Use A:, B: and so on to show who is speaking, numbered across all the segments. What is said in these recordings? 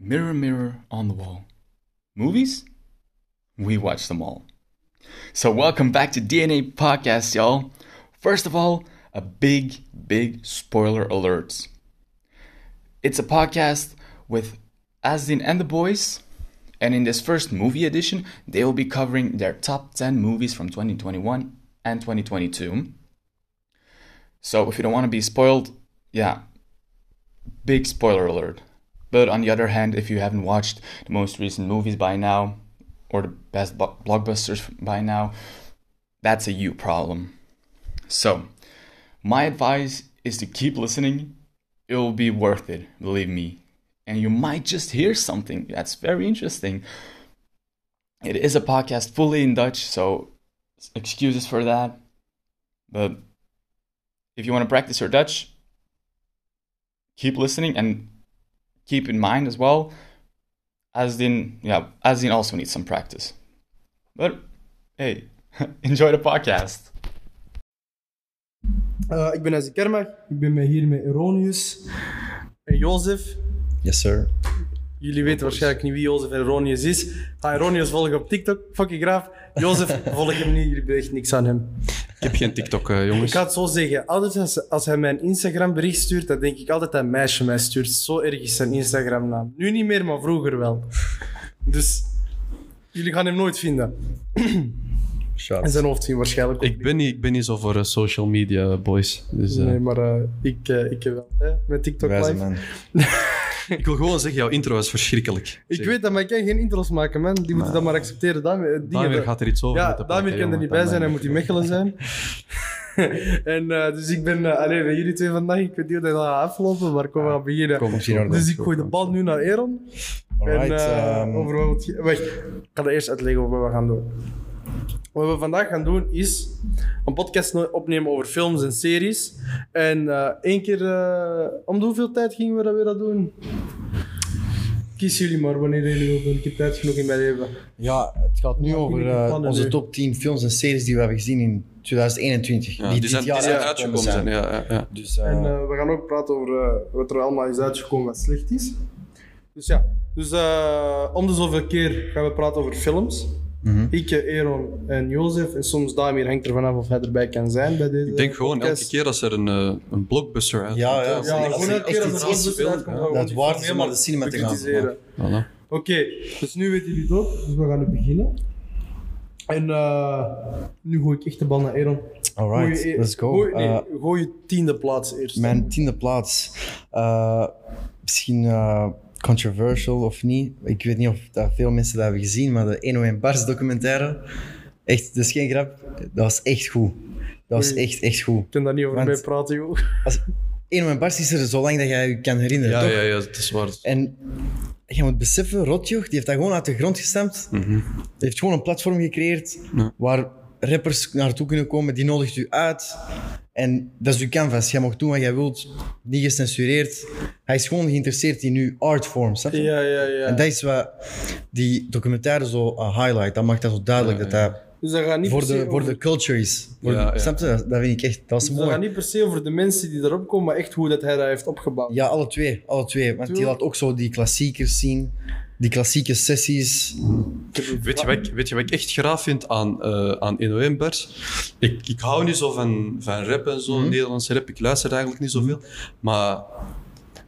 A: Mirror, mirror on the wall. Movies? We watch them all. So, welcome back to DNA Podcast, y'all. First of all, a big, big spoiler alert. It's a podcast with Asdin and the boys, and in this first movie edition, they will be covering their top 10 movies from 2021 and 2022. So, if you don't want to be spoiled, yeah, big spoiler alert. But on the other hand, if you haven't watched the most recent movies by now, or the best blo- blockbusters by now, that's a you problem. So, my advice is to keep listening. It will be worth it, believe me. And you might just hear something that's very interesting. It is a podcast fully in Dutch, so excuses for that. But if you want to practice your Dutch, keep listening and keep in mind as well Asdin, yeah, Asdin also needs some practice. But hey, enjoy the podcast.
B: Eh, ik ben Ezek Kermer. Ik ben met- hier met Eronius en Jozef.
C: Yes, sir.
B: Jullie weten waarschijnlijk niet wie Jozef en Eronius is. Ga Eronius volgen op TikTok. Fucking graaf. Jozef, volg hem niet. Jullie hebben echt niks aan hem.
D: Ik heb geen TikTok, eh,
B: Ik
D: jongens.
B: ga het zo zeggen. Altijd als, als hij mij een Instagram bericht stuurt, dan denk ik altijd dat een meisje mij stuurt. Zo erg is zijn Instagram naam. Nu niet meer, maar vroeger wel. Dus jullie gaan hem nooit vinden. En zijn hoofd zien waarschijnlijk ook
D: Ik ben niet, ik ben niet zo voor eh, social media boys. Dus, eh,
B: Nee, maar eh, ik, eh, ik wel. Hè? Met TikTok
C: Wijze
B: live.
C: man.
D: Ik wil gewoon zeggen, jouw intro is verschrikkelijk.
B: Ik
D: Zeg,
B: weet dat, maar ik kan geen intro's maken, man. Die moeten dat maar accepteren. Daarmee, eh, die
D: Damir
B: hebben-
D: gaat er iets over
B: ja,
D: moeten
B: Damir
D: pakken,
B: kan er niet
D: jongen.
B: bij zijn, hij moet
D: Damir.
B: in Mechelen zijn. en, eh, dus ik ben eh, alleen met jullie twee vandaag. Ik weet niet hoe dat gaat aflopen, maar kom, we gaan beginnen.
C: Komt in orde.
B: Dus ik gooi de bal nu naar Aaron. En,
C: Alright,
B: eh,
C: ehm,
B: over wat we- Wacht, ik ga dat eerst uitleggen wat we gaan doen. Wat we vandaag gaan doen is een podcast no- opnemen over films en series. En eh, één keer, eh, om de hoeveel tijd gingen we dat weer dat doen? Kies jullie maar wanneer jullie wil doen. Ik heb tijd genoeg in mijn leven.
C: ja, het gaat nu
B: Mag ik
C: over
B: jullie
C: eh,
B: plannen
C: onze
B: nu?
C: top 10 films en series die we hebben gezien in 2021.
D: Ja, die, zijn, die zijn uitgekomen zijn. Ja, ja, ja.
C: Dus, eh,
B: En eh, we gaan ook praten over eh, wat er allemaal is uitgekomen wat slecht is. Dus ja, dus, eh, om de zoveel keer gaan we praten over films.
C: Mhm.
B: Ik, eh, Aaron en Jozef en soms Damir hangt er vanaf of hij erbij kan zijn bij deze
D: Ik denk gewoon elke
B: podcast.
D: keer als er een, eh, een blockbuster uitkomt.
C: Ja, ja.
D: eh,
C: Ja,
B: Ja,
C: Als
B: gewoon
C: er
B: elke
C: echt
B: keer als
C: iets
B: er
C: is,
B: iets
C: ja,
B: uitkomt, gaan we
C: dat
B: gewoon
C: het
B: die
C: waard
B: film
C: is om naar de cinema te gaan.
B: bekritiseren.
D: voilà.
B: Oké, dus nu weten jullie het ook, dus we gaan nu beginnen. En eh, nu gooi ik echt de bal naar Aaron.
C: Alright,
B: Gooi je- e-
C: let's go.
B: Gooi, nee,
C: Eh,
B: gooi je tiende plaats eerst.
C: Mijn tiende plaats. Eh, misschien eh, controversial of niet. Ik weet niet of dat veel mensen dat hebben gezien, maar de Eno en Bars documentaire. Echt, dat is geen grap. Dat was echt goed. Dat was
B: Oei.
C: echt, echt goed.
B: Ik kan daar niet over
C: Want-
B: mee praten, joh.
C: Als, Eno en Bars is er zolang dat jij je kan herinneren,
D: ja,
C: toch?
D: ja, ja, het is waar.
C: En je moet beseffen, Rotjoch, die heeft dat gewoon uit de grond gestampt. Die heeft gewoon een platform gecreëerd
D: Mhm. Ja.
C: waar rappers naartoe kunnen komen. Die nodigt u uit. En dat is uw canvas. Jij mag doen wat jij wilt. Niet gecensureerd. Hij is gewoon geïnteresseerd in uw artform. snap je?
B: Ja, ja, ja.
C: En dat is wat die documentaire zo eh, highlight. Dat maakt dat zo duidelijk
D: Ja,
C: dat
D: ja.
C: dat
B: Dus dat gaat niet
C: voor
B: per se
C: de, voor
B: over-
C: de culture is. Voor
D: Ja,
C: de-
D: ja.
C: Snap je? Dat dat vind ik echt... Dat is
B: dus dat gaat
C: mooi.
B: niet per se over de mensen die erop komen, maar echt hoe dat hij dat heeft opgebouwd.
C: Ja, alle twee. Alle twee. Want die
B: Tuurlijk.
C: laat ook zo die klassiekers zien. Die klassieke sessies.
D: Weet je, wat ik, weet je wat ik echt graaf vind aan, eh aan NOM-bars? Ik, ik hou niet zo van, van rap en zo,
C: Mhm.
D: Nederlandse rap. Ik luister eigenlijk niet zoveel. Maar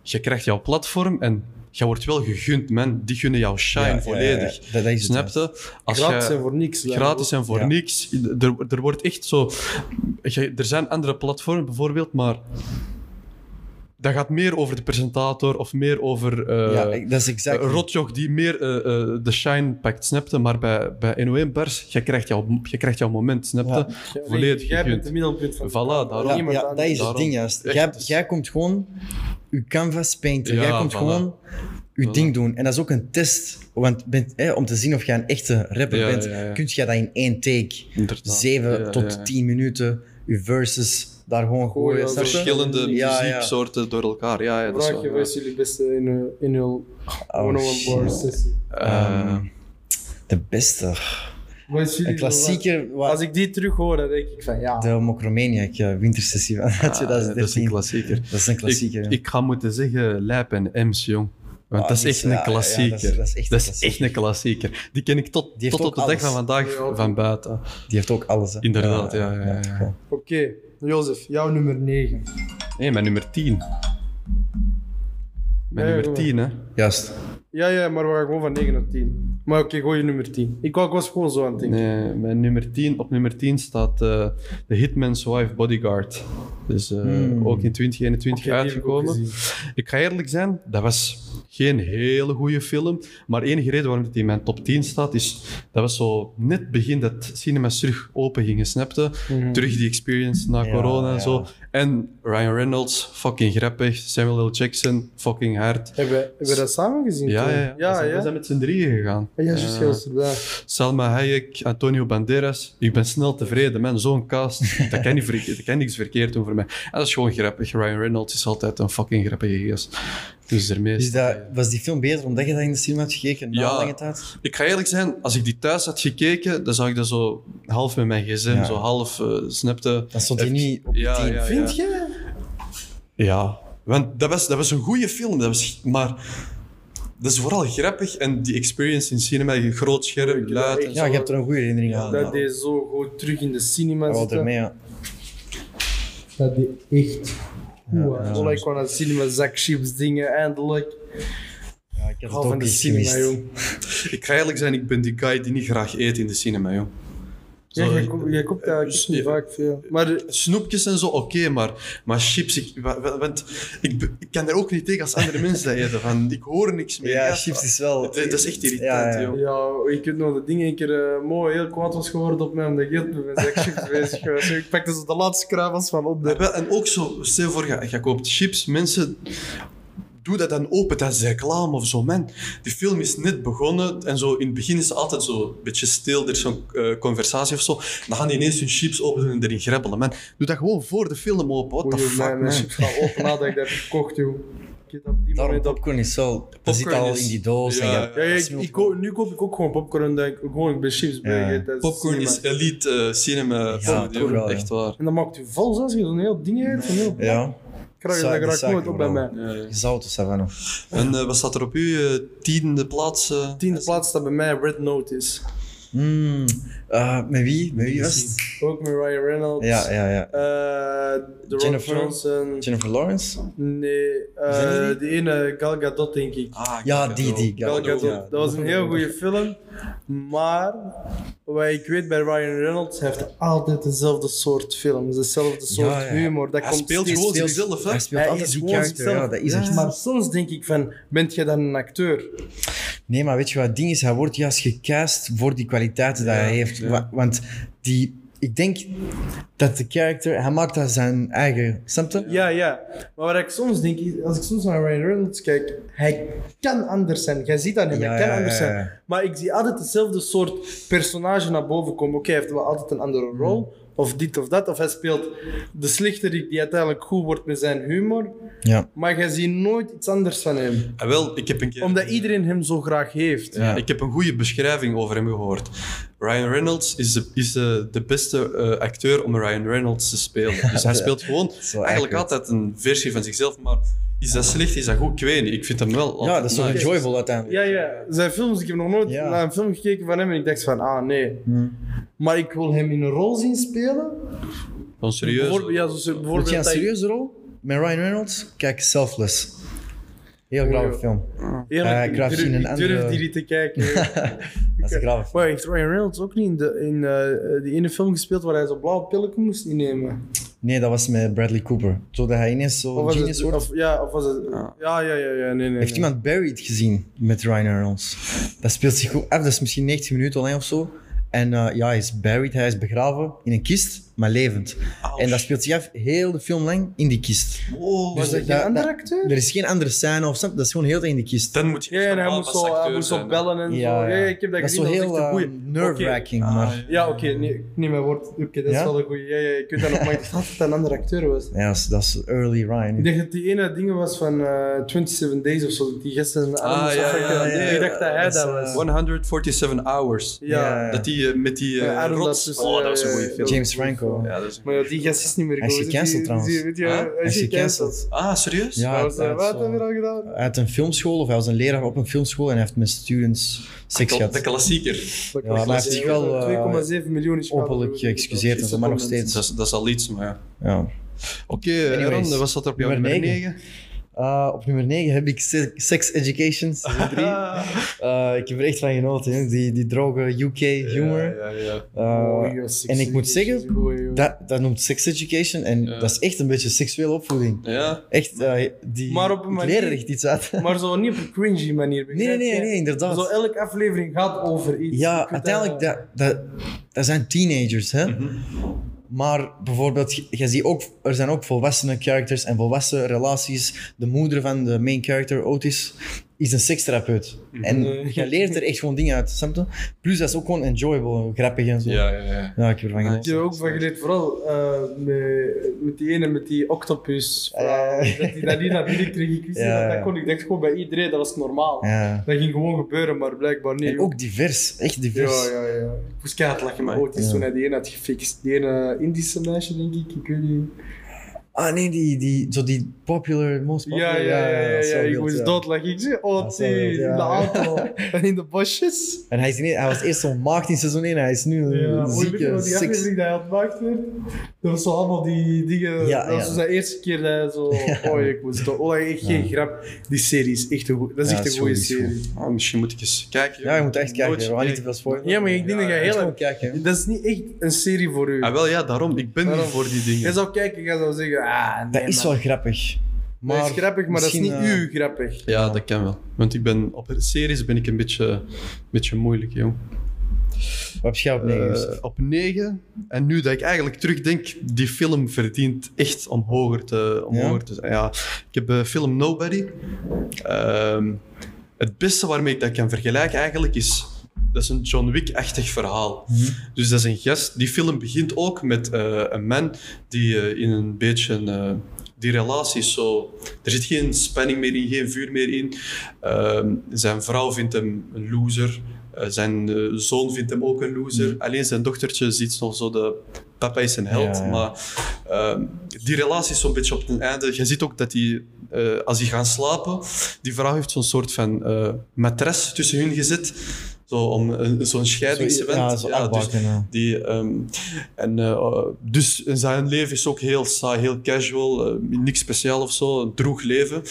D: je krijgt jouw platform en je wordt wel gegund, man. Die gunnen jouw shine
C: Ja, ja, ja,
D: volledig.
C: ja. Dat- dat is het,
D: Snap je? Als
B: Gratis
D: jij-
B: en voor niks. dan.
D: gratis en voor
C: Ja.
D: niks. Er, er wordt echt zo... je- Er zijn andere platformen bijvoorbeeld, maar... Dat gaat meer over de presentator of meer over... eh,
C: ja, ik- dat is exact.
D: een rotjoch die meer eh, eh, de shine pakt, snapte. Maar bij, bij NOM Bars, je krijgt jouw, je krijgt jouw moment, snapte.
C: Ja.
B: Ja, nee,
D: Volledig
B: Jij bent
D: gegund.
B: het middelpunt van.
D: Voilà,
C: ja,
D: daarom.
B: Niemand
C: ja,
B: aan-
C: dat is het
D: daarom.
C: ding juist.
D: Echt,
C: Jij,
D: het is-
C: jij komt gewoon je canvas painten.
D: Ja,
C: jij komt
D: voilà.
C: gewoon je
D: Voilà.
C: ding doen. En dat is ook een test want bent, hè, om te zien of jij een echte rapper
D: Ja,
C: bent.
D: ja, ja.
C: Kun jij dat in één take,
D: Inderdaad.
C: zeven
D: Ja,
C: tot
D: ja, ja.
C: tien minuten, je verses daar gewoon gooien.
B: ja,
C: snap je?
D: Verschillende
C: Ja, ja.
D: muzieksoorten door elkaar. Ja, ja, dat is
B: Vraag
D: wel,
B: je
D: ja.
B: wees jullie beste in, eh, in hun
C: Oh,
B: one-on-one
C: shit. Ehm,
B: bar sessie.
D: Eh,
C: Ah, De beste.
B: Wat is jullie
C: Een klassieker.
B: Als
C: Wat,
B: ik die terug hoor, dan denk ik van ja.
C: de Mokromaniac eh, wintersessie van
D: ah, dat is
C: 2013.
D: een klassieker.
C: Dat is een klassieker.
D: Ik,
C: ja.
D: ik ga moeten zeggen, Lijp en Ems, jong. Want
C: Ah,
D: dat is
C: die
D: echt een
C: ja, ja, dat, is,
D: klassieker.
C: dat is echt
D: Dat
C: een
D: is echt
C: klassieker.
D: een klassieker. Die ken ik tot,
C: Die heeft
D: tot op
C: ook
D: de dag
C: alles.
D: van vandaag
B: Ja, ook.
D: van buiten.
C: Die heeft ook alles. Hè?
D: Inderdaad, ja, ja, ja, ja.
B: Oké, Jozef, jouw nummer 9.
D: Nee, mijn nummer 10. Mijn
B: Ja,
D: nummer
B: goed.
D: 10, hè?
C: Juist.
B: Ja, ja, maar we gaan gewoon van 9 naar 10. Maar oké, gooi je nummer 10. Ik, wou- ik was gewoon zo aan het denken.
D: Nee, mijn nummer 10, op nummer 10 staat eh The Hitman's Wife Bodyguard. Dus eh,
C: Hmm.
D: ook in 2021
B: Oké, die heb ik ook
D: uitgekomen. Ik ga eerlijk zijn, dat was geen hele goede film. Maar enige reden waarom het in mijn top 10 staat, is dat was zo net begin dat cinemas terug open gingen, snapte?
B: Hmm.
D: Terug die experience na
C: Ja,
D: corona en
C: ja.
D: zo. En Ryan Reynolds, fucking grappig. Samuel L. Jackson, fucking hard.
B: Hebben we, hebben we dat samen gezien?
D: Ja,
B: toen?
D: ja, ja.
B: Ja,
D: we, zijn, we
B: ja.
D: zijn met z'n drieën gegaan.
B: Ja, juist,
D: Eh,
B: juist, inderdaad.
D: Salma Hayek, Antonio Banderas. Ik ben snel tevreden, man. Zo'n cast. Dat kan, niet verkeerd, dat kan niks verkeerd doen voor mij. En dat is gewoon grappig. Ryan Reynolds is altijd een fucking grappige gast. Dus ermee is
C: Dus dat, was die film beter omdat je dat in de cinema hebt gekeken na
D: Ja.
C: lange tijd?
D: Ik ga eerlijk zijn, als ik die thuis had gekeken, dan zou ik dat zo half met mijn gsm,
C: Ja.
D: zo half eh, snapte.
C: Dan stond die
D: Even-
C: niet op
D: Ja,
C: de tien.
D: ja, ja.
B: Vind je?
D: Ja, want dat was, dat was een goede film. Dat was, maar dat is vooral grappig. En die experience in cinema, je groot scherm, luid. en
C: Ja, je hebt er een goede herinnering aan.
B: Dat deed zo goed terug in de cinema
C: Wat
B: zitten.
C: ermee, ja.
B: Dat deed echt
C: Ja,
B: goed.
C: ja.
B: aan. Zo like gewoon naar de cinema, zak chips, dingen, eindelijk.
C: ja. Ik heb
B: Ik
C: het
B: hou van
C: ook
B: de
C: niet
B: cinema,
C: gemist.
B: jong.
D: Ik ga eerlijk zijn, ik ben die guy die niet graag eet in de cinema, joh.
B: Ja,
D: Zo,
B: jij, ko- jij
C: Eh,
B: koopt dat
D: dus-
B: echt niet vaak veel. Maar
D: Snoepjes en zo, oké, maar, maar chips, ik, wa- wa- want ik, be- ik kan er ook niet tegen als andere mensen dat eten. Van, ik hoor niks meer.
C: Ja, chips is wel...
D: Dat, dat is echt
C: Ja,
D: irritant,
C: ja.
D: joh.
B: ja, ik weet nog dat ding een keer eh, mooi heel kwaad was geworden op mij omdat ik heel met mijn zak chips bezig was. Ik pakte zo de laatste kruimels van onder.
D: Ja, wel, En ook zo, stel je voor, je, je koopt chips, mensen... Doe dat dan open, dat is reclame of zo. Man, die film is net begonnen en zo, in het begin is het altijd zo een beetje stil, er is zo'n eh, conversatie of zo. Dan gaan die ineens hun chips open doen en erin greppelen. Man, doe dat gewoon voor de film open, what the
B: Oei,
D: fuck,
B: mijn, mijn
D: man.
B: chips gaan open nadat ik dat heb gekocht, joh. Ik heb op die
C: Daarom
B: moment op
C: popcorn is wel... Dat zit
D: Popcorn
C: al
D: is-
C: in die doos. en
D: Ja,
C: je-
D: ja.
B: Ja, ja, ik,
C: smeelt
B: ik koop- nu koop ik ook gewoon popcorn dat ik gewoon ik ben chips bij
C: Ja.
B: je, dat is
D: Popcorn
B: cinema.
D: is elite eh, cinema.
C: Ja,
D: food,
C: toch
D: joh.
C: wel, ja.
D: echt waar.
B: En dan maakt u vol zelfs, je zo'n heel ding uit. Van heel...
C: Ja,
B: Krijg je
C: Zou-
B: dat
C: dat
B: raakt
C: zou
B: nooit
C: ik
B: op bij
C: wel.
B: mij.
C: zout of savano.
D: En eh, wat staat er op uw eh, tiende plaats? eh?
B: Tiende plaats staat bij mij Red Notice.
C: Mm, eh, met wie? Met wie was het?
B: Ook met Ryan Reynolds.
C: Ja, ja, ja.
B: Eh, The Rock
C: Jennifer-
B: Johnson.
C: Jennifer Lawrence?
B: Nee, eh,
C: Is dat niet
B: die ene Gal Gadot, denk ik.
D: Ah,
C: Ja, die, die.
B: Gal
C: Ja,
B: Gadot.
C: ja.
B: Dat was een heel goede film. Maar wat ik weet bij Ryan Reynolds, hij heeft altijd dezelfde soort films, dezelfde soort
C: Ja, ja.
B: humor. Dat
D: Hij
B: komt
D: speelt
B: steeds
D: gewoon
C: speelt-
D: zichzelf, hè?
C: Hij speelt
B: Hij
C: altijd
B: is
C: die
B: gewoon
C: karakter. Ja,
B: zichzelf.
C: dat is echt...
B: Maar soms denk ik van, bent je dan een acteur?
C: Nee, maar weet je wat het ding is? Hij wordt juist gecast voor die kwaliteiten die hij heeft. Wa- Want die, ik denk dat de character, hij maakt dat zijn eigen. Snap je?
B: Ja, ja. Maar wat ik soms denk, is, als ik soms naar Ryan Reynolds kijk, hij kan anders zijn. Jij ziet dat niet,
C: Ja,
B: hij kan
C: ja,
B: anders
C: ja,
B: zijn.
C: ja.
B: Maar ik zie altijd dezelfde soort personage naar boven komen. Oké, hij heeft wel altijd een
C: Hmm.
B: andere rol, of dit of dat. Of hij speelt de slechterik die uiteindelijk goed wordt met zijn humor.
C: Ja.
B: Maar jij ziet nooit iets anders van hem.
D: Ah, wel, ik heb een keer...
B: Omdat iedereen hem zo graag heeft.
D: Ja, Ik heb een goede beschrijving over hem gehoord. Ryan Reynolds is de, is de, de beste eh, acteur om Ryan Reynolds te spelen. Dus hij speelt gewoon
C: wel
D: eigenlijk
C: accurate.
D: altijd een versie van zichzelf. Maar is dat slecht, is dat goed? Ik weet niet. Ik vind hem wel
C: Ja,
D: altijd
C: dat is zo
D: nice.
C: enjoyable uiteindelijk.
B: Ja, ja. Zijn films, ik heb nog nooit
C: Ja. Hmm.
B: naar een film gekeken van hem en ik dacht van, ah nee. Maar ik wil hem in een rol zien spelen.
D: Gewoon serieus.
B: Bijvoorbeeld, ja, zoals
C: Wordt
B: bijvoorbeeld
C: je een
B: dat ik-
C: serieuze rol? Met Ryan Reynolds? Kijk, Selfless. Heel grave film.
B: Eerlijk,
C: Ja, ik
B: ik,
C: raaf
B: durf,
C: in een
B: ik durf
C: andere-
B: die niet te kijken. joh.
C: Dat is een grave film.
B: maar heeft Ryan Reynolds ook niet in, de, in eh, die ene film gespeeld waar hij zo'n blauwe pillen moest innemen?
C: Nee, dat was met Bradley Cooper. Zodat hij ineens
B: Of
C: zo
B: was
C: genius
B: het, of,
C: wordt.
B: ja, of was het... Ja, ja, ja, ja, nee, nee.
C: Heeft
B: nee.
C: iemand Buried gezien met Ryan Reynolds? Dat speelt zich goed af, dat is misschien 90 minuten alleen of zo. En eh, ja, hij is buried, hij is begraven in een kist, maar levend.
D: Auw.
C: En dat speelt zich af heel de film lang in die kist.
D: Oh,
B: Was
C: Dus
B: dat
C: dat-
B: geen andere
C: dat-
B: acteur?
C: Er is geen andere scène of snap, dat is gewoon heel de tijd in de kist.
D: dan moet je
B: Ja,
D: echt
B: en
D: een
B: hij
D: baas
B: moest zo, hij
D: acteur
B: moest
D: zijn,
B: zo
D: hè.
B: bellen en zo. Ja, ja, ik heb dat,
C: dat is zo
B: gezien, dat was
C: heel
B: echt een
C: eh,
B: goeie.
C: nerve-wracking,
D: Ah,
C: maar...
B: Ja, oké, nee, ik neem mijn woord. Oké, dat is
C: Ja?
B: wel een goeie. Ja, ja, ik weet dat nog, maar ik dacht dat het een andere acteur was.
C: Ja, dat is, dat is early Ryan.
B: Ik dacht dat die ene ding was van eh 27 Days of zo, dat die gisteren een arm
D: Ah,
B: moest
D: ja,
B: afhakken.
D: ja,
C: ja,
B: Ik dacht dat hij
C: dat is,
B: dat
C: eh,
B: was.
D: 147 hours.
B: Ja.
C: Ja.
D: Dat die eh, met die eh,
B: Ja, Adam,
D: rots...
B: dat is,
D: oh, dat was een
B: eh,
D: goede film.
C: James Franco.
B: zo.
D: Ja, dat is...
B: Maar ja, die gast is niet meer
C: Hij is
B: gekozen. Die-
C: gecanceld trouwens.
B: die- die-
D: Huh?
B: Hij is gecanceld.
D: Ah, serieus?
C: Ja,
B: Ja, wat
C: hij eh, had
B: hebben we
C: zo-
B: dan gedaan?
C: uit een filmschool, of hij was een leraar op een filmschool en hij heeft met students seks
D: de,
C: gehad.
D: de klassieker.
B: Dat
C: maar hij
B: kost
C: heeft zich wel, eh,
B: 2,7 miljoen is schade
C: openlijk
B: door-
C: geëxcuseerd en zo,
B: door-
C: maar nog
B: door-
C: steeds.
D: Dat is, dat is al iets, maar ja.
C: Ja.
D: Oké, eh,
C: Anyways,
D: Aaron, wat zat er op jouw
C: nummer
D: nummer
C: negen.
D: 9?
C: Eh, op nummer 9 heb ik Se- Sex Education, seizoen 3.
D: Ah.
C: Eh, ik heb er echt van genoten, hè. Die, die droge UK humor.
D: Ja, ja, ja.
C: Eh,
B: Oh, ja, sexy.
C: en ik moet zeggen,
B: Dat is een goeie, joh.
C: dat, dat noemt Sex Education en
D: Ja.
C: dat is echt een beetje seksuele opvoeding.
D: Ja.
C: Echt, eh, die
B: Maar op een
C: ik
B: manier-
C: leer er echt iets uit.
B: Maar zo niet op een cringy manier.
C: Nee, nee,
B: begrijp
C: nee,
B: je?
C: nee inderdaad.
B: Zo elke aflevering gaat over iets. Ik
C: Ja,
B: vind
C: uiteindelijk,
B: dat-
C: dat, dat, dat zijn teenagers, hè. Maar bijvoorbeeld, je- je ziet ook, er zijn ook volwassenen characters en volwassen relaties. De moeder van de main character, Otis, is een sekstherapeut. En
B: Nee.
C: je leert er echt gewoon dingen uit, snap je? Plus, dat is ook gewoon enjoyable, grappig en zo.
D: Ja, ja, ja.
C: Ja, ik heb ervan
B: Ik heb
C: genoten.
B: er ook van geleerd, vooral eh, met, met die ene met die octopus.
C: Ja, ja, ja.
B: Dat die naar die naar binnen kreeg. Ik wist niet
C: Eh. Ja,
B: dat
C: ja.
B: dat kon. Ik dacht gewoon bij iedereen, dat was normaal.
C: Ja.
B: Dat ging gewoon gebeuren, maar blijkbaar niet.
C: En ook divers, echt divers.
B: Ja, ja, ja. Ik moest keihard lachen, maar
D: Ja.
B: ooit is toen hij die ene had gefixt. Die ene Indische meisje, denk ik. Ik weet niet.
C: Ah nee, die, die, zo die popular, most
B: Ja, ja,
C: popular.
B: ja, ja. ja,
C: zo
B: Ik
C: wild,
B: moest
C: ja.
B: doodlachen. Ik zei, oh,
C: Ja, zo
B: zie,
C: wild, ja.
B: in de auto. en in de bosjes.
C: En hij, is niet, hij was eerst zo'n maagd in seizoen 1, hij is nu
B: Ja,
C: een
B: hoe weet je
C: zieke
B: wat die
C: seks.
B: aflevering die hij ontmaakt werd? Dat was zo allemaal die dingen...
C: Ja,
B: dat was
C: ja.
B: dus de eerste keer dat hij zo... Oh, ik moest toch... Oh, echt geen grap. Die serie is echt een goeie... Dat is
C: Ja,
B: echt
C: is
B: een
C: goed,
B: goede
C: is goed.
B: serie.
D: Ah, misschien moet ik eens kijken.
C: Ja, je moet echt kijken,
D: Nooit
C: we gaan niet te veel spoilen.
B: Ja, maar ik denk
D: Ja,
B: dat
D: ja,
B: je
C: Echt
B: heel...
C: gewoon kijken. hè.
B: Dat is niet echt een serie voor u.
D: Ah, wel, ja, daarom. Ik ben
B: Daarom.
D: hier voor die
B: Jij
D: dingen.
B: zou kijken, jij zou zeggen... Ah, nee,
C: Dat is
B: man.
C: wel grappig. Maar
B: dat is grappig, maar dat is niet
C: misschien, eh,
B: uw grappig.
D: Ja, dat kan wel. Want ik ben, op series ben ik een beetje, beetje moeilijk, jong.
C: Wat heb jij op negen, Youssef?
D: Eh, op 9. En nu dat ik eigenlijk terugdenk, die film verdient echt om hoger te, om
C: Ja?
D: hoger te zijn. Ja, ik heb eh, film Nobody. Ehm, het beste waarmee ik dat kan vergelijken eigenlijk is... Dat is een John Wick-achtig verhaal. Dus dat is een gast. Die film begint ook met eh, een man die eh, in een beetje... eh, die relatie is zo... Er zit geen spanning meer in, geen vuur meer in. Ehm, zijn vrouw vindt hem een loser. Eh, zijn eh, zoon vindt hem ook een loser.
C: Mm.
D: Alleen zijn dochtertje ziet nog zo de... Papa is een held,
C: Ja, ja.
D: maar ehm, die relatie is zo'n beetje op het einde. Je ziet ook dat die, eh, als die gaan slapen, die vrouw heeft zo'n soort van eh matras tussen hun gezet. Zo om een- zo'n scheidingsevent.
C: ja, zo
D: Ja, dus
C: afbakken, ja.
D: die, ehm, en, eh, dus zijn leven is ook heel saai, heel casual, eh, niks speciaal of zo, een droeg leven.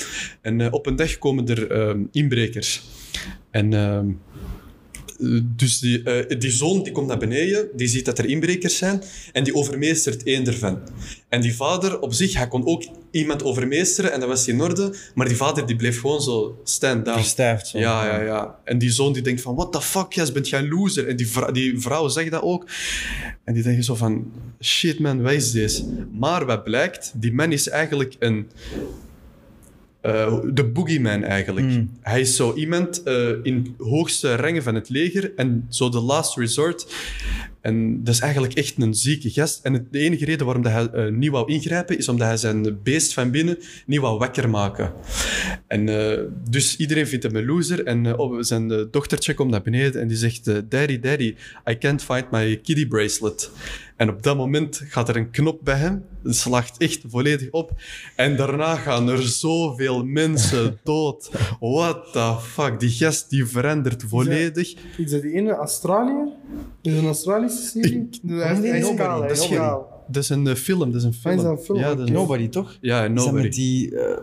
D: En eh, op een dag komen er ehm, inbrekers. En ehm, eh, dus die, eh, die zoon die komt naar beneden, die ziet dat er inbrekers zijn en die overmeestert één ervan. En die vader op zich, hij kon ook iemand overmeesteren en dat was in orde, maar die vader die bleef gewoon zo stand-down.
C: Verstijfd zo.
D: Ja, ja, ja. En die zoon die denkt van, what the fuck, yes, bent jij een loser? En die, vrou- die vrouw zegt dat ook. En die denken zo van, shit man, wat is deze? Maar wat blijkt, die man is eigenlijk een... eh, de boogeyman eigenlijk.
C: Mm.
D: Hij is zo iemand eh, in hoogste rangen van het leger en zo de last resort. En dat is eigenlijk echt een zieke gast. En het- de enige reden waarom dat hij eh, niet wou ingrijpen, is omdat hij zijn beest van binnen niet wou wakker maken. En eh, dus iedereen vindt hem een loser. En eh, op- zijn eh, dochtertje komt naar beneden en die zegt: eh, Daddy, daddy, I can't find my kitty bracelet. En op dat moment gaat er een knop bij hem. Het slaagt echt volledig op. En daarna gaan er zoveel mensen dood. What the fuck? Die gast die verandert volledig.
B: Is dat die ene Australiër? Is dat een Australische serie? Dus hij is-
C: Nee,
B: hij is
C: Nobody.
B: kaal, hij
C: Dat is geen-
B: kaal.
D: Dat is een eh, film. Dat is een
B: Ah,
D: film.
B: is dat een film?
D: Ja, dat is een-
C: Nobody, toch?
D: Ja,
C: Is dat
D: Nobody.
C: met die eh,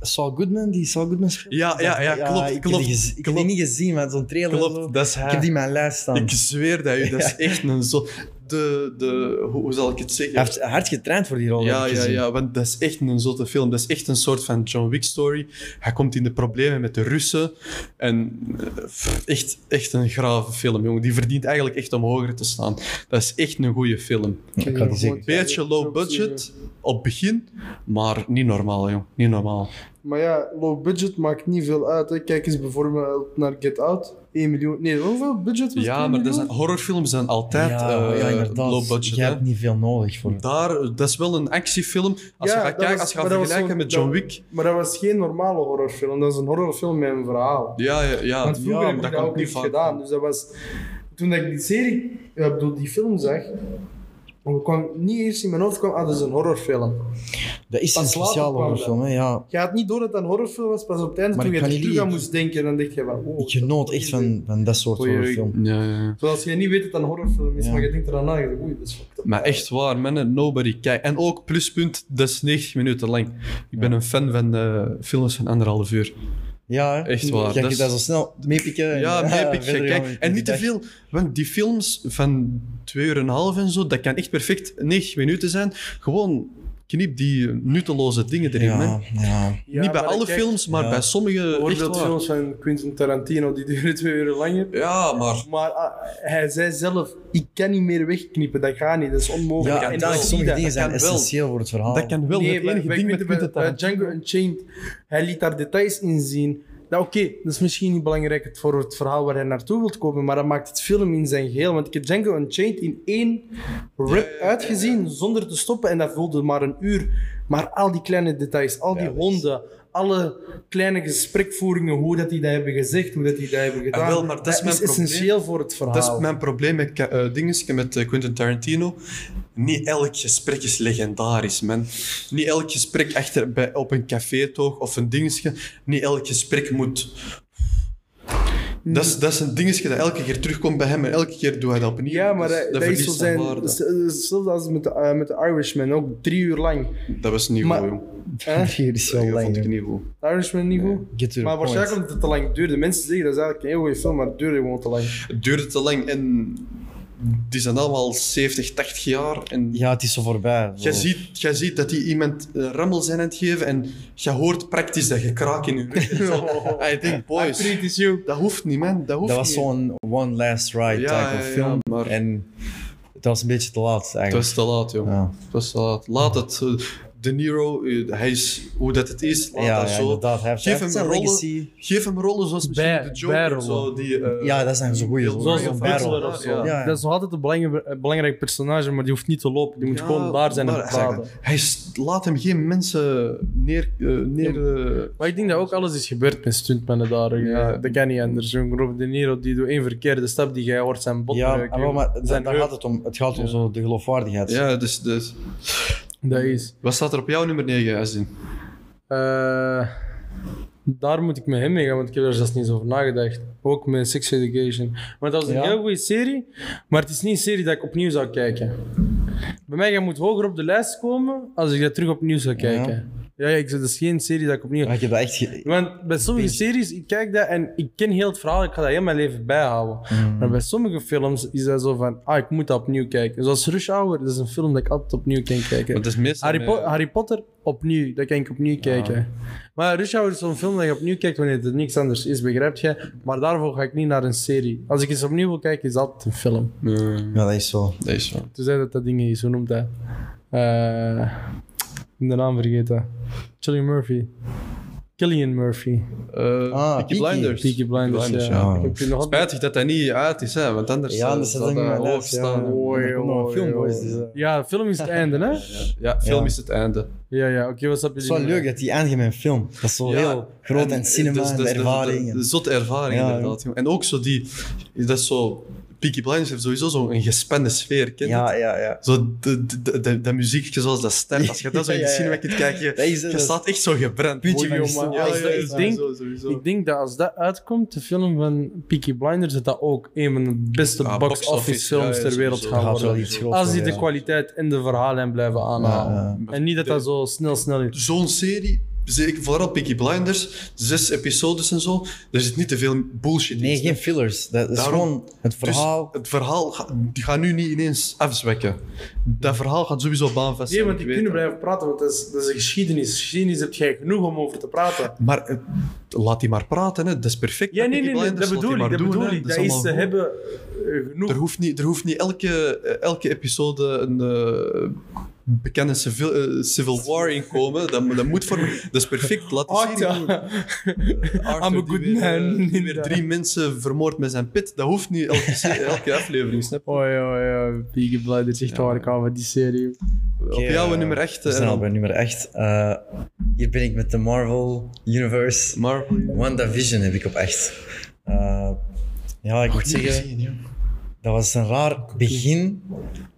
C: Saul Goodman, die Saul Goodman speelt?
D: Ja, ja, ja, klopt,
C: ik
D: klopt,
C: Heb die gez- ik heb die
D: klopt.
C: niet gezien, maar zo'n trailer en zo.
D: Klopt, dat is
C: Ik
D: hij.
C: heb die in mijn lijst staan.
D: Ik zweer dat u, dat is echt een zo. De, de, hoe, hoe zal ik het zeggen?
C: Hij heeft hard getraind voor die rol.
D: Ja,
C: heb ik
D: ja,
C: gezien.
D: ja, want dat is echt een zotte film. Dat is echt een soort van John Wick-story. Hij komt in de problemen met de Russen. En eh, pff, echt, echt een grave film, jongen. Die verdient eigenlijk echt om hoger te staan. Dat is echt een goede film.
C: Ik had die zeker.
D: Beetje low budget op begin, maar niet normaal, jong. Niet normaal.
B: Maar ja, low budget maakt niet veel uit. Hè. Kijk eens bijvoorbeeld naar Get Out. 1 miljoen. Nee, hoeveel budget was het?
D: Ja,
B: 1
D: maar dat
B: miljoen?
D: zijn, horrorfilms zijn altijd
C: ja,
D: eh,
C: ja, inderdaad.
D: low budget.
C: Je
D: hè.
C: hebt niet veel nodig voor.
D: Daar, dat is wel een actiefilm. Als
B: Ja,
D: je gaat
B: dat
D: kijken,
B: was-
D: als je gaat
B: maar dat was
D: vergelijken
B: zo'n-
D: met John
B: dat-
D: Wick.
B: Maar dat was geen normale horrorfilm. Dat is een horrorfilm met een verhaal.
D: Ja, ja, ja.
B: Want vroeger
D: ja,
B: heb ik dat,
D: komt
B: ook niet
D: vaak.
B: gedaan. Dus dat was... Toen ik die serie, ja, ik bedoel, die film zag, Ik kwam niet eerst in mijn hoofd kwam, ah, dat is een horrorfilm.
C: Dat is
B: Pas
C: een
B: later
C: speciale
B: kwam dat.
C: horrorfilm, hè? Ja,
B: Je had niet door dat dat een horrorfilm was, pas op het einde
C: Maar
B: toen je
C: ik kan
B: er
C: niet
B: terug aan
C: liegen.
B: moest denken, dan dacht je van, wow.
C: ik genoot echt van, van dat soort
B: Oei, oei.
C: horrorfilm.
D: Ja, ja, ja.
B: Zoals je niet weet dat dat een horrorfilm is,
C: Ja.
B: maar je denkt eraan na, je denkt, oei, dat is fucked up.
D: Maar echt waar, mannen, nobody kijkt. En ook pluspunt, dat is 90 minuten lang. Ik ben een fan van eh, films van anderhalf uur.
C: Ja, hè?
D: Echt waar,
C: Ga
D: dat
C: je
D: is-
C: daar zo snel meepikken? en-
D: Ja, nee, ik
C: verder gaan we
D: kijk. En niet te
C: die dag.
D: veel, want die films van 2,5 uur en, half en zo, dat kan echt perfect 90 minuten zijn. Gewoon knip die nutteloze dingen erin. hè.
C: Ja, ja.
B: Ja,
D: niet bij
B: maar
D: alle
B: kijk,
D: films, maar
C: ja.
D: bij sommige. Echt
B: Bijvoorbeeld
D: waar.
B: films van Quentin Tarantino, die duren twee uur langer.
D: Ja, maar.
B: Maar ah, hij zei zelf, ik kan niet meer wegknippen, dat gaat niet, dat is onmogelijk.
C: ja
B: En
C: en
B: dat zie
C: sommige
B: je.
C: dingen zijn
D: kan wel.
C: essentieel voor het verhaal.
D: Dat kan wel
B: Nee,
D: het
B: bij-
D: enige
B: bij
D: ding met
B: Quentin-
D: Quentin
B: bij- bij
D: Tarantino.
B: eh, Django Unchained, hij liet daar details in zien. Nou, oké, dat is misschien niet belangrijk het- voor het verhaal waar hij naartoe wilt komen, maar dat maakt het film in zijn geheel. Want ik heb Django Unchained in één rip uitgezien zonder te stoppen en dat voelde maar een uur. Maar al die kleine details, al die honden, alle kleine gesprekvoeringen, hoe dat die dat hebben gezegd, hoe dat die dat hebben gedaan,
D: Ah, wel, maar dat is mijn probleem.
B: essentieel voor het verhaal.
D: Dat is mijn probleem met Ka- eh, dinges, met eh, Quentin Tarantino. Niet elk gesprek is legendarisch, man. Niet elk gesprek achter, bij, op een café toch of een dingetje. Niet elk gesprek moet. Dat is, dat is een dingetje dat elke keer terugkomt bij hem en elke keer doet hij dat opnieuw.
B: Ja, maar
D: Dus
B: dat, dat is zo
D: verliest
B: zijn.
D: waarde.
B: s- eh, Hetzelfde als met de, eh, met de Irishman, ook drie uur lang.
D: Dat was niet
B: Maar-
D: goed, joh.
B: Hè?
C: Hier is
D: Dat
C: wel
D: vond
C: lang.
D: ik
C: hè.
D: niet goed.
B: De Irishman niet goed.
C: Get to the
B: Maar
C: point.
B: waarschijnlijk omdat het te lang duurde. Mensen zeggen dat is eigenlijk een heel goede film, maar het duurde gewoon te lang.
D: Het duurde te lang en die zijn allemaal 70, 80 jaar. En
C: Ja, het is zo voorbij.
D: Jij
C: zo.
D: ziet, jij ziet dat die iemand eh, rammel zijn aan het geven en je hoort praktisch dat je kraak in je rug hebt. I think, boys,
B: is you.
D: dat hoeft niet, man. Dat hoeft
C: Dat was
D: niet.
C: zo'n one last ride
D: Ja,
C: type
D: ja,
C: of
D: ja,
C: film.
D: maar-
C: En het was een beetje te laat
D: Het
C: eigenlijk.
D: was te laat, joh.
C: Ja,
D: Het was te laat. Laat het. eh, De Niro, eh, hij is hoe dat het is. Laat
C: ja, ja,
D: dat zo.
C: inderdaad. Hij heeft,
D: Geef
C: hij heeft zijn
D: hem een rol.
C: legacy.
D: Geef hem rollen zoals misschien
B: Bij-
D: de Joker.
B: bijrollen.
D: Zo, die, eh,
C: Ja, dat zijn zo'n goeie
D: Bill
C: rollen.
D: Murray
C: Zo'n
D: of
C: barrel.
D: Hitler of zo.
C: Ja.
B: Dat is nog altijd een belangrijk, een belangrijk personage, maar die hoeft niet te lopen. Die moet
D: Ja,
B: gewoon daar zijn en
D: maar-
B: praten.
D: Hij is- laat hem geen mensen neer... eh, neer eh,
B: Maar ik denk dat ook alles is gebeurd met stuntmannen daar. Eh,
D: Ja.
B: Dat kan niet anders. Zo'n Robert De Niro die doet één verkeerde stap die jij hoort zijn bot
C: Ja, ah,
B: breken.
C: maar, maar daar
B: zijn
C: daar
B: heup.
C: gaat het om. Het gaat om zo de geloofwaardigheid.
D: ja, dus, dus...
B: Dat is.
D: Wat staat er op jouw nummer 9, Azin?
B: Eh, daar moet ik met hem mee gaan, want ik heb daar zelfs niet eens over nagedacht. Ook met Sex Education. Maar dat was een
C: Ja.
B: heel goede serie, maar het is niet een serie dat ik opnieuw zou kijken. Bij mij, je moet hoger op de lijst komen als ik dat terug opnieuw zou kijken. Ja, ja ik, dat is geen serie dat ik opnieuw...
C: Maar ik heb dat echt... ge-
B: Want bij sommige series, ik kijk dat en ik ken heel het verhaal, ik ga dat heel mijn leven bijhouden. Maar bij sommige films is dat zo van, ah, ik moet dat opnieuw kijken. Zoals Rush Hour, dat is een film dat ik altijd opnieuw kan kijken.
D: Want dat is eh, meestal
B: Harry,
D: met-
C: eh,
B: Po- Harry Potter opnieuw, dat kan ik opnieuw kijken. Maar Rush Hour is zo'n film dat je opnieuw kijkt wanneer er niks anders is, begrijp je? Maar daarvoor ga ik niet naar een serie. Als ik eens opnieuw wil kijken, is dat altijd een film. Ah.
D: Nee,
C: Ja, dat is zo.
D: dat is zo.
B: Toen zei dat dat ding is, hoe noemt hij? Eh, ik ben de naam vergeten. Cillian Murphy. Killian Murphy.
D: Eh
C: Ah,
D: Peaky
C: Peaky.
D: Blinders.
B: Peaky Blinders,
D: Peaky
B: ja.
C: ja.
B: Ik heb je nog altijd-
D: Spijtig dat hij niet uit is, hè, want anders
C: Ja,
D: eh,
C: anders
D: zou
C: had ik niet
D: dat
C: mijn
D: hoog
C: lijst, ja.
D: staan.
B: Oei,
C: Er komt nog een
B: oei,
C: film,
B: oei.
C: boys. dus, eh.
B: Ja, film is het einde, hè?
D: Ja, film
C: Ja.
D: is het einde.
B: Ja, ja, oké, wat snap je?
C: Het is wel leuk dat die aangeeft met een film. Dat is zo
D: Ja, dus
C: heel groot en cinema en de ervaring.
D: De,
C: en-
D: de zotte dus- ervaring,
C: Ja, ja.
D: inderdaad. jongen. En ook zo die... Dat is zo... Peaky Blinders heeft sowieso zo'n gespannen sfeer, ken je
C: Ja, ja, ja.
D: Zo de, de, de, de, dat muziekje zoals dat stemt. Als je dat zo in de
C: Ja, ja, ja.
D: cinema kunt kijken, je,
C: Dat is het,
D: je
C: dat is-
D: staat echt zo gebrand.
C: Puntje
D: Oei,
C: van
D: jongen.
C: je
D: Ja,
C: stoel.
D: ja,
C: Ik
D: ja,
B: denk-
D: sowieso, sowieso.
B: Ik denk dat als dat uitkomt, de film van Peaky Blinders, dat dat ook een van de beste
D: Ja, box
B: box-office
D: office,
B: films
D: ja, ja,
B: ter wereld
D: sowieso.
C: Er
B: gaan
C: gaat wel
B: worden.
C: iets groots
B: Als die
C: worden,
B: de
C: ja.
B: kwaliteit en de verhalen blijven aanhalen. En niet dat dat zo snel, snel is.
D: zo'n serie, zeker vooral Peaky Blinders, zes episodes en zo, er zit niet te veel bullshit in.
C: Nee, geen fillers. Dat is
D: Daarom-
C: gewoon het
D: Dus
C: verhaal.
D: het verhaal ga- die gaat nu niet ineens afzwekken. Dat verhaal gaat sowieso baanvast
B: Nee,
D: zijn,
B: want
D: ik
B: die
D: weet
B: kunnen
D: dat.
B: blijven praten, want dat is, dat is een geschiedenis. Geschiedenis heb jij genoeg om over te praten.
D: Maar eh, laat die maar praten, hè. dat is perfect.
B: Ja,
D: bij
B: nee, nee,
D: Peaky
B: nee, dat
D: Blinders, laat die
B: bedoel ik.
D: maar
B: Dat
D: doen,
B: bedoel ik.
D: hè. is
B: Dat is,
D: allemaal
B: ze
D: goed.
B: hebben eh, genoeg.
D: er hoeft niet, er hoeft niet elke, eh, elke episode een eh, bekende civil, eh, Civil War in komen. Dat, dat moet voor Dat is perfect. Laat die
B: Ah,
D: serie doen.
B: ja.
D: Arthur,
B: I'm a good
D: die weer, eh,
B: man.
D: die weer drie mensen vermoord met zijn pit. Dat hoeft niet elke, se- elke aflevering, snap je?
B: Oei, oei, oei. Peaky Blinders, echt
D: Ja.
B: waar ik hou van die serie.
D: Op
C: Oké,
D: jouw
C: eh,
D: nummer 8.
C: We zijn al bij nummer 8. eh, hier ben ik met de Marvel Universe.
D: Marvel.
C: Eh, WandaVision heb ik op echt. ja, ik moet zeggen, Dat was een raar begin.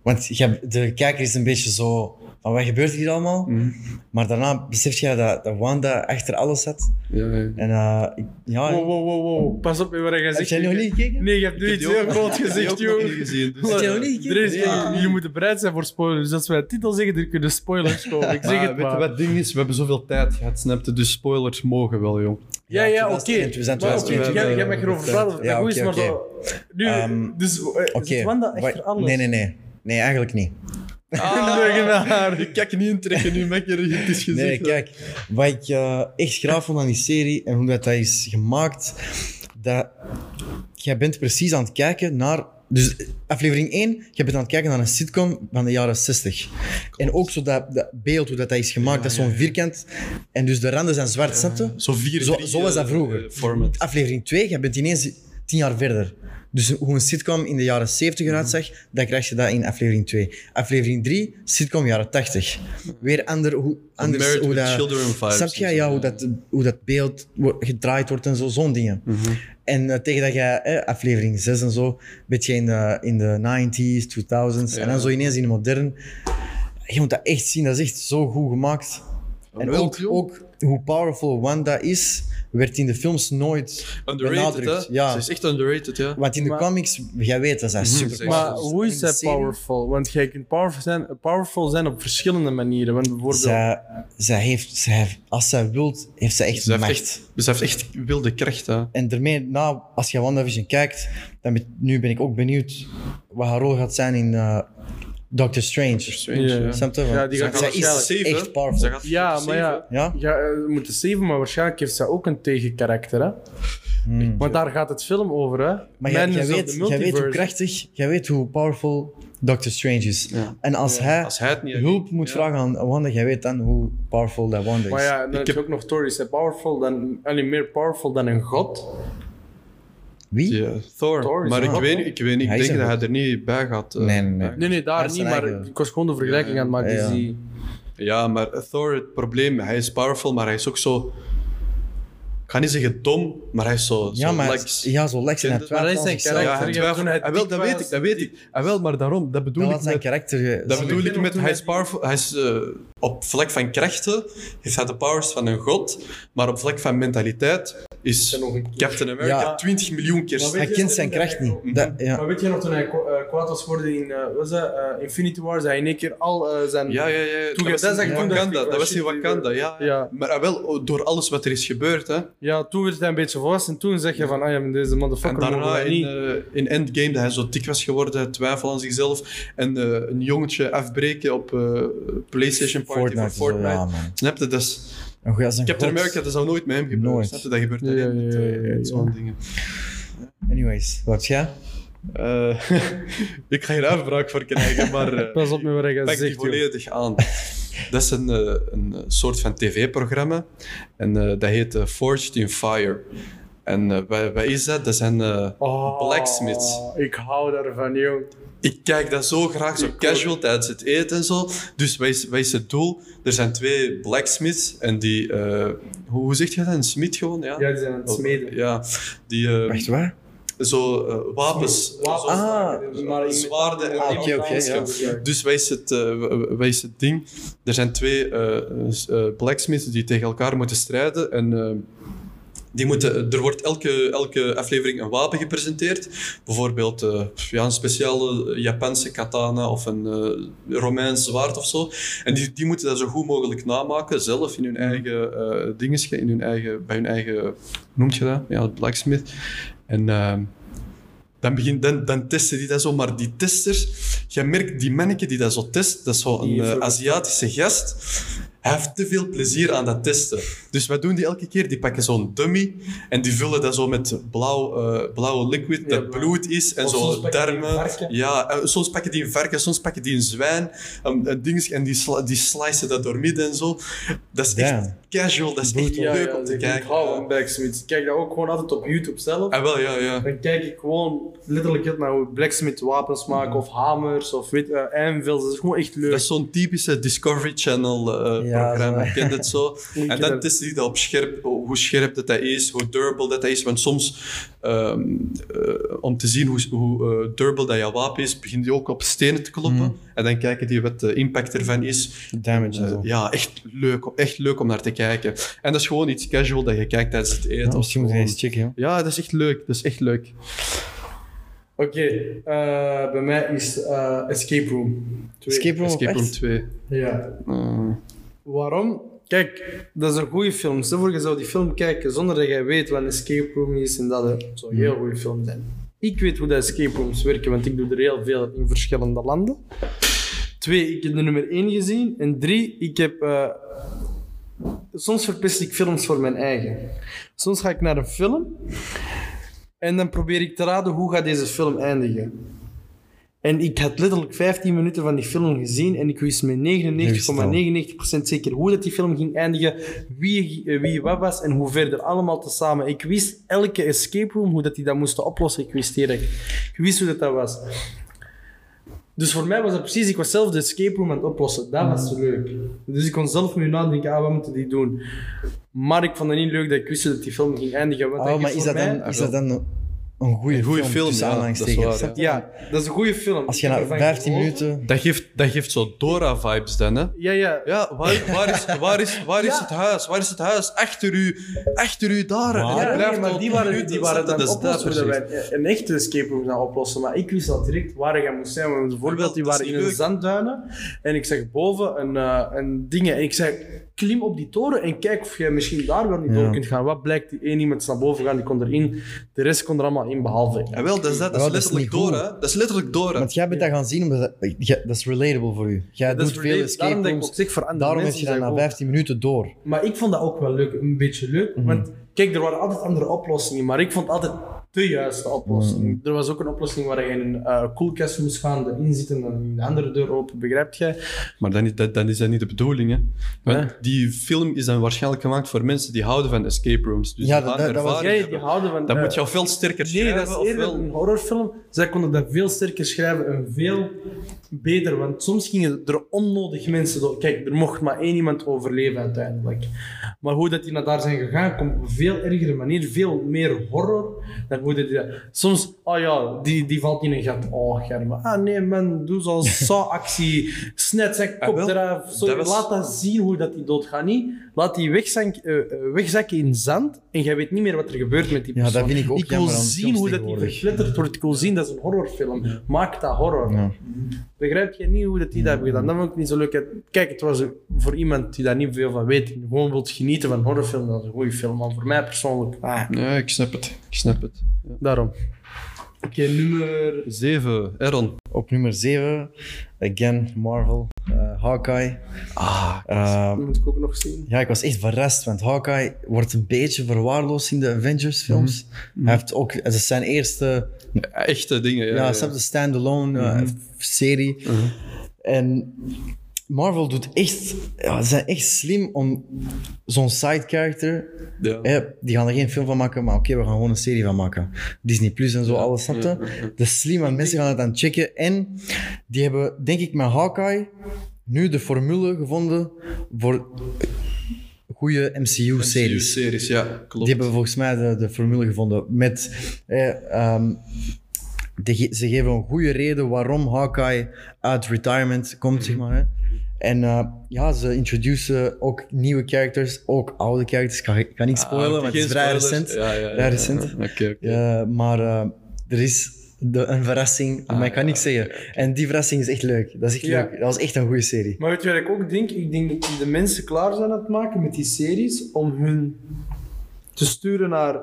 C: Want je- de kijker is een beetje zo... Van, wat gebeurt hier allemaal?
B: Mhm.
C: Maar daarna besef je dat, dat Wanda achter alles zat.
D: Ja, ja.
C: En eh, ik- ja...
B: Wow, wow, wow, wow. Pas op met wat je zegt.
C: heb jij nog niet gekeken?
B: Nee, je hebt nu
D: Ik heb
B: iets
D: die ook-
B: heel groot
D: ik heb die
B: gezegd,
D: ook nog niet
B: joh.
D: gezien, dus-
C: Heb jij nog niet
B: Er is,
C: gekeken? Ja.
B: Je moet bereid zijn voor spoilers. Dus Als wij de titel zeggen, dan kunnen spoilers komen. Ik zeg
D: Maar
B: het
D: weet je
B: maar.
D: wat het ding is? We hebben zovoveel tijd gehad, snapte, dus spoilers mogen wel, joh.
B: Ja, ja, oké.
C: 2021, we zijn
B: Maar
C: 2022.
B: oké, Jij jij mag erover praten of het
C: Ja,
B: goed is,
C: oké,
B: maar
C: oké.
B: zo... Nu,
C: Ehm,
B: dus... eh,
C: Oké.
B: Zit Wanda
C: wa-
B: echt voor alles?
C: Nee, nee, nee. Nee, eigenlijk niet.
B: Leugenaar.
D: Ah. Ik kan niet intrekken nu, met je het is gezien.
C: Nee, kijk, wat ik eh, echt graag vond aan die serie en hoe dat, dat is gemaakt, dat jij bent precies aan het kijken naar. Dus aflevering 1, je bent aan het kijken naar een sitcom van de jaren 60. En ook zo dat, dat beeld, hoe dat, dat is gemaakt, dat is zo'n vierkant. En dus de randen zijn zwart, snap je?
D: Zo vier,
C: Zo-
D: drie,
C: zo was dat
D: eh,
C: vroeger.
D: eh, format.
C: Aflevering 2, je bent ineens tien jaar verder. Dus hoe een sitcom in de jaren 70 eruit
D: Mhm.
C: zag, dan krijg je dat in aflevering 2. Aflevering 3, sitcom jaren 80. Weer ander, hoe, anders
D: Married
C: hoe
D: with
C: dat...
D: Children vibes
C: Snap
D: en
C: je
D: zo,
C: ja, hoe,
D: ja.
C: dat, hoe dat beeld wo- gedraaid wordt en zo, zo'n dingen.
D: Mhm.
C: En eh, tegen dat jij, eh, aflevering 6 en zo, een beetje in de, in de 90s, 2000s, en dan zo ineens in de modern. Je moet dat echt zien, dat is echt zo goed gemaakt. En
D: wild,
C: ook,
D: joh.
C: ook hoe powerful Wanda is, werd in de films nooit
D: Underrated,
C: benadrukt.
D: hè?
C: Ja.
D: Ze is echt Mhm. underrated, ja.
C: Want in de
B: Maar-
C: comics, jij weet dat zij super
D: zeker.
B: Maar
C: powerful
B: hoe
C: In
B: is
C: de
B: zij
C: serie,
B: powerful? Want jij kunt powerful zijn, powerful zijn op verschillende manieren. Want bijvoorbeeld...
C: Zij, zij heeft, zij heeft- als zij wilt, heeft zij echt
D: Ze heeft
C: macht.
D: echt, ze heeft echt wilde kracht, hè.
C: En daarmee, nou, als je WandaVision kijkt, dan ben, nu ben ik ook benieuwd wat haar rol gaat zijn in eh Doctor Strange.
D: Strange,
B: Ja.
D: ja.
C: Snap je?
B: Ja, die
C: Zij-
B: gaat
C: zij
B: waarschijnlijk-
C: is echt powerful.
B: Ja, maar ja...
C: Ja?
B: Ja, eh, we moeten zeven, maar waarschijnlijk heeft zij ook een tegenkarakter, hè?
C: Hmm.
B: Want daar gaat het film over, hè?
C: Maar jij, jij
B: Madness of
C: weet,
B: the
C: jij weet hoe
B: Multiverse.
C: krachtig, jij weet hoe powerful Doctor Strange is.
D: Ja.
C: En als hij
D: Als hij het niet
C: hulp moet vragen aan Wanda, jij weet dan hoe powerful dat Wanda is.
B: Maar ja, dan
D: Ik
B: heb je
D: heb-
B: ook nog Thor, is hij powerful dan, allee, meer powerful dan een god?
C: Wie?
D: Ja, Thor.
B: Thor is
D: maar
B: een
D: ik
B: god,
D: weet,
B: hoor.
D: niet- ik weet niet,
C: Hij
D: ik
C: is
D: denk
C: een
D: dat hij er niet bij gaat. eh,
C: Nee, nee, nee.
B: Nee, nee, daar
C: Hij is
B: niet,
C: een
B: maar
C: eigen-
B: ik was gewoon de vergelijking aan het maken.
C: Ja,
B: is
C: ja.
B: die-
D: Ja, maar Thor, het probleem, hij is powerful, maar hij is ook zo... Ik ga niet zeggen dom, maar hij is zo...
C: Ja,
D: zo
C: maar
D: lax.
C: ja, zo Lex en
D: Maar
C: hij
D: dat
B: Maar dat
C: twijfelt
B: is
C: aan
B: zijn
C: zichzelf.
D: Ja,
B: karakter. Ja,
D: hij twijfelt-
B: toen hij
D: ah, wel,
B: dik
D: dat weet
B: was,
D: ik, dat weet ik. Ah, wel, maar daarom, dat bedoel
C: Dat
D: ik
C: was zijn
D: met...
C: karakter. eh,
D: Dat
C: zo.
D: bedoel ik
B: begin
D: met,
B: toen
D: hij
B: hij-
D: is powerful. Hij is, eh, op vlak van krachten heeft hij de powers van een god, maar op vlak van mentaliteit is Captain America
C: Ja.
D: 20 miljoen keer
C: Hij
D: sterker.
C: kent zijn kracht niet. Dat, ja.
B: Maar weet je nog, toen hij kwa- eh, kwaad was geworden in eh, wat was dat, eh, Infinity War, zei hij in één keer al eh, zijn...
D: Ja, ja, ja.
B: Toen
D: dat
B: je- dat
D: was in
B: zag ik toen, dacht ik,
D: Wakanda.
B: oh,
D: Dat was in
B: shit,
D: Wakanda, ja.
B: Ja.
D: Maar ah, wel door alles wat er is gebeurd, hè.
B: Ja, toen werd hij een beetje volwassen. En toen zeg je van, ah ja, maar deze
D: En
B: motherfucker mogen
D: daarna
B: wij
D: in,
B: niet.
D: eh, in Endgame, dat hij zo dik was geworden, twijfel aan zichzelf. En eh, een jongetje afbreken op eh, PlayStation Party
C: Fortnite.
D: voor Fortnite.
C: Ja, man.
D: Snap je? Dus, Dat is...
C: Een goeie- als een
D: Captain
C: god.
D: America, dat zou nooit met hem gebeuren.
C: Nooit.
D: Snap je? Dat gebeurt
B: Ja,
D: alleen met,
B: ja, ja,
D: eh,
B: ja,
D: met zo'n
B: ja.
D: dingen.
C: Anyways, wat jij?
D: Eh, ik ga hier aanvraag voor krijgen, maar eh,
B: Pas op met wat je
D: pak die
B: zegt, joh.
D: volledig aan. Dat is een, eh, een eh, soort van tv-programma en eh, dat heet eh, Forged in Fire. En eh, wat, wat is dat? Dat zijn eh,
B: Oh,
D: blacksmiths.
B: Ik hou daarvan, jong.
D: Ik kijk dat zo graag, zo casual tijdens het eten en zo. Dus wat is, wat is het doel? Er zijn twee blacksmiths en die... eh, hoe, hoe zeg je dat? Een smid gewoon? Ja,
B: Ja, die zijn aan het smeden.
D: Oh. Ja, die... eh,
C: Wacht, waar?
D: zo eh, wapens.
B: Wapens.
D: Zo-
C: Ah.
B: Maar in-
D: zwaarden en
C: Ah, oké,
D: wapens.
C: oké, ja.
D: Dus wij is, het, eh, wa- wa- is het ding? Er zijn twee eh, s- eh, blacksmiths die tegen elkaar moeten strijden. En eh, die moeten, er wordt elke, elke aflevering een wapen gepresenteerd. Bijvoorbeeld eh, ja, een speciale Japanse katana of een eh, Romeins zwaard of zo. En die, die moeten dat zo goed mogelijk namaken, zelf in hun eigen eh dinges, in hun eigen, bij hun eigen, hoe noemt je dat? Ja, blacksmith. En ehm, dan, begin, dan, dan testen die dat zo, maar die testers, je merkt die manneke die dat zo test, dat is zo een
B: Die
D: eh,
B: voor-
D: Aziatische gast. Hij heeft te veel plezier aan dat testen. Dus wat doen die elke keer? Die pakken zo'n dummy en die vullen dat zo met blauw, eh, blauwe liquid,
B: Ja,
D: dat
B: blauw.
D: bloed is en
B: Of soms
D: zo
B: pakken die een
D: darmen.
B: varken.
D: Ja, eh, soms pakken die een varken, soms pakken die een zwijn een, een ding, en die, sla, die slicen dat door midden en zo. Dat is echt
C: Damn.
D: casual, dat is echt
B: Ja,
D: leuk
B: ja,
D: om te
B: ik
D: kijken.
B: hou van blacksmiths. Ik kijk dat ook gewoon altijd op YouTube zelf.
D: Ah, wel, ja, ja.
B: Dan kijk ik gewoon letterlijk heel naar hoe blacksmith wapens maken of hamers of weet, eh anvils. Dat is gewoon echt leuk.
D: Dat is zo'n typische Discovery Channel eh, programma,
C: zo.
D: je kent het zo.
B: Ik
D: en
B: ken
D: dan
B: het.
D: is niet op scherp, hoe scherp dat, dat is, hoe durable dat, dat is. Want soms, ehm, eh, om te zien hoe, hoe eh, durable dat jouw wapen is, begint die ook op stenen te kloppen.
C: Hmm.
D: En dan kijken die wat de impact ervan is.
C: Damage en
D: Eh,
C: zo.
D: ja, echt leuk, echt leuk om naar te kijken. En dat is gewoon iets casual dat je kijkt tijdens het eten.
C: Ja,
D: of
C: misschien moet je
D: gewoon-
C: eens checken, joh.
D: ja, dat is echt leuk. Dat is echt leuk.
B: Oké, eh, bij mij is eh, Escape Room. Twee.
C: Escape Room,
D: Escape Room
C: Oh, echt?
D: 2.
B: Ja.
D: Eh,
B: Waarom? Kijk, dat is een goede film. Stel voor, je zou die film kijken zonder dat jij weet wat een escape room is en dat eh, het zou een heel goede film zijn. Ik weet hoe de escape rooms werken, want ik doe er heel veel in verschillende landen. Twee, ik heb de nummer één gezien. En drie, ik heb... eh, soms verpest ik films voor mijn eigen. Soms ga ik naar een film en dan probeer ik te raden hoe gaat deze film eindigen. En ik had letterlijk 15 minuten van die film gezien en ik wist met 99,99% zeker hoe dat die film ging eindigen, wie, eh, wie wat was en hoe verder. Allemaal tezamen. Ik wist elke escape room, hoe dat die dat moesten oplossen. Ik wist direct. Ik wist hoe dat dat was. Dus voor mij was dat precies, ik was zelf de escape room aan het oplossen. Dat
C: Mm.
B: was leuk. Dus ik kon zelf nu nadenken, ah, wat moeten die doen? Maar ik vond het niet leuk dat ik wist hoe dat die film ging eindigen. Want dat
C: Oh, maar is
B: voor
C: dat,
B: mij-
C: dan, is dat dan een- een goede
D: Een goeie
C: film?
D: film,
C: tussen
D: ja,
C: aanhalingstekens,
D: dat is waar,
C: snap je?
B: Ja, dat is een goede film.
C: Als je
B: Ik
C: na
B: heb ervan
C: 15
B: gehoord.
C: minuten...
D: dat, geeft, dat geeft zo Dora-vibes dan, hè?
B: Ja, ja.
D: Ja, waar, waar, is, waar, is, waar is het huis? Waar is het huis? Achter u, achter u daar. En
B: Ja,
D: dat
B: nee,
D: blijft
B: maar
D: al
B: die
D: tien
B: waren,
D: minuten
B: die waren
D: zitten,
B: dan
D: dat is dat
B: oplossen hoe dat
D: precies.
B: wij een echte escape room gaan oplossen. Maar ik wist al direct waar ik aan moest zijn. Want bijvoorbeeld, die
D: Dat is
B: waren in
D: niet
B: een
D: leuk.
B: zandduinen. En ik zeg boven een, eh, een ding. En ik zeg, klim op die toren en kijk of je misschien daar wel niet
C: Ja.
B: door kunt gaan. Wat blijkt? Die één iemand is naar boven gaan, die kon erin. De rest kon er allemaal in, behalve ik.
D: Ja, wel, dat is, dat, dat
C: Ja,
D: is
C: dat is
D: letterlijk
C: niet goed.
D: door, hè? Dat is letterlijk door. hè.
C: Want jij bent dat gaan zien, omdat dat, ja, dat is relatable voor u. Jij
B: Dat
C: doet
B: is
C: veel
B: relate-
C: escape
B: daarom dat ik
C: rooms,
B: ook zeg voor andere
C: daarom heb
B: mensen
C: je dat
B: zeg
C: na
B: ik ook-
C: 15 minuten door.
B: Maar ik vond dat ook wel leuk, een beetje leuk. Want kijk, er waren altijd andere oplossingen, maar ik vond altijd de juiste oplossing. Er was ook een oplossing waar je in een eh, koelkast moest gaan, erin zitten en een andere deur open, begrijp jij?
D: Maar dan is dat, dan is dat niet de bedoeling, hè? Want die film is dan waarschijnlijk gemaakt voor mensen die houden van escape rooms. Dus
C: Ja,
D: die
C: dat-
D: gaan
C: dat- dat was-
D: ervaring
B: Jij die
D: hebben.
B: houden van...
D: Dat
B: eh,
D: moet jou veel sterker
B: Nee,
D: schrijven.
B: dat is
D: of
B: eerder
D: wel-
B: een horrorfilm. Zij konden dat veel sterker schrijven en veel beter. Want soms gingen er onnodig mensen door. Kijk, er mocht maar één iemand overleven uiteindelijk. Maar hoe dat die naar daar zijn gegaan, komt op een veel ergere manier. Veel meer horror dan hoe dat die dat- Soms, oh ja, die, die valt in een gat. Oh, Germa. Ah nee, man, doe zo'n saw-actie. Snet zijn kop
D: Ah, wel,
B: eraf. Sorry,
D: dat was-
B: laat dat zien hoe dat die doodgaat. Niet, laat die wegzank, eh, eh, wegzakken in zand en jij weet niet meer wat er gebeurt met die
C: Ja, dat
B: persoon.
C: vind ik ook
B: Ik wil
C: jammer aan
B: zien
C: films
B: hoe dat die
C: tegenwoordig.
B: verpletterd wordt. Ik wil zien, dat is een horrorfilm. Maak dat horror.
C: Ja.
B: Begrijp je niet hoe dat die dat hebben gedaan? Dat vond ik niet zo leuk. Kijk, het was voor iemand die daar niet veel van weet. en Gewoon wilt genieten van horrorfilm, dat is een goede film. Maar voor mij persoonlijk, ah,
D: Ja, ik snap het. Ik snap het.
B: daarom. Oké, nummer...
D: 7. Aaron.
C: Op nummer 7, again, Marvel, eh, Hawkeye.
D: Ah,
C: Eh,
B: Dat moet ik ook nog zien.
C: ja, ik was echt verrast, want Hawkeye wordt een beetje verwaarloosd in de
B: Mhm.
C: Avengers-films. Hij heeft ook, het is zijn eerste
D: echte dingen. Ja,
C: ja, snap je, standalone eh,
B: Mhm.
C: serie. En Marvel doet echt, ja, ze zijn echt slim om zo'n side character.
D: Ja.
C: Hè, die gaan er geen film van maken, maar oké, we gaan gewoon een serie van maken. Disney Plus en zo, alles snap je? Dat is slim, want mensen gaan het aan checken. En die hebben, denk ik, met Hawkeye nu de formule gevonden voor goede MCU-series.
D: series ja, klopt.
C: Die hebben volgens mij de, de formule gevonden. Met, eh, ehm, de ge- ze geven een goede reden waarom Hawkeye uit retirement komt, zeg maar. Hè. En eh, ja, ze introduceren ook nieuwe characters, ook oude characters. Ik ga, ik ga niet spoilen, Ah, want het is vrij recent.
D: Ah, Ja, ja, ja,
C: Vrij recent.
D: ja. Oké, oké.
C: Eh, maar eh, er is de, een verrassing, maar ik kan niks zeggen. En die verrassing is echt leuk. Dat is echt
B: Ja.
C: leuk. Dat was echt een goede serie.
B: Maar weet je wat ik ook denk? Ik denk dat de mensen klaar zijn aan het maken met die series om hun te sturen naar,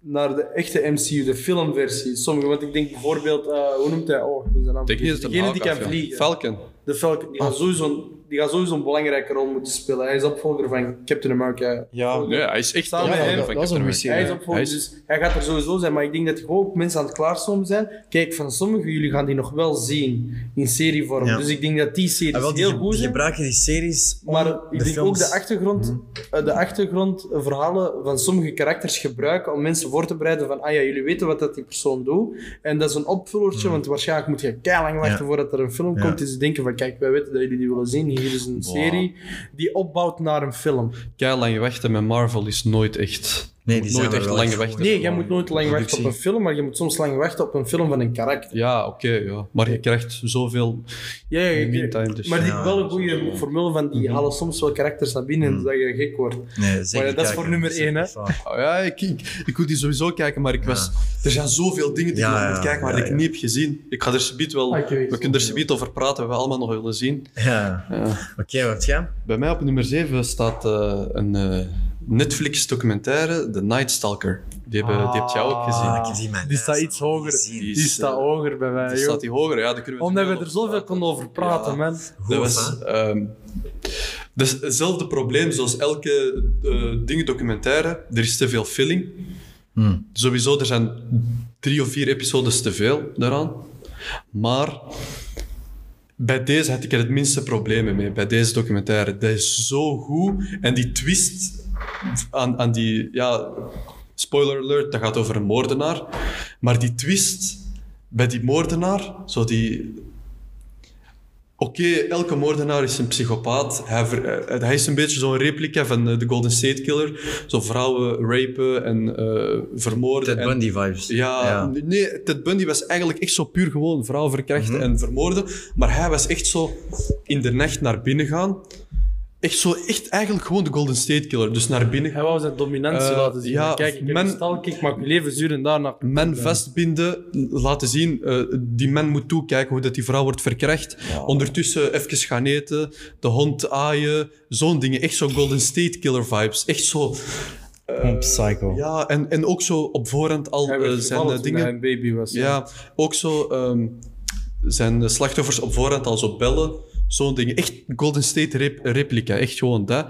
B: naar de echte MCU, de filmversie. Sommige, want ik denk bijvoorbeeld, eh, hoe noemt hij? Oh, ik ben zijn naam.
D: Ik denk niet dat het een
B: Degene die kan
D: Hawkeye film-
B: vliegen.
D: Falcon.
B: de Falcon, die gaat
C: Ah.
B: sowieso, die gaat sowieso een belangrijke rol moeten spelen. Hij is opvolger van Captain America.
C: Ja,
D: Ja, hij is echt
B: Samen
D: fan
B: met hem.
D: van
C: Dat
D: Captain
C: was een goede
D: America.
C: serie.
B: Hij is
C: Ja,
B: opvolger,
D: hij is-
B: dus hij gaat er sowieso zijn. Maar ik denk dat er ook mensen aan het klaarstomen zijn. Kijk, van sommigen jullie gaan die nog wel zien in serievorm.
C: Ja. Ah,
B: Dus ik denk dat die series
C: wel, die
B: heel
C: ge-
B: goed
C: die
B: zijn.
C: gebruiken die series om
B: Maar
C: de
B: ik denk ook
C: films-
B: de, achtergrond, eh, de achtergrondverhalen van sommige karakters gebruiken om mensen mensen voor te bereiden van, ah ja, jullie weten wat dat die persoon doet. En dat is een opvullertje, want waarschijnlijk moet je keilang wachten
C: Ja.
B: voordat er een film
C: Ja.
B: komt. Dus ze denken van, kijk, wij weten dat jullie die willen zien. Hier is een
D: Wow.
B: serie die opbouwt naar een film.
D: lang wachten met Marvel is nooit echt...
C: Nee,
D: moet
C: die zijn
D: nooit
C: er
D: echt
C: wel
D: lang
C: echt
D: wachten.
B: Nee, jij moet nooit lang wachten op
D: Productie.
B: een film, maar je moet soms lang wachten op een film van een karakter.
D: Ja, oké, ja. Maar je krijgt zoveel
B: Ja, ja,
D: in
B: ik-
D: de meantime, dus...
B: maar die
C: Ja,
B: wel een goede formule van die halen soms wel karakters naar binnen
C: Mhm.
B: zodat je gek wordt.
C: Nee, zeker.
B: Maar ja, dat is voor
C: kijken.
B: nummer één, hè.
C: Zeker.
D: Oh ja, ik, ik, ik wil die sowieso kijken, maar ik was... Er zijn zoveel dingen die
C: Ja,
D: ik nog moet
C: ja,
D: kijken, maar
C: ja,
D: die ik
C: ja.
D: niet heb gezien. Ik ga er subiet wel...
B: Ah, ik weet
D: we
B: het.
D: kunnen er subiet over praten, we allemaal nog willen zien.
C: Ja. Oké, wat gaan?
D: Bij mij op nummer 7 staat eh, een eh, Netflix-documentaire, The Night Stalker. Die, hebben, die heb jij ook gezien.
B: Ah,
C: ik heb die, mijn
B: die
C: lijst
B: staat iets
C: al
B: hoger.
C: gezien.
B: Die
D: Die is,
B: staat
D: eh,
B: hoger bij mij,
D: Die
B: joh.
D: staat die hoger, ja. Daar kunnen we
B: Omdat we
D: nog
B: er
D: over
B: zoveel
D: praten.
B: konden over praten,
D: Ja.
B: man.
D: Dat
C: Hoog,
D: was
C: hè?
D: ehm, dus hetzelfde probleem zoals elke eh ding documentaire. Er is te veel filling.
C: Hmm.
D: Sowieso, er zijn drie of vier episodes te veel daaraan. Maar bij deze had ik er het minste problemen mee, bij deze documentaire. Dat is zo goed. En die twist aan, aan die... Ja, spoiler alert, dat gaat over een moordenaar. Maar die twist bij die moordenaar, zo die... Oké, elke moordenaar is een psychopaat. Hij, ver- eh, hij is een beetje zo'n replica van eh, de Golden State Killer. Zo vrouwen rapen en eh, vermoorden.
C: Ted
D: en-
C: Bundy vibes.
D: ja, nee, Ted Bundy was eigenlijk echt zo puur gewoon vrouwen verkrachten en vermoorden. Maar hij was echt zo in de nacht naar binnen gaan. Echt zo, echt eigenlijk gewoon de Golden State Killer. Dus naar binnen gaan.
B: Hij wou zijn dominantie
D: Eh,
B: laten zien.
D: ja,
B: kijk, ik heb
D: men-
B: een stal, kijk, ik maak je leven zuur en daarna...
D: Men vastbinden, laten zien. eh, die man moet toekijken hoe dat die vrouw wordt verkracht. Ondertussen even gaan eten, de hond aaien. Zo'n dingen. Echt zo Golden State Killer vibes. Echt zo.
C: Gewoon psycho.
D: Ja, en, en ook zo op voorhand al
B: Hij
D: eh,
B: werd
D: zijn
B: gevallen toen
D: eh, dingen.
B: hij een baby was.
D: Ja, ook zo ehm, zijn de slachtoffers op voorhand al zo bellen. Zo'n ding. Echt Golden State rep- replica. Echt gewoon dat.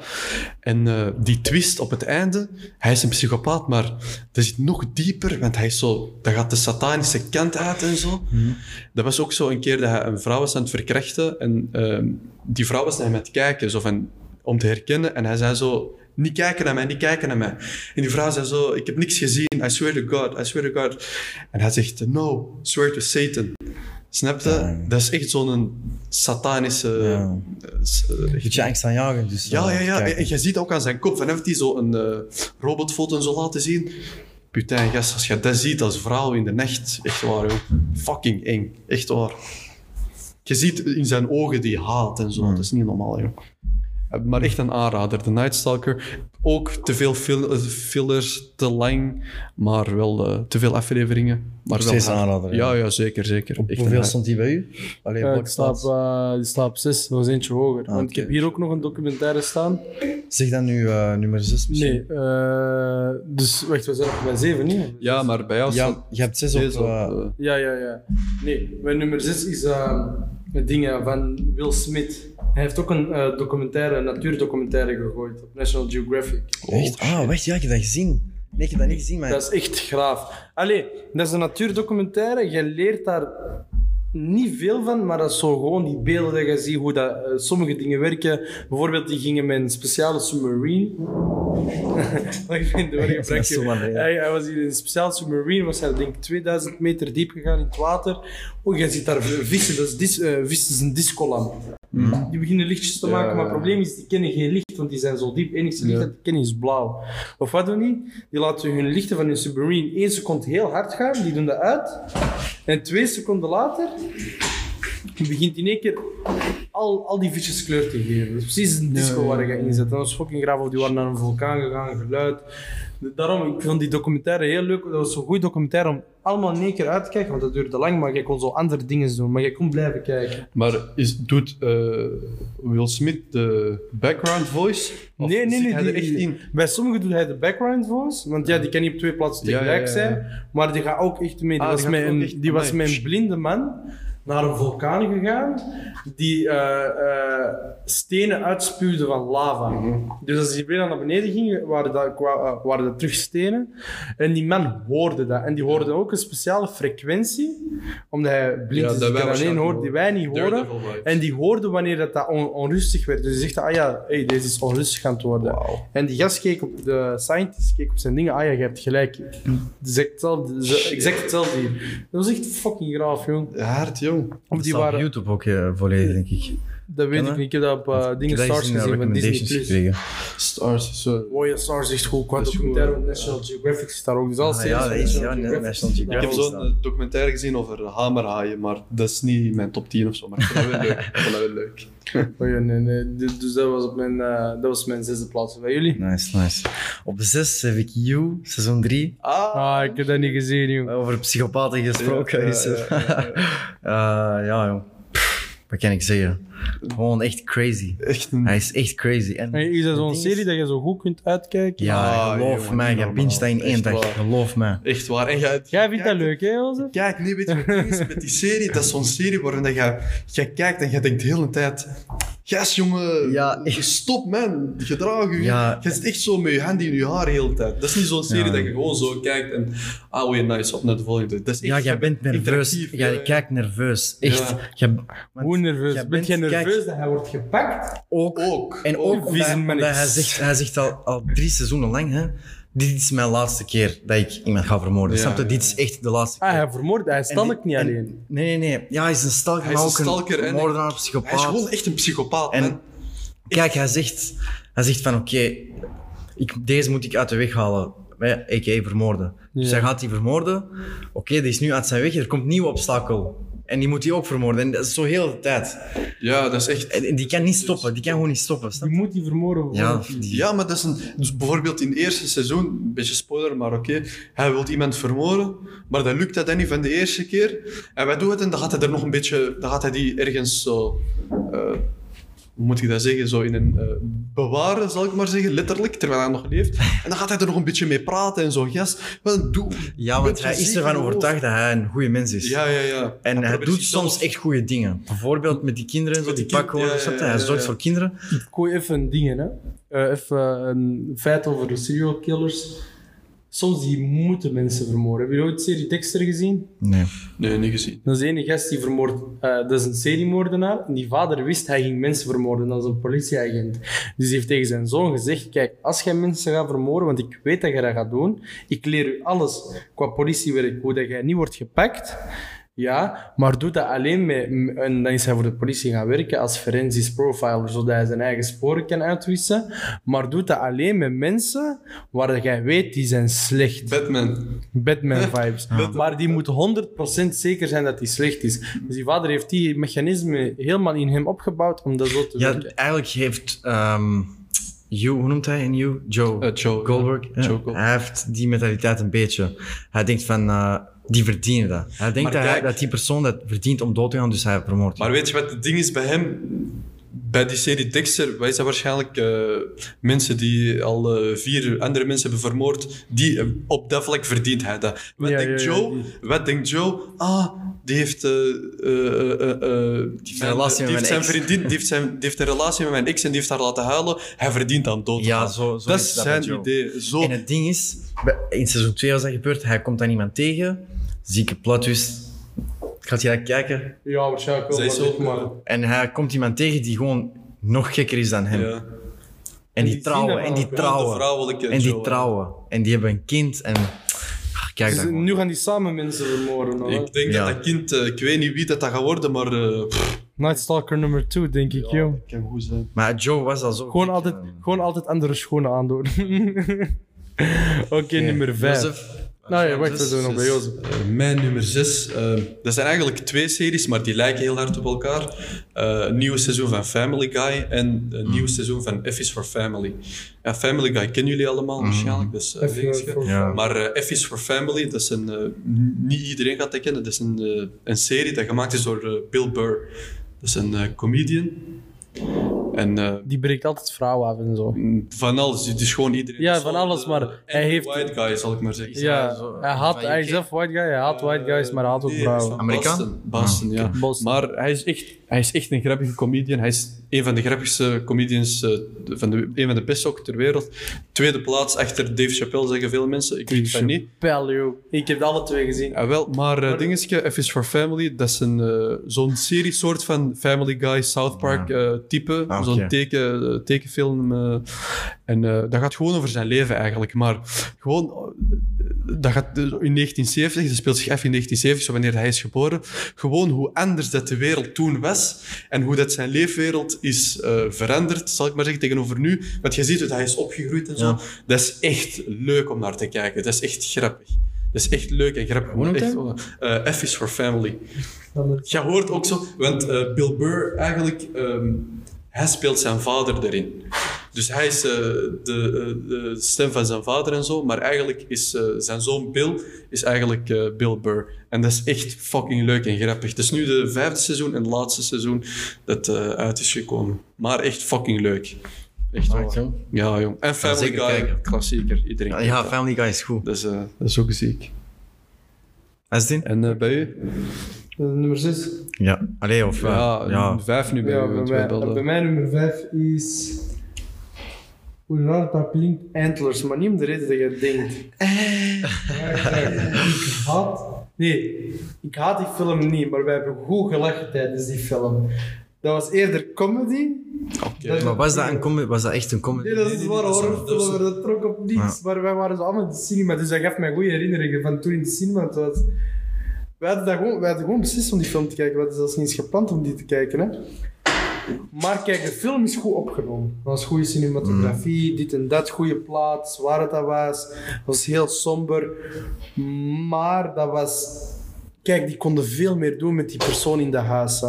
D: En eh, die twist op het einde. Hij is een psychopaat, maar dat zit nog dieper. Want hij is zo... Dat gaat de satanische kant uit en zo. Dat was ook zo een keer dat hij een vrouw was aan het verkrachten. En ehm, die vrouw was naar hem aan het kijken. Zo van, om te herkennen. En hij zei zo... Niet kijken naar mij, niet kijken naar mij. En die vrouw zei zo, ik heb niks gezien. I swear to God, I swear to God. En hij zegt, no, swear to Satan. Snapte?
C: Dang.
D: Dat is echt zo'n satanische...
C: Ja.
D: eh, s- eh, echt-
C: Beetje angst aan jagen, dus.
D: ja,
C: eh,
D: ja, ja.
C: kijken.
D: En, en je ziet ook aan zijn kop, van heeft hij zo een eh, robotfoto zo laten zien. Putain, gast, als je dat ziet als vrouw in de nacht, echt waar, joh. Fucking eng, echt waar. Je ziet in zijn ogen die haat en zo,
C: Hmm.
D: dat is niet normaal, joh. Eh, Maar echt een aanrader, The Night Stalker. Ook te veel fil- eh, fillers, te lang, maar wel eh, te veel afleveringen. Maar wel
C: Steeds
D: hard.
C: aanrader, ja.
D: Ja, ja, zeker, zeker. Echt een
C: Hoeveel
D: hard-
C: stond die bij u? Allee,
B: Ja,
C: welke
B: ik slaap,
C: staat?
B: eh, ik slaap zes, dat was eentje hoger.
C: Ah,
B: Want ik
C: oké.
B: heb hier ook nog een documentaire staan.
C: Zeg dan nu eh, nummer 6 misschien.
B: Nee, eh, dus wacht, we zijn op bij zeven, niet?
D: Ja, maar bij jou
C: Ja,
D: staat
C: je hebt 6 op.
D: deze op,
C: eh,
D: eh,
B: Ja, ja, ja. Nee, mijn nummer 6 is eh, het ding eh, van Will Smith. Hij heeft ook een eh, documentaire, een natuurdocumentaire gegooid op National Geographic.
C: echt? Ah, wacht, ja, ik heb dat gezien. Nee, ik heb dat niet gezien, maar.
B: Dat is echt graaf. Allee, dat is een natuurdocumentaire. Je leert daar niet veel van, maar dat is zo gewoon die beelden dat je ziet, hoe dat, eh, sommige dingen werken. Bijvoorbeeld, die gingen met een speciale submarine. ik ben
C: Dat is zo maar,
B: doorgebracht.
C: ja.
B: Hij, hij was in een speciaal submarine, was hij denk ik 2000 meter diep gegaan in het water. Oh, je ziet daar vissen, dat is, dis, eh, vissen is een discolamp.
C: Mhm.
B: Die beginnen lichtjes te
D: Ja,
B: maken, maar
D: ja.
B: het probleem is, die kennen geen licht, want die zijn zo diep. Het enige licht
D: Ja.
B: dat die kennen is blauw. Of wat doen die? Die laten hun lichten van hun submarine één seconde heel hard gaan, die doen dat uit. En twee seconden later begint in één keer al, al die visjes kleur te geven. Dat is precies een disco waar je in zit. Dat was fucking graaf, of die waren naar een vulkaan gegaan, geluid. Daarom, ik vond die documentaire heel leuk. Dat was zo'n goede documentaire om allemaal in één keer uit te kijken, want dat duurde lang, maar je kon zo andere dingen doen. Maar je kon blijven kijken.
D: Maar is, doet eh, Will Smith de background voice? Of
B: nee, nee,
D: zit
B: nee.
D: hij
B: Die,
D: er echt in?
B: Bij sommigen doet hij de background voice, want ja, die kan niet op twee plaatsen
D: Ja, ja,
B: tegelijk
D: ja, ja.
B: zijn. Maar die gaat ook echt mee. Die
D: Ah, die
B: was,
D: gaat
B: met
D: ook
B: een,
D: echt-
B: die was
D: amai.
B: met een blinde man naar een vulkaan gegaan die eh, eh, stenen uitspuwde van lava.
D: Mhm.
B: Dus als die weer naar beneden ging, waren dat, kwa- eh, waren dat terug stenen. En die man hoorde dat. En die hoorde ook een speciale frequentie, omdat hij blind
D: Ja,
B: is. Dus
D: dat
B: Die
D: wij
B: kan alleen
D: waarschijnlijk
B: horen die wij niet horen.
D: Daredevil vibes.
B: En die hoorde wanneer dat, dat on- onrustig werd. Dus die zegt, ah ja, hey, deze is onrustig aan het worden. En die gast keek op, de scientist keek op zijn dingen, ah ja, je hebt gelijk. Exact hetzelfde, ze- exact hetzelfde hier. Dat was echt fucking graaf, jong.
D: Hard, jong.
B: Of die
C: staat op
B: waren,
C: YouTube ook eh, volledig, denk ik.
B: dat weet
C: Ken
B: ik
C: je?
B: niet, ik heb dat op eh, dingen
C: Dat is
B: Stars
C: in de
B: gezien van Disney+.
C: recommendations
B: Plus.
C: gekregen.
D: Stars. Zo.
B: Warrior Stars is echt goed, qua
D: Dat is goed,
B: documentaire
D: ja.
B: op National Geographic staat ook. Dus
C: Ah,
B: alles
C: ja, dat is ja,
B: National
C: National
D: Ik heb
C: Geographic.
D: zo'n eh, documentaire gezien over hamerhaaien, maar dat is niet in mijn top 10 of zo. Maar ik vond dat wel leuk. Ik vond dat wel leuk.
B: Oh ja, nee, nee. Dus dus dat was, op mijn, eh, dat was mijn zesde plaats. Bij jullie?
C: Nice, nice. Op 6 heb ik You, seizoen 3.
D: Ah,
B: Ah, ik heb dat niet gezien, jong.
C: Over psychopaten gesproken
D: Ja, ja,
C: is het.
D: ja, ja,
C: Eh, ja, joh. Pff, wat kan ik zeggen? Gewoon echt crazy.
D: echt een...
C: Hij is echt crazy. En
B: Hey, is dat zo'n
C: het ding
B: serie dat je zo goed kunt uitkijken?
C: Ja,
D: Ah,
C: geloof
D: jongen,
C: mij,
D: niet
C: je
D: normaal.
C: binge dat in één
D: Echt
C: dag.
D: waar.
C: Geloof mij.
D: Echt waar. En jij,
B: Jij vindt dat
D: kijkt-
B: leuk, hè, Jozef?
D: Kijk, nu weet je wat het is met die serie. Dat is zo'n serie waarin dat jij, jij kijkt en jij denkt de hele tijd... Gas, jongen.
C: Ja, ik-
D: Stop, man. Gedraag je.
C: Ja.
D: Je zit echt zo met je hand in je haar de hele tijd. Dat is niet zo'n serie
C: Ja.
D: dat je gewoon zo kijkt en... Ah, weer nice. Op naar de volgende. Dat is echt
C: Ja, jij bent nerveus.
D: interactief,
C: Jij
D: ja.
C: kijkt nerveus. Echt.
D: Ja.
C: Jij-
B: Hoe
C: want
B: nerveus?
C: jij
B: Bent jij
C: bent-
B: nerveus
C: kijk-
B: dat hij wordt gepakt?
C: ook.
D: ook.
C: En ook omdat,
B: vieze mannetjes.
C: omdat hij zegt, hij zegt al, al drie seizoenen lang, hè, dit is mijn laatste keer dat ik iemand ga vermoorden.
D: Ja,
C: Snap je?
D: ja,
C: Dit is echt de laatste keer.
B: Ah, hij vermoordt, hij
C: En
B: stalkt
C: die-
B: niet
C: en-
B: alleen.
C: Nee, nee, nee. Ja, hij is een stalker,
D: Hij is
C: maar
D: een
C: ook
D: stalker
C: een
D: en-
C: moordenaar,
D: Hij is
C: psychopaat.
D: gewoon echt een psychopaat,
C: En-
D: man.
C: Kijk, hij zegt, hij zegt van oké, ik- deze moet ik uit de weg halen. hè, A.k.a. vermoorden. Dus
B: Ja.
C: hij gaat die vermoorden. Oké, die is nu uit zijn weg. Er komt een nieuw obstakel. En die moet hij ook vermoorden. En dat is zo heel de tijd.
D: Ja, dat is echt...
C: En en die kan niet stoppen. Die kan gewoon niet stoppen. snap
B: Die
C: je?
B: moet die vermoorden worden.
C: Ja, die-
D: Ja, maar dat is een... Dus bijvoorbeeld in het eerste seizoen, een beetje spoiler, maar oké. hij wil iemand vermoorden, maar dat lukt dat dan niet van de eerste keer. En wij doen het en dan gaat hij er nog een beetje... Dan gaat hij die ergens zo... eh, hoe moet ik dat zeggen? Zo in een... eh, bewaren, zal ik maar zeggen, letterlijk, terwijl hij nog leeft. En dan gaat hij er nog een beetje mee praten en zo. Yes, wat een doe...
C: ja want hij is ervan overtuigd dat hij een goede mens is.
D: Ja, ja, ja.
C: En hij,
D: probeert
C: doet
D: zichzelf-
C: soms echt goede dingen. Bijvoorbeeld met die kinderen en zo,
D: Met
C: die
D: die
C: pakken
D: kind-
C: worden.
D: ja,
C: snap je?
D: ja,
C: Hij
D: ja,
C: zorgt
D: ja.
C: voor kinderen.
B: Ik gooi even dingen, hè. Eh, even een feit over de serial killers. Soms die moeten mensen vermoorden. Heb je ooit serie Dexter gezien?
C: Nee.
D: Nee, niet gezien.
B: Dat is de ene gast die vermoord. eh, dat is een seriemoordenaar. En die vader wist hij ging mensen vermoorden. Dat is een politieagent. Dus die heeft tegen zijn zoon gezegd: Kijk, als jij mensen gaat vermoorden, want ik weet dat jij dat gaat doen. Ik leer u alles qua politiewerk, hoe dat jij niet wordt gepakt. Ja, maar doe dat alleen met. m- En dan is hij voor de politie gaan werken als forensisch profiler, zodat hij zijn eigen sporen kan uitwissen. Maar doe dat alleen met mensen waar jij weet die zijn slecht.
D: Batman.
B: Batman-vibes. Maar die moet 100% zeker zijn dat hij slecht is. Dus die vader heeft die mechanisme helemaal in hem opgebouwd om dat zo te
C: Ja,
B: werken.
C: eigenlijk heeft ehm You, hoe noemt hij in You? Joe.
D: Eh, Joe, ja.
C: Goldberg. ja.
D: Joe Goldberg.
C: Hij heeft die mentaliteit een beetje. Hij denkt van, eh, die verdienen dat. Hij denkt
D: Maar
C: dat, hij,
D: kijk-
C: dat die persoon dat verdient om dood te gaan, dus hij vermoordt.
D: Maar weet je wat het ding is bij hem? Bij die serie Dexter, wij zijn waarschijnlijk eh, mensen die al eh, vier andere mensen hebben vermoord. Die, eh, op dat vlak verdient hij dat. Wat,
B: Ja,
D: denkt,
B: ja, ja,
D: Joe? wat denkt Joe? Ah, die heeft... eh, eh, eh, eh, mijn-
C: relatie met
D: die heeft
C: mijn
D: zijn
C: ex.
D: vriendin, die heeft, zijn, die heeft een relatie met mijn ex en die heeft haar laten huilen. Hij verdient aan dood. te
C: Ja,
D: gaan.
C: zo- zo
D: dat
C: is
D: is
C: dat bij
D: zijn
C: Joe.
D: idee. Zo,
C: En het ding is, bij- in seizoen 2 was dat gebeurd, hij komt dan iemand tegen, zieke plot twist. Gaat hij dat kijken?
B: Ja, waarschijnlijk wel.
D: Zij
B: maar
D: is
B: dit
D: ook,
B: maar.
D: eh,
C: En hij komt iemand tegen die gewoon nog gekker is dan hem.
D: ja.
C: En
B: die
C: die
B: zien dat
C: trouwen,
B: wel
C: en die
B: ook,
D: De
C: trouwen.
D: vrouwelijke
C: En die
D: Joe.
C: trouwen. En die hebben een kind en... Ah, Kijk
B: eh, Dus
C: dat gewoon.
B: nu gaan die samen mensen vermoorden. hoor.
D: Ik denk
C: Ja.
D: dat dat kind, eh, ik weet niet wie dat, dat gaat worden, maar... eh, pff,
B: Night Stalker nummer 2, denk ik, joh.
D: dat kan goed zijn.
C: Maar Joe was al zo...
B: Gewoon
C: gek,
B: altijd,
C: eh.
B: gewoon altijd andere schoenen aandoen. Oké, nummer 5.
C: Jozef.
B: Nou ja, wacht, we zijn nog bij Jozef.
D: Eh, mijn nummer 6.
B: ehm,
D: dat zijn eigenlijk twee series, maar die lijken heel hard op elkaar. Eh, een nieuw seizoen van Family Guy en een
B: Hmm.
D: nieuw seizoen van F is for Family. Ja, Family Guy kennen jullie allemaal
B: Hmm.
D: waarschijnlijk. Dus, eh, Vinkske.
C: Ja.
D: Maar eh, F is for Family, dat is een, eh, n- niet iedereen gaat dat kennen. Dat is een, eh, een serie dat gemaakt is door eh, Bill Burr. Dat is een eh, comedian. En eh,
B: Die breekt altijd vrouwen af en zo.
D: van alles. Het is gewoon iedereen.
B: Ja,
D: is
B: van
D: wel
B: alles,
D: de-
B: maar
D: en
B: hij
D: de
B: heeft-
D: white guy, zal ik maar zeggen.
B: Ja,
E: zo,
B: hij haat,
E: van je
B: hij is
E: kid.
B: zelf white guy, hij haat white guys, maar hij haat ook
D: Nee, hij is
B: vrouwen.
D: van
E: Amerikaan?
D: Boston, Boston, ja.
B: Bos.
D: Ah. Maar hij is, echt, hij is echt een grappige comedian. Hij is een van de grappigste comedians, eh, de- van de, een van de beste ook ter wereld. Tweede plaats achter Dave Chappelle, zeggen veel mensen. Ik weet het niet.
B: Paleo. Ik heb alle twee gezien.
D: Ja, wel, maar eh dingetje, F is for Family, dat is een, eh, zo'n serie soort van Family Guy, South Park eh, type.
E: Ah, oké.
D: Zo'n teken, eh, tekenfilm. eh. en eh, dat gaat gewoon over zijn leven eigenlijk. Maar gewoon, eh, dat gaat eh, in 1970, dat speelt zich af in 1970, zo wanneer hij is geboren. Gewoon hoe anders dat de wereld toen was en hoe dat zijn leefwereld is eh, veranderd, zal ik maar zeggen, tegenover nu. Want je ziet dat hij is opgegroeid en zo. Dat is echt leuk om naar te kijken. Dat is echt grappig. Dat is echt leuk en grappig.
E: Hoe noemt
D: Echt, eh, F is for Family. Je hoort ook zo, want eh, Bill Burr eigenlijk, ehm, hij speelt zijn vader erin. Dus hij is eh, de, eh, de stem van zijn vader en zo, maar eigenlijk is eh, zijn zoon Bill, is eigenlijk eh, Bill Burr. En dat is echt fucking leuk en grappig. Het is nu de vijfde seizoen en het laatste seizoen dat eh, uit is gekomen. Maar echt fucking leuk. Echt waar. Ja, jong. En Family
E: zeker
D: Guy,
E: kijken.
D: klassieker. Iedereen
E: Ja,
D: kent
E: ja,
D: dat.
E: Family Guy is goed.
D: Dat is, eh, dat is ook ziek.
E: Is het in?
D: En eh, bij u?
B: Nummer 6.
E: Ja. Allee, of... eh,
D: Ja,
E: ja.
D: vijf nu bij u. want wij belden.
B: mij nummer 5 is. Hoe raar dat klinkt, Antlers, maar niet om de reden dat je het denkt.
E: Eh.
B: Ja, ja, ja. ik haat. Nee, ik haat die film niet, maar wij hebben goed gelachen tijdens die film. Dat was eerder comedy. Dat-
E: Maar was dat, een comedy? was dat echt een comedy?
B: Nee, dat is waar horrorfilm, maar dat trok op niets. Maar wij waren zo allemaal in de cinema, dus dat gaf mij goede herinneringen van toen in de cinema. Het was... Wij hadden, dat gewoon, wij hadden gewoon beslist om die film te kijken. We hadden zelfs niet eens gepland om die te kijken. Hè? Maar kijk, de film is goed opgenomen. Er was goede cinematografie, dit en dat, goede plaats, waar het dat was. Het was heel somber. Maar dat was... Kijk, die konden veel meer doen met die persoon in de huis. Hè.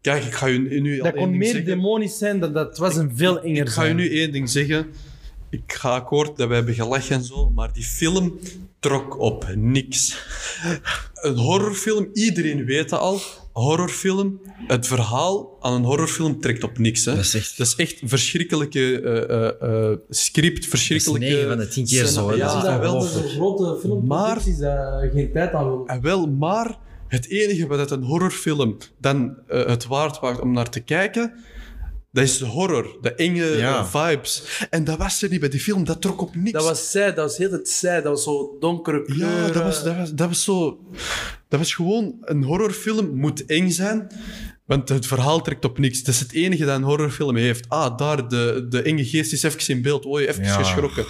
D: Kijk, ik ga je nu al
B: Dat
D: één
B: kon
D: ding
B: meer
D: zeggen.
B: demonisch zijn dan dat. Het was een veel enger
D: Ik ga je nu één ding zeggen. Ik ga akkoord dat we hebben gelachen en zo, maar die film trok op niks. Een horrorfilm, iedereen weet dat al. Horrorfilm, het verhaal aan een horrorfilm trekt op niks. Hè.
E: Dat is echt-
D: dat is echt verschrikkelijke eh, eh, eh, script, verschrikkelijke...
E: negen van de tien keer zo, hè.
D: Ja,
E: Dat is echt
D: wel,
E: ongelooflijk.
B: grote
D: filmproducties
B: daar geen tijd aan willen.
D: En wel, maar het enige wat het een horrorfilm dan eh, het waard maakt om naar te kijken, dat is de horror, de enge
E: Ja.
D: eh, vibes. En dat was er niet bij die film, dat trok op niks.
B: Dat was zij, dat was heel het zij, dat was zo donkere kleuren.
D: ja, dat was, dat, was, dat was zo... Dat was gewoon... Een horrorfilm moet eng zijn, want het verhaal trekt op niks. Dat is het enige dat een horrorfilm heeft. Ah, daar, de, de enge geest is even in beeld. Oei, even
E: Ja.
D: geschrokken.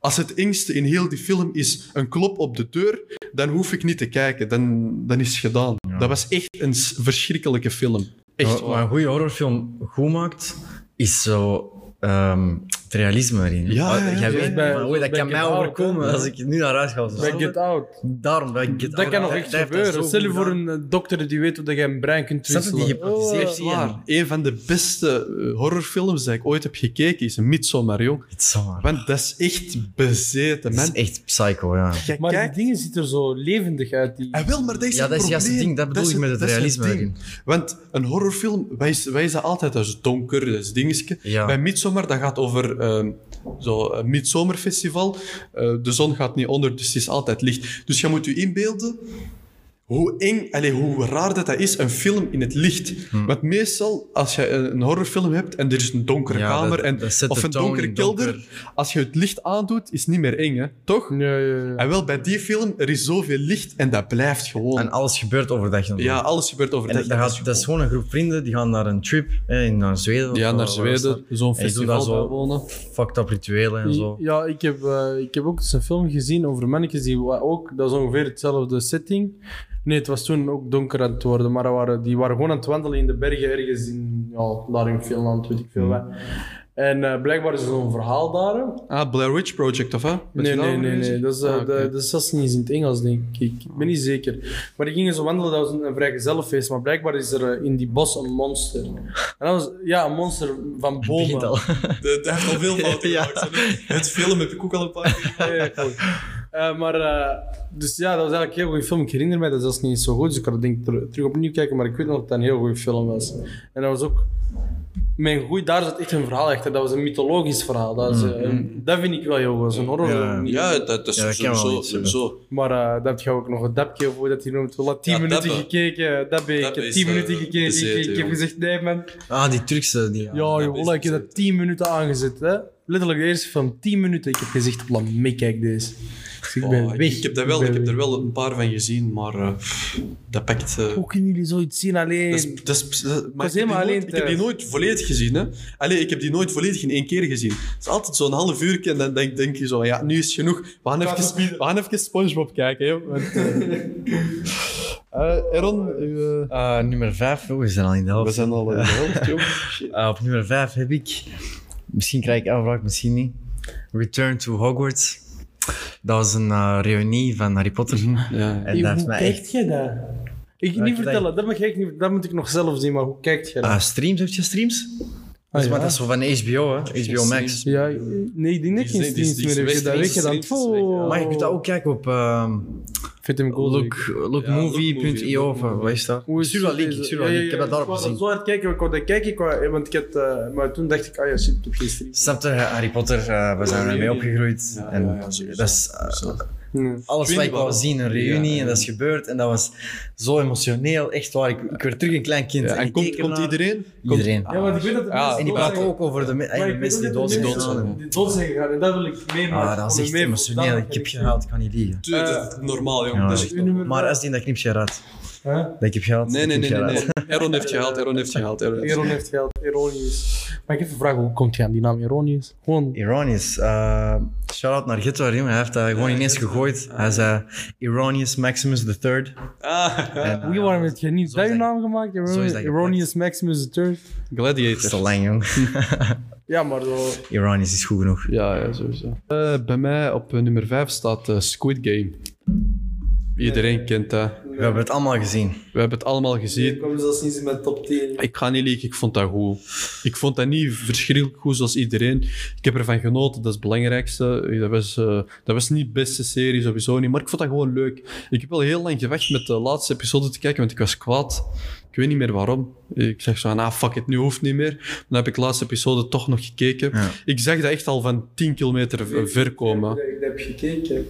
D: Als het engste in heel die film is een klop op de deur, dan hoef ik niet te kijken. Dan, dan is het gedaan. Dat was echt een s- verschrikkelijke film. Echt
E: Wat- Wat een
D: waar.
E: goede horrorfilm goed maakt, is zo ehm, het realisme erin. hè.
D: Ja,
E: Ah,
D: ja, ja,
E: Jij
D: ja.
E: weet
B: Bij-
E: van, oei, dat
B: bij
E: kan mij
B: Get Out,
E: overkomen
B: hè.
E: als ik nu naar huis ga. of zo.
B: Bij Get Out.
E: Daarom, bij Get
B: Dat
E: Out.
B: kan nog
E: Hij-
B: echt
E: hij heeft dat
B: gebeuren.
E: zo
B: Stel je
E: goed
B: voor
E: gedaan.
B: een eh, dokter die weet hoe dat je een Oh, brein kunt
E: Snap je, die
B: wisselen.
E: gehypnotiseerd
D: Echt waar.
E: zien?
D: Een van de beste eh, horrorfilms die ik ooit heb gekeken is Midsommar, jong.
E: Het is zomaar.
D: Want dat is echt bezeten,
E: Het is
D: man.
E: echt psycho, ja.
D: Jij
B: Maar
D: kijkt-
B: die dingen zien er zo levendig uit. Die...
D: Ah, wel, maar dat is
E: Ja,
D: het
E: dat is
D: probleem.
E: juist het ding. Dat bedoel
D: is
E: ik met het
D: dat is
E: realisme
D: ding.
E: erin.
D: Want een horrorfilm, wij, wij zijn altijd als donker, dat is dingetje.
E: Ja.
D: Bij Midsommar, dat gaat over ehm zo'n Midsommerfestival. Eh, de zon gaat niet onder, dus het is altijd licht. Dus je moet je inbeelden hoe eng, allee, hoe raar dat, dat is, een film in het licht.
E: Hm.
D: Want meestal, als je een een horrorfilm hebt en er is een donkere
E: Ja,
D: kamer
E: dat-
D: en,
E: dat zet
D: of
E: de
D: een
E: toon
D: donkere
E: in
D: kelder, als je het licht aandoet, is het niet meer eng, hè? toch?
B: Ja, ja, ja.
D: En wel, bij die film, er is zoveel licht en dat blijft gewoon.
E: En alles gebeurt overdag. dan.
D: Ja, alles gebeurt over
E: En dat, dat, gaat, dat is gewoon een groep vrienden die gaan naar een trip hè, in- naar Zweden. of
D: Ja,
E: waar-
D: naar
E: waar is dat?
D: Zweden, zo'n
E: En die doen daar
D: festival
E: zo-
D: bijwonen.
E: Fucked up rituelen en zo.
B: Ja, ik heb, eh, ik heb ook eens een film gezien over mannetjes die wa- ook, dat is ongeveer hetzelfde setting. Nee, het was toen ook donker aan het worden, maar dat waren, die waren gewoon aan het wandelen in de bergen ergens in, ja, daar in Finland, weet ik veel wat. En eh, blijkbaar is er zo'n verhaal daar. hè.
D: Ah, Blair Witch Project, of hè? Ben je
B: Nee,
D: daar
B: nee,
D: over
B: nee, nee.
D: bezig?
B: Dat is, eh,
D: Ah, oké.
B: dat, dat is zelfs niet eens in het Engels, denk ik. Ik ben niet zeker. Maar die gingen zo wandelen, dat was een, een vrijgezellenfeest. Maar blijkbaar is er eh, in die bos een monster. En dat was, ja, een monster van
E: Begint
B: bomen.
E: al.
D: Dat dat heeft al veel fouten
E: Ja.
D: gemaakt. hè. Het film heb ik ook al een paar keer
B: Ja, ja, goed. Eh, maar, eh, dus ja, dat was eigenlijk een heel goede film. Ik herinner mij dat zelfs niet eens zo goed, dus ik kan het denk ik ter- terug opnieuw kijken, maar ik weet nog dat het een heel goede film was. En dat was ook Mijn goeie, daar zat echt een verhaal achter. Dat was een mythologisch verhaal. Dat, is, eh, dat vind ik wel heel goed. Zo'n horror.
C: Ja.
D: Mhm. Ja, dat, dat is
C: Ja, dat kan wel
D: sowieso.
C: iets hebben.
D: sowieso.
B: Maar eh dat ga ook nog een dapje voor dat hij noemt. Wel, had 10
D: Ja,
B: minuten
D: dappen.
B: gekeken. Dat ben ik. Ik
D: Dappen
B: heb
D: is,
B: 10
D: eh,
B: minuten gekeken.
D: bezeten,
B: Ik- ik- ik heb
D: jongen.
B: gezegd, nee man.
C: Ah, die Turkse. Die,
B: Ja,
D: dat is
B: joh, ik heb
D: het.
B: dat 10 minuten aangezet. Hè? Letterlijk de eerste van 10 minuten. Ik heb gezegd, laat me kijk deze. Dus ik ben
D: Oh,
B: weg.
D: ik, heb daar wel,
B: ben
D: ik heb
B: weg.
D: er wel een paar van gezien, maar eh, pff, dat pakt. eh,
B: Hoe kunnen jullie zoiets zien alleen?
D: dat is, dat is, dat- maar
B: was
D: ik, heb die
B: helemaal alleen
D: nooit, ik heb die
B: thuis.
D: nooit volledig gezien. Hè? Allee, ik heb die nooit volledig in één keer gezien. Het is altijd zo'n half uur en dan denk, denk je zo: ja, nu is het genoeg. We gaan even, we gaan even SpongeBob kijken. Joh, want, eh. Eh, Aaron, uw, eh,
C: Eh, nummer 5. Oh, we zijn al in de helft.
D: we zijn al in de helft, joh. Shit.
C: Eh, op nummer 5 heb ik. Misschien krijg ik aanvraag, misschien niet. Return to Hogwarts. Dat was een eh, reunie van Harry Potter.
D: Ja.
C: En dat heeft
B: hoe
C: mij echt.
B: kijkt jij dat? Ik
C: Ja,
B: niet
C: ik-
B: vertellen, dat, mag ik niet, dat moet ik nog zelf zien, maar hoe kijkt jij dat?
C: Ah, streams, heb je streams?
B: Ah,
C: Dus,
B: ja.
C: maar dat is zo van HBO, hè? HBO Max.
D: streams.
B: Ja, nee, ik denk dat
D: Die
B: je
D: is-
B: geen
D: die is-
B: streams
D: die
B: meer
D: is
B: hebt.
D: weg,
B: Dat
D: die
B: weet
D: is
B: je dan.
D: weg, die is weg, ja.
C: Maar je kunt dat ook kijken op ehm,
B: Vind hem cool.
C: look,
D: Oh, Ja,
C: lookmovie.io of eh, wat is dat?
B: Hoe is-
C: Sula Link, Sula Link. Ik heb dat daarop
B: Ik was
C: gezien.
B: zo aan het kijken, ik wou dat kijken, ik wou- want ik had, eh, maar toen dacht ik, ah ja, shit, ik heb geen streams.
C: Snap je, Harry Potter, eh, we zijn
D: Ja,
C: ermee
D: ja, ja.
C: opgegroeid.
D: Ja,
C: en
D: ja, ja, sowieso.
C: dat is eh,
D: Zo.
B: Nee.
C: alles
D: Ik
C: wat
D: weet
C: ik
D: niet
C: wou
D: waarom.
C: zien, een reunie,
D: Ja, ja.
C: en dat is gebeurd. En dat was zo emotioneel, echt waar. Ik, ik werd terug een klein kind.
D: Ja, en
C: ik
D: komt,
C: keek
D: komt
C: ernaar.
D: iedereen?
C: Iedereen.
B: Ja, want ik weet dat de
D: Ja,
B: mensen
C: en die
B: dood
C: praten
B: zijn-
C: ook over de, me-
B: Maar
C: eigenlijk
B: ik weet
C: mensen die
B: ook
C: dood
B: dat de
C: zijn
D: dood zijn,
C: gegaan.
B: mensen die dood zijn gegaan. En dat wil ik meemaken.
C: Ah, dat was
B: om
C: echt
B: mee-
C: emotioneel. Ik heb gehaald, ik kan niet liegen.
D: Tuur, dat- normaal, jongen.
C: Ja.
D: Dat is echt
B: Uw nummer
C: Maar
B: vijf.
C: als die in dat knipje raadt,
B: Huh?
C: dat ik heb gehaald.
D: Nee, nee,
C: dat
D: nee,
C: ik
D: nee.
C: heb
D: nee.
C: gehaald.
D: Aaron heeft gehaald, Aaron heeft gehaald. Aaron heeft
B: Eron heeft geld, Eronius. Maar ik heb een vraag, hoe komt je aan die naam Eronius? Gewoon...
C: Ironius. eh, Shout-out naar Gitto, jongen. Hij heeft dat gewoon ineens gegooid. Hij zei Ironius Maximus III.
D: gehaald. Ah,
C: En, eh,
B: Wie waarom heb je niet
C: zo
B: dat
C: is
B: je
C: dat-
B: naam gemaakt?
C: zo is
B: Eronius,
C: dat
B: Eronius Maximus III?
C: Dat eh, is
D: Gladiator.
C: te lang, jong.
B: Ja, maar zo...
C: Ironius is goed genoeg.
D: Ja, ja sowieso. Eh, bij mij op eh, nummer 5 staat eh, Squid Game. Iedereen kent dat.
C: We hebben het allemaal gezien.
D: We hebben het allemaal
B: Ik
D: gezien.
B: kom zelfs niet in mijn top 10.
D: Ik ga niet liegen, ik vond dat goed. Ik vond dat niet verschrikkelijk goed zoals iedereen. Ik heb ervan genoten, dat is het belangrijkste. Dat was, eh, dat was niet de beste serie, sowieso niet. Maar ik vond dat gewoon leuk. Ik heb wel heel lang gewacht met de laatste episode te kijken, want ik was kwaad. Ik weet niet meer waarom. Ik zeg zo, ah fuck it, nu hoeft niet meer. Dan heb ik de laatste episode toch nog gekeken.
C: Ja.
D: Ik zag dat echt al van 10 kilometer v- ver komen.
B: Ik heb gekeken.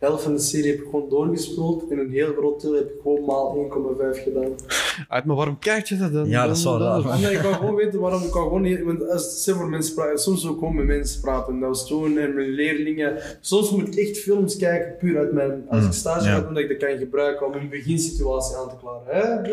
B: De helft van de serie heb ik gewoon doorgespoeld. En een heel groot deel heb ik gewoon maal 1,5 gedaan.
D: Uit, maar waarom kijk je dat dan?
C: Ja, dat is wel raar.
B: Ah, nee, ik wou gewoon weten waarom ik wou gewoon niet. Want als stel voor mensen praten, soms ook gewoon met mensen praten. Dat was toen en mijn leerlingen. Soms moet ik echt films kijken, puur uit mijn. Als ik stage
C: Mm, ja.
B: ga doen, dat ik dat kan gebruiken om een beginsituatie aan te klaren. Hè?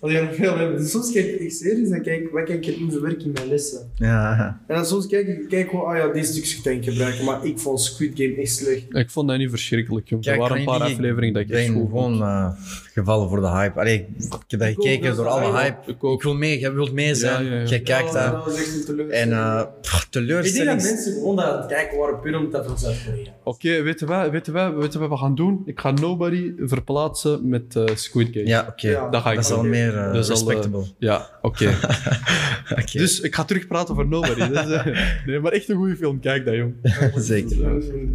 B: Dat je nog veel hebt. Dus soms kijk ik echt series en kijk wat kan ik erin verwerken in mijn lessen.
C: Ja.
B: En dan soms kijk ik kijk gewoon, ah ja, deze stukjes kan ik gebruiken. Maar ik vond Squid Game echt slecht.
D: Ik vond dat niet verschrikkelijk, joh.
C: Kijk,
D: er waren een
C: kan
D: paar
C: jullie-
D: afleveringen dat
C: Ik
D: ik echt
C: ben
D: goed vond.
C: gewoon eh, gevallen voor de hype. Allee, ik- ik heb dat
B: Ik ook, dat
C: gekeken
B: is
C: door
B: de
C: alle
B: hype.
C: hype.
D: Ik ook.
C: Ik wil mee, jij wilt mee zijn.
D: Ja, ja, ja.
C: Jij kijkt
B: Ja,
C: daar.
B: Oh, dat was echt een
C: En
B: teleurstelling.
C: eh pff,
B: ik denk dat
C: teleurstelling.
B: mensen gewoon daar aan het kijken waren puur omdat dat van Zuid-Korea.
D: Oké, weten we, weten we, weten we wat we gaan doen? Ik ga Nobody verplaatsen met eh, Squid Game.
C: Ja, oké.
B: Ja.
D: Dat ga ik
C: Dat is al
D: doen.
C: meer eh,
D: Dat is al, eh,
C: respectable.
D: Ja, oké.
C: Oké.
D: Dus ik ga terugpraten over Nobody. Dat is, eh, nee, maar echt een goede film. Kijk dat, jong.
C: Zeker.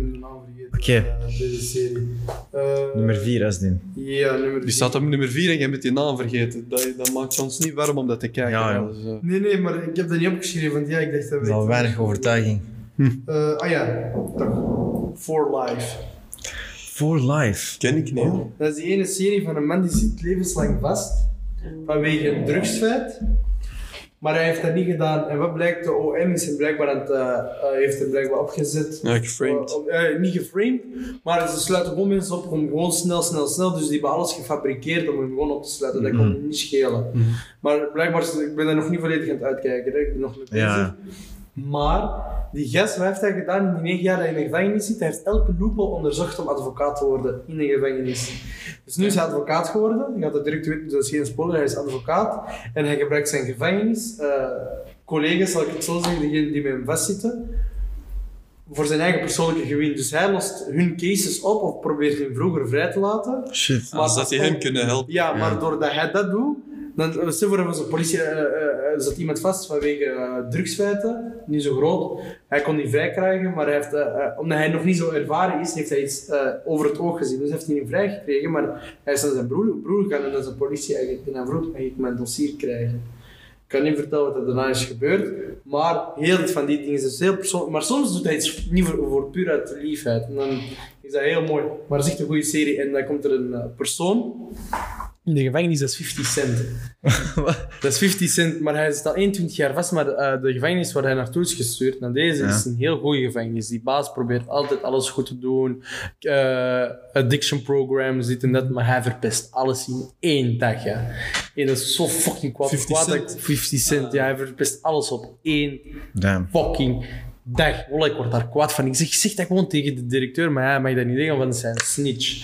C: Oké.
B: Oké. Deze serie. Eh,
C: Nummer 4,
D: Dus-
C: Asdin.
B: Ja, nummer
D: Die
B: vier.
D: staat op nummer 4 en je hebt die naam vergeten. Dat, dat maakt ons niet warm om dat te kijken.
C: Ja,
D: hè.
C: joh.
D: Dus, eh,
B: Nee, nee, maar ik heb dat niet opgeschreven, want ja, ik dacht dat
C: Dat is al
B: weet-
C: weinig overtuiging.
B: Eh, ah ja, toch. For Life.
C: For life.
D: Ken ik niet. joh.
B: Dat is die ene serie van een man die zit levenslang vast vanwege een drugsfeit. Maar hij heeft dat niet gedaan. En wat blijkt, de OM is hem blijkbaar aan het, eh, eh, heeft hem blijkbaar opgezet.
D: Ja, geframed.
B: Om- om- eh, niet geframed, maar ze sluiten gewoon mensen op om gewoon snel, snel, snel. Dus die hebben alles gefabriceerd om hem gewoon op te sluiten. Dat kon hem niet schelen. Maar blijkbaar, is- ik ben daar nog niet volledig aan het uitkijken. Hè. Ik ben nog niet bezig.
C: Ja.
B: Maar die gast, wat heeft hij gedaan in die negen jaar dat hij in de gevangenis zit? Hij heeft elke loophole onderzocht om advocaat te worden in de gevangenis. Dus nu is hij advocaat geworden. Je gaat het direct weten, dus dat is geen spoiler. Hij is advocaat en hij gebruikt zijn gevangenis. eh, collega's, zal ik het zo zeggen, degenen die met hem vastzitten, voor zijn eigen persoonlijke gewin. Dus hij lost hun cases op of probeert hen vroeger vrij te laten.
C: Shit.
B: Maar
D: Als dat die hem kunnen helpen.
B: Ja, maar doordat hij dat doet, dan eh, stel voor dat was een politie eh, eh, eh, zat iemand vast vanwege eh, drugsfeiten, niet zo groot. Hij kon die vrij krijgen, maar hij heeft, eh, eh, omdat hij nog niet zo ervaren is, heeft hij iets eh, over het oog gezien. Dus heeft hij niet vrij gekregen, maar hij is naar zijn broer, broer gegaan en dat is een politieagent en hij vroeg, mag ik mijn dossier krijgen? Ik kan niet vertellen wat er daarna is gebeurd. Maar heel veel van die dingen is dus heel persoonlijk. Maar soms doet hij iets niet voor, voor puur uit liefheid. En dan is dat heel mooi. Maar dat is echt een goede serie. En dan komt er een eh, persoon in de gevangenis, dat is 50 cent. dat is 50 cent, maar hij zit al 21 jaar vast. Maar eh, de gevangenis waar hij naartoe is gestuurd, naar deze, is een heel goede gevangenis. Die baas probeert altijd alles goed te doen. Eh, addiction programs, dit en dat. Maar hij verpest alles in één dag. Ja. En dat is zo fucking kwaad.
D: 50
B: kwaad dat
D: Cent?
B: ik- 50 cent, ja, hij verpest alles op één
C: Damn.
B: fucking dag. Wallah, ik word daar kwaad van. Ik zeg, ik zeg dat gewoon tegen de directeur, maar hij mag dat niet zeggen, want het zijn snitch.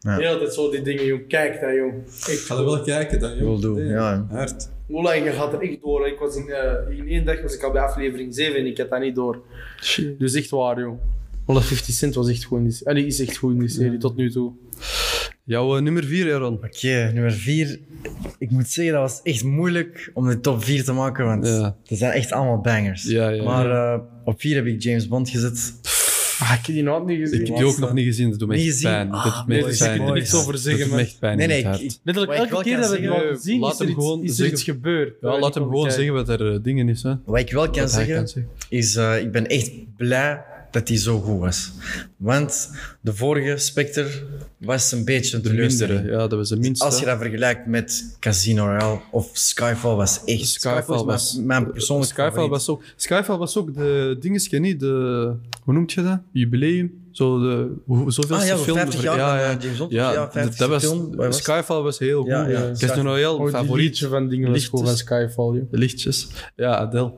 C: Ja.
B: Ja. Heel tijd zo die dingen, jong. Kijk daar, jong. Echt.
D: Ga er wel kijken dan, joh.
C: Wil doen, ja.
D: Hard.
B: Wallah, je gaat er echt door. Ik was in, eh, in één dag was ik al bij aflevering 7 en ik had dat niet door. Dus echt waar, jong. Wallah, 50 Cent was echt goed in die serie. Allee, is echt goed in die serie, tot nu toe.
D: Jouw eh, nummer 4, Aaron.
C: Oké, nummer vier. Ik moet zeggen, dat was echt moeilijk om de top vier te maken, want
D: Ja.
C: er zijn echt allemaal bangers.
D: Ja, ja, ja.
C: Maar eh, op vier heb ik James Bond gezet.
B: Ah, ik heb die nog niet gezien.
D: Ik heb die ook nog niet gezien, dat doet me
C: Niet
D: echt
C: gezien?
D: pijn. Dat doet me
C: Ah,
D: echt
C: mooi.
B: Dus ik
D: pijn.
B: kan er niks
C: Ja.
B: over
D: Dat
B: zeggen,
D: doet me
B: man.
D: echt pijn
C: Nee,
D: in
C: nee,
D: het hart.
C: ik, ik-
B: Letterlijk
C: Wat ik
B: elke
C: wel
B: keer
C: kan
B: dat we het
C: zeggen-
B: laten zien,
D: Laat
B: is er
D: hem
B: iets,
D: gewoon
B: is er
D: zeggen-
B: iets gebeurd.
D: Ja, laat hem gewoon zeggen wat er eh, dingen is, hè.
C: wat ik wel kan
D: Wat hij
C: zeggen,
D: kan zeggen.
C: is eh, ik ben echt blij dat hij zo goed was. Want de vorige Spectre was een beetje een
D: De mindere,
C: teleurstelling.
D: ja, dat was de minste.
C: Als je dat vergelijkt met Casino Royale of Skyfall was echt...
D: Skyfall
C: is mijn-
D: was-
C: mijn persoonlijke
D: Skyfall
C: favoriet.
D: was ook... Skyfall was ook de dingetje niet, de... Hoe noemt je dat? Jubileum? Zo de... Hoe, zoveel
C: Ah ja, voor
D: film...
C: 50 jaar
D: ja,
C: van,
D: ja.
C: eh, James Bond.
D: Ja,
C: Ja,
D: dat-
C: 50
D: dat was,
C: film, wat was het?
D: Skyfall was heel goed.
C: Ja, ja,
D: Casino
C: Skyfall.
D: Royale,
B: Oh, die
D: favoriet.
B: liedje van dingen was
D: Lichtjes.
B: cool van Skyfall, joh.
D: De lichtjes. Ja, Adele.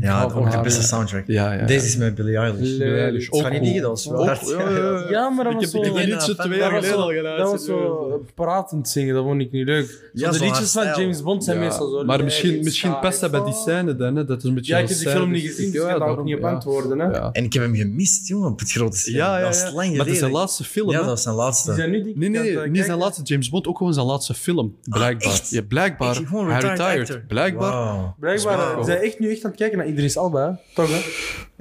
C: Ja,
B: Hou van
C: ook de
B: haar,
C: beste
B: ja.
C: soundtrack.
D: Ja, ja. dus
C: Deze is met Billie Eilish.
B: Billie Eilish,
C: Ook
D: ook
C: Fanny
D: goed.
C: Digidals.
D: Ook- ja, ja, ja.
B: Ja, maar dat
D: Ik
B: was
D: heb
B: zo...
D: ik heb die
C: Ja,
D: liedje
C: dat
D: twee
C: was
D: jaar geleden
B: zo-
D: al geluisterd.
B: Dat was zo pratend zingen, dat vond ik niet leuk.
C: Ja,
B: Zo de
C: zo'n
B: liedjes van
C: stijl.
B: James Bond zijn
D: Ja,
B: meestal zo...
D: Maar
B: leuk.
D: misschien, misschien past dat bij die scène dan, hè? Dat is een beetje
B: Ja, ik
D: een
B: heb die
D: scène,
B: film niet
D: dus-
B: gezien, dus ik kan daar ook
D: daarom,
B: niet op
D: ja.
B: antwoorden, hè.
D: Ja.
C: En ik heb hem gemist, jongen, op het grote scherm.
D: Ja, ja,
C: Dat was
D: ja.
C: lang geleden.
D: Maar dat is zijn laatste film,
C: Ja,
D: hè?
C: dat was zijn
B: Die
C: laatste.
B: zijn nu die
D: Nee, nee,
B: kant,
D: nee,
B: eh,
D: niet zijn
B: kijken.
D: laatste James Bond, ook gewoon zijn laatste film. Blijkbaar.
C: echt?
D: Ja, blijkbaar.
C: Echt gewoon
D: Hij
C: retired
D: retired.
C: actor.
D: Blijkbaar.
C: Wauw.
B: Blijkbaar,
C: Wow.
B: ze zijn echt nu echt aan het kijken naar Idris Alba, hè. Toch, hè?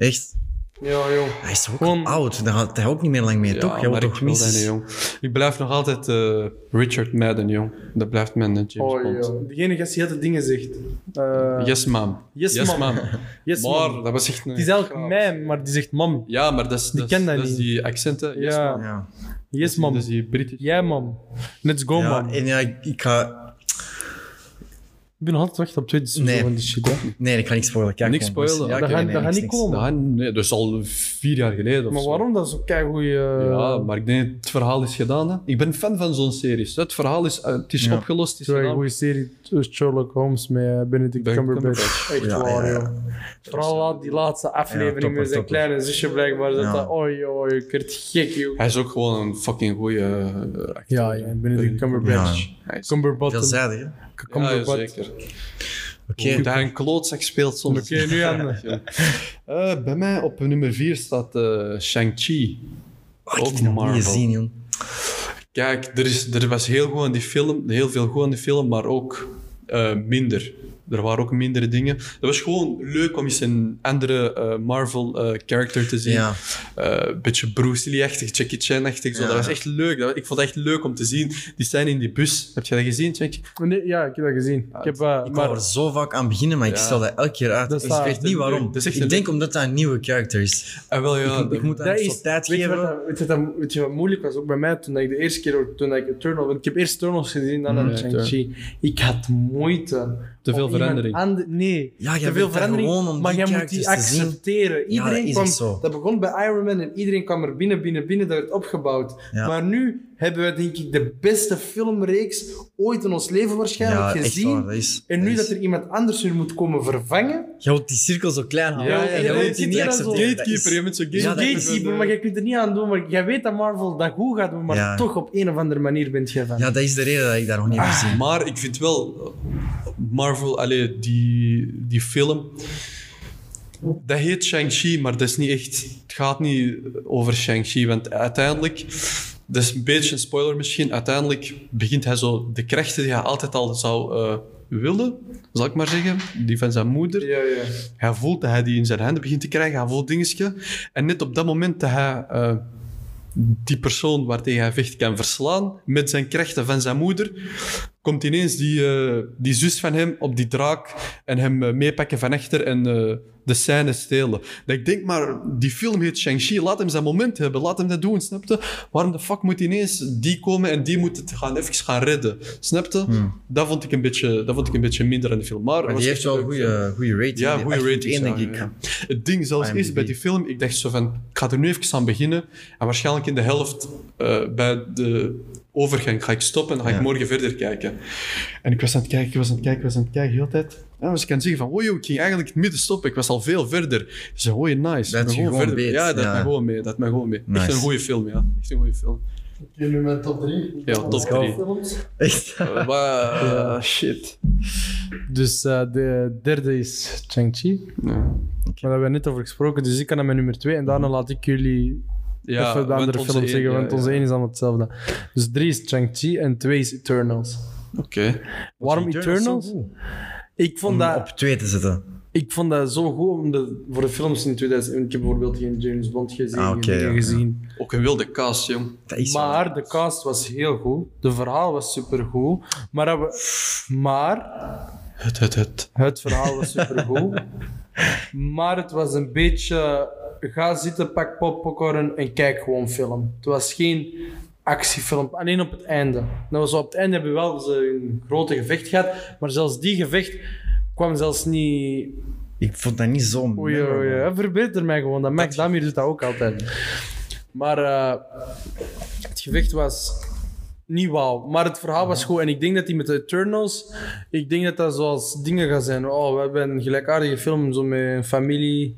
C: Echt.
B: Ja, joh.
C: Hij is ook
B: Gewoon-
C: oud. Dan had hij ook niet meer lang meer,
D: Ja,
C: toch? Jij
D: maar
C: wordt
D: ik
C: toch
D: wil dat niet,
C: mis.
D: jong. Ik blijf nog altijd eh, Richard Madden, jong. Dat blijft mijn eh, James
B: Oh,
D: Bond.
B: joh. Degene gast die heel de dingen zegt. Eh,
D: Yes, ma'am.
B: Yes, ma'am. yes,
D: maar,
B: ma'am.
D: dat was echt... een-
B: Die is eigenlijk mam, maar die zegt mam.
D: Ja, maar dat is, dat,
B: ken
D: is-
B: dat
D: dat is
B: niet.
D: die accenten. Yes, ma'am.
B: Ja.
C: Ja.
B: Yes, mam.
D: Dat is Dus die British.
B: Ja, mam. Let's go,
C: Ja,
B: mam.
C: en ja, ik, ik ga...
B: Ik ben nog altijd wachten op tweede seizoen
C: Nee.
B: van die shit. Hè.
C: Nee, ik ga niks spoilen. Kijk,
D: Niks
C: gewoon, boys.
D: spoilen.
C: Ja,
B: Dat
C: oké,
B: gaat-
C: nee,
B: dat
C: niks,
B: gaat niet
C: niks.
B: komen.
D: Ja, nee, dat is al vier jaar geleden of
B: Maar
D: zo.
B: waarom? Dat is ook kei goeie. eh,
D: Ja, maar ik denk het verhaal is gedaan. Hè. Ik ben fan van zo'n series. Het verhaal is, eh, het is
C: Ja.
D: opgelost. Het is
B: Zo'n
D: gedaan.
B: goede serie eh, Sherlock Holmes met eh, Benedict
D: Ben-
B: Cumberbatch. Echt
C: Ja,
B: waar,
C: ja,
B: joh. Vooral laat die laatste aflevering
C: Ja, topper,
B: met zijn
C: topper.
B: kleine zusje blijkbaar. Dat
C: Ja.
B: dat, oi, oi, ik werd gek, joh.
D: Hij is ook gewoon een fucking goeie eh, acteur.
B: Ja, ja, Benedict Cumberbatch.
D: Hij is-
B: Cumberbatch.
C: Veelzijdig, hè?
D: Ja, ja,
B: Cumberbatch.
D: zeker.
C: Oké.
D: Hoe hij een klootzak speelt soms.
B: Oké, nu aan. de-
D: Eh, bij mij op nummer 4 staat eh, Shang-Chi.
C: Oh, ik heb
D: Ook
C: die nog
D: Marvel.
C: niet gezien, jong.
D: Kijk, er, is, er was heel goed aan die film, heel veel goed aan die film, maar ook eh, minder. Er waren ook mindere dingen. Het was gewoon leuk om eens een andere eh, Marvel-character te zien.
C: Ja.
D: Eh, een beetje Bruce Lee-achtig, Jackie Chan-achtig. zo.
C: Ja.
D: Dat was echt leuk. Dat- ik vond het echt leuk om te zien. Die zijn in die bus. Heb je dat gezien, Jackie?
B: Nee, ja, ik heb dat gezien. Ik heb, eh, maar
C: Ik wou er zo vaak aan beginnen, maar ik
D: Ja.
C: stel dat elke keer uit.
B: Dat is
C: ik
B: waar.
C: weet niet waarom.
D: Dat is echt een-
C: ik denk omdat dat een nieuwe character is.
D: Ah, wel, ja.
C: ik, ik
D: dat-
C: moet
B: dat
C: dat
B: is,
C: zo tijd
B: weet, je wat,
C: geven.
B: dat- weet, je wat dat- weet je wat moeilijk was? Ook bij mij toen ik de eerste keer toen ik Eternal, want ik heb eerst Eternals gezien, dan
D: Mm,
B: mm, Shang-Chi. Ik had moeite.
D: Te
B: om
D: veel
B: iemand
D: verandering.
B: ander- nee,
C: Ja, jij
B: te
C: bent
B: veel
C: daar
B: verandering.
C: gewoon om
B: maar
C: die
B: jij moet die
C: characters te zien.
B: accepteren.
C: Ja, dat
B: Iedereen
C: is
B: kwam,
C: echt zo.
B: dat begon bij Iron Man en iedereen kwam er binnen, binnen, binnen, dat werd opgebouwd.
C: Ja.
B: Maar nu hebben we denk ik de beste filmreeks ooit in ons leven waarschijnlijk
C: Ja, echt
B: gezien.
C: waar, dat is.
B: en nu
C: is-
B: dat er iemand anders hun moet komen vervangen,
C: Je wilt die cirkel zo klein houden.
B: Ja, ja,
C: Je
B: ja,
C: wilt
B: ja,
C: die
B: ja,
C: niet
B: ja,
C: accepteren. Dat
D: Gatekeeper,
C: is-
D: je bent zo'n
C: Ja,
D: gatekeeper.
C: dat is-
B: gatekeeper, Dus maar jij kunt er niet aan doen. Maar jij weet dat Marvel dat goed gaat doen, maar
C: Ja.
B: toch op een of andere manier bent jij van.
C: Ja, dat is de reden dat ik daar nog niet heb gezien.
D: Maar ik vind wel eh, Marvel, allee, die, die film. Dat heet Shang-Chi, maar dat is niet echt. Het gaat niet over Shang-Chi, want uiteindelijk. Dat is een beetje een spoiler misschien. Uiteindelijk begint hij zo de krachten die hij altijd al zou eh, willen, zal ik maar zeggen, die van zijn moeder.
B: ja. ja.
D: Hij voelt dat hij die in zijn handen begint te krijgen. Hij voelt dingetje. En net op dat moment dat hij eh, die persoon waartegen hij vecht kan verslaan, met zijn krachten van zijn moeder, komt ineens die, eh, die zus van hem op die draak en hem eh, meepakken van echter en eh, de scène stelen. Dat ik denk, maar die film heet Shang-Chi, laat hem zijn moment hebben, laat hem dat doen, snapte? Waarom de fuck moet ineens die komen en die moet het gaan, even gaan redden, snapte? Dat, vond ik een beetje, dat vond ik een beetje minder aan de film. Maar,
C: Hmm.
D: eh,
C: Maar die heeft wel een goede rating.
D: Ja,
C: Die
D: goede
C: 8.1
D: ratings,
C: denk
D: ja,
C: ik.
D: ja. het ding zelfs is bij die film, ik dacht zo van, ik ga er nu even aan beginnen. En waarschijnlijk in de helft eh, bij de overgang ga ik stoppen en ga ik morgen verder kijken. En ik was aan het kijken, ik was aan het kijken, ik was aan het kijken, heel de tijd. En was ik aan het zeggen van, oh joh, ik ging eigenlijk in het midden stoppen. Ik was al veel verder. Ik zei, oh je, nice. Ik ben
C: je gewoon beet,
D: Ja, dat
C: ja.
D: me gewoon mee, dat me gewoon mee. Echt
C: Nice.
D: een goede film, ja. Echt een goede film.
B: Jullie met top 3?
D: Ja, top drie.
C: Echt?
D: Eh, maar, eh, shit.
B: Dus eh, de derde is Chang-Chi. Maar
D: Ja.
B: daar hebben we net over gesproken, dus ik kan naar mijn nummer 2 en daarna laat ik jullie
D: Ja,
B: even de
D: want
B: andere
D: onze
B: film
D: één-
B: zeggen,
D: ja,
B: want
D: ja.
B: onze één is allemaal hetzelfde. Dus 3 is Chang-Chi en 2 is Eternals.
D: Oké.
B: Waarom
C: Eternals zo
B: Eternals? Ik vond,
C: Om
B: dat,
C: op twee te zetten.
B: ik vond dat zo goed omdat voor de films in 2000. Ik heb bijvoorbeeld geen James Bond gezien.
C: Ah,
B: geen
C: oké,
B: dingen
C: ja.
B: gezien.
D: Ook een wilde cast, jong.
C: Dat is wel-
B: Maar de cast was heel goed. De verhaal was supergoed. Maar, dat we- maar
D: Het, het, het.
B: het verhaal was supergoed. maar het was een beetje... Ga zitten, pak popcorn en kijk gewoon film. Het was geen actiefilm. Alleen op het einde. Nou, zo op het einde hebben we wel eens een grote gevecht gehad. Maar zelfs die gevecht kwam zelfs niet...
C: Ik vond dat niet zo
B: Oei, oei, oei.
C: memorable.
B: hè. Verbeter mij gewoon. Dat Max Damir doet dat ook altijd. Maar eh, het gewicht was niet wauw. Maar het verhaal was goed. En ik denk dat die met de Eternals... Ik denk dat dat zoals dingen gaan zijn. Oh, we hebben een gelijkaardige film. Zo met een familie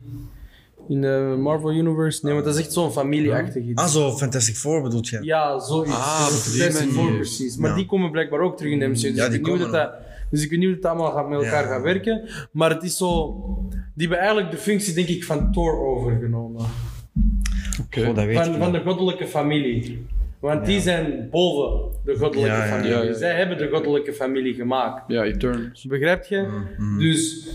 B: in de Marvel Universe. Nee, want dat is echt zo'n familieachtig iets.
C: Ah, zo Fantastic Four bedoelt je?
B: Ja, zoiets.
D: Ah,
B: Dat is
D: op die
B: best
D: manier.
B: voor precies. Maar
C: Ja.
B: die komen blijkbaar ook terug in de MCU. Dus,
C: Ja,
B: ik,
C: die
B: ben benieuwd dat
C: komen
B: dat, dus ik ben benieuwd dat dat allemaal gaat, met elkaar
C: Ja.
B: gaat werken. Maar het is zo... Die hebben eigenlijk de functie, denk ik, van Thor overgenomen.
D: Oké.
C: Oh, dat weet
B: Van,
C: ik
B: van
C: niet.
B: de goddelijke familie. Want die zijn boven de goddelijke
C: Ja, ja,
B: familie.
D: ja, ja, ja.
B: Zij hebben de goddelijke familie gemaakt.
D: Ja, Eternals.
B: Begrijp je?
C: Mm,
B: Dus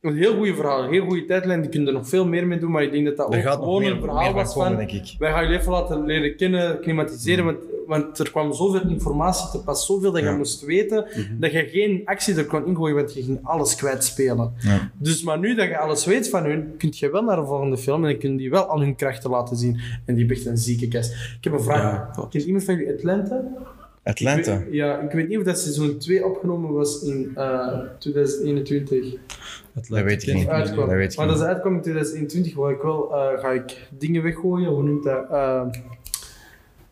B: een heel goede verhaal, een heel goede tijdlijn. Die kunnen er nog veel meer mee doen, maar ik denk dat dat
C: Er
B: ook
C: gaat nog
B: gewoon
C: meer-
B: een verhaal
C: meer van
B: was
C: komen,
B: van.
C: denk ik.
B: Wij gaan jullie even laten leren kennen, klimatiseren, want, want er kwam zoveel informatie te pas, zoveel dat je moest weten,
C: Mhm.
B: dat je geen actie er kon ingooien, want je ging alles kwijtspelen.
C: Ja.
B: Dus maar nu dat je alles weet van hun, kun je wel naar de volgende film en dan kun je die wel al hun krachten laten zien. En die heeft echt een zieke kast. Ik heb een vraag. Kent iemand van jullie Atlanta?
C: Atlanta.
B: Ik weet- ja, ik weet niet of dat seizoen 2 opgenomen was in eh, 2021.
C: Dat weet ik niet.
B: Uitkwam.
C: Dat weet ik
B: maar dat
C: niet.
B: is uitkwam in 2021, waar ik wel eh, ga ik dingen weggooien. Hoe noemt dat? Eh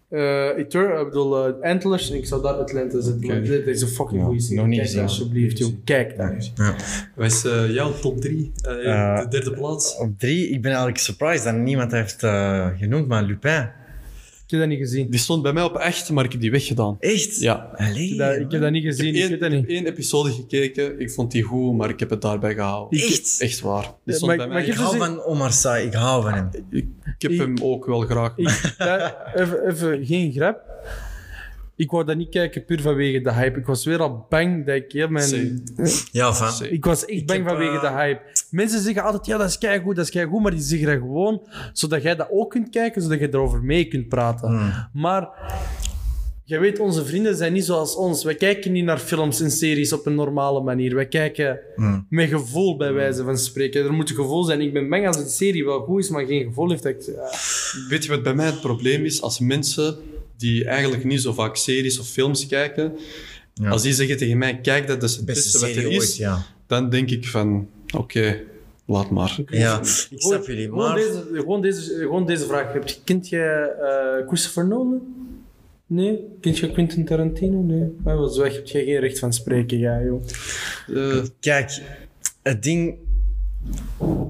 B: eh, Eter, ik bedoel eh, Antlers. En ik zou daar Atlanta zetten. maar Dit is een fucking
C: Ja,
B: goede serie.
C: nog niet
B: Kijk
C: gezien.
B: dat alsjeblieft, jong. Kijk daar.
D: Wat is eh, jouw top 3?
C: Eh,
D: de derde plaats?
C: Op drie, ik ben eigenlijk surprised dat niemand heeft eh, genoemd, maar Lupin.
B: Ik heb dat niet gezien.
D: Die stond bij mij op echt, maar ik heb die weggedaan.
C: Echt?
D: Ja.
C: Allee,
B: Ik heb dat, ik heb dat niet gezien. Ik,
D: Eén-
B: weet
D: ik
B: dat
D: heb
B: niet.
D: één episode gekeken, ik vond die goed, maar ik heb het daarbij gehouden.
C: Echt?
D: Echt waar. Die
B: Ja,
D: stond
B: maar-
D: bij
B: maar
D: mij.
C: Ik
B: je-
D: Ik,
C: hou van Omar Sy, ik hou van hem.
D: heb
B: ik-
D: hem ook wel graag.
B: Ik, dat- even, even geen grap. Ik wou dat niet kijken puur vanwege de hype. Ik was weer al bang dat ik heel mijn...
D: Same.
C: Ja, van.
D: Same.
B: Ik was echt bang
C: heb,
B: vanwege de
C: eh,
B: hype. Mensen zeggen altijd, ja, dat is keigoed, dat is keigoed. Maar die zeggen dat gewoon zodat jij dat ook kunt kijken, zodat je erover mee kunt praten.
C: Hmm.
B: Maar... Je weet, onze vrienden zijn niet zoals ons. Wij kijken niet naar films en series op een normale manier. Wij kijken
C: Hmm.
B: met gevoel, bij wijze van spreken. Er moet gevoel zijn. Ik ben bang als een serie wel goed is, maar geen gevoel heeft. Dat ik, eh, ja.
D: Weet je wat bij mij het probleem is? Als mensen die eigenlijk niet zo vaak series of films kijken, als die zeggen tegen mij, kijk, dat is het beste,
C: Beste
D: wat er
C: serie
D: is,
C: ooit, ja.
D: dan denk ik van, oké, laat maar.
C: Ja, ik snap jullie,
B: Gewoon,
C: maar...
B: deze, gewoon, deze, gewoon deze vraag. Heb je- Kent jij eh Christopher Nolan? Nee. Kent je Quentin Tarantino? Nee. Hij was weg. Heb jij geen recht van spreken, ja, joh.
D: Eh,
C: Kijk, het ding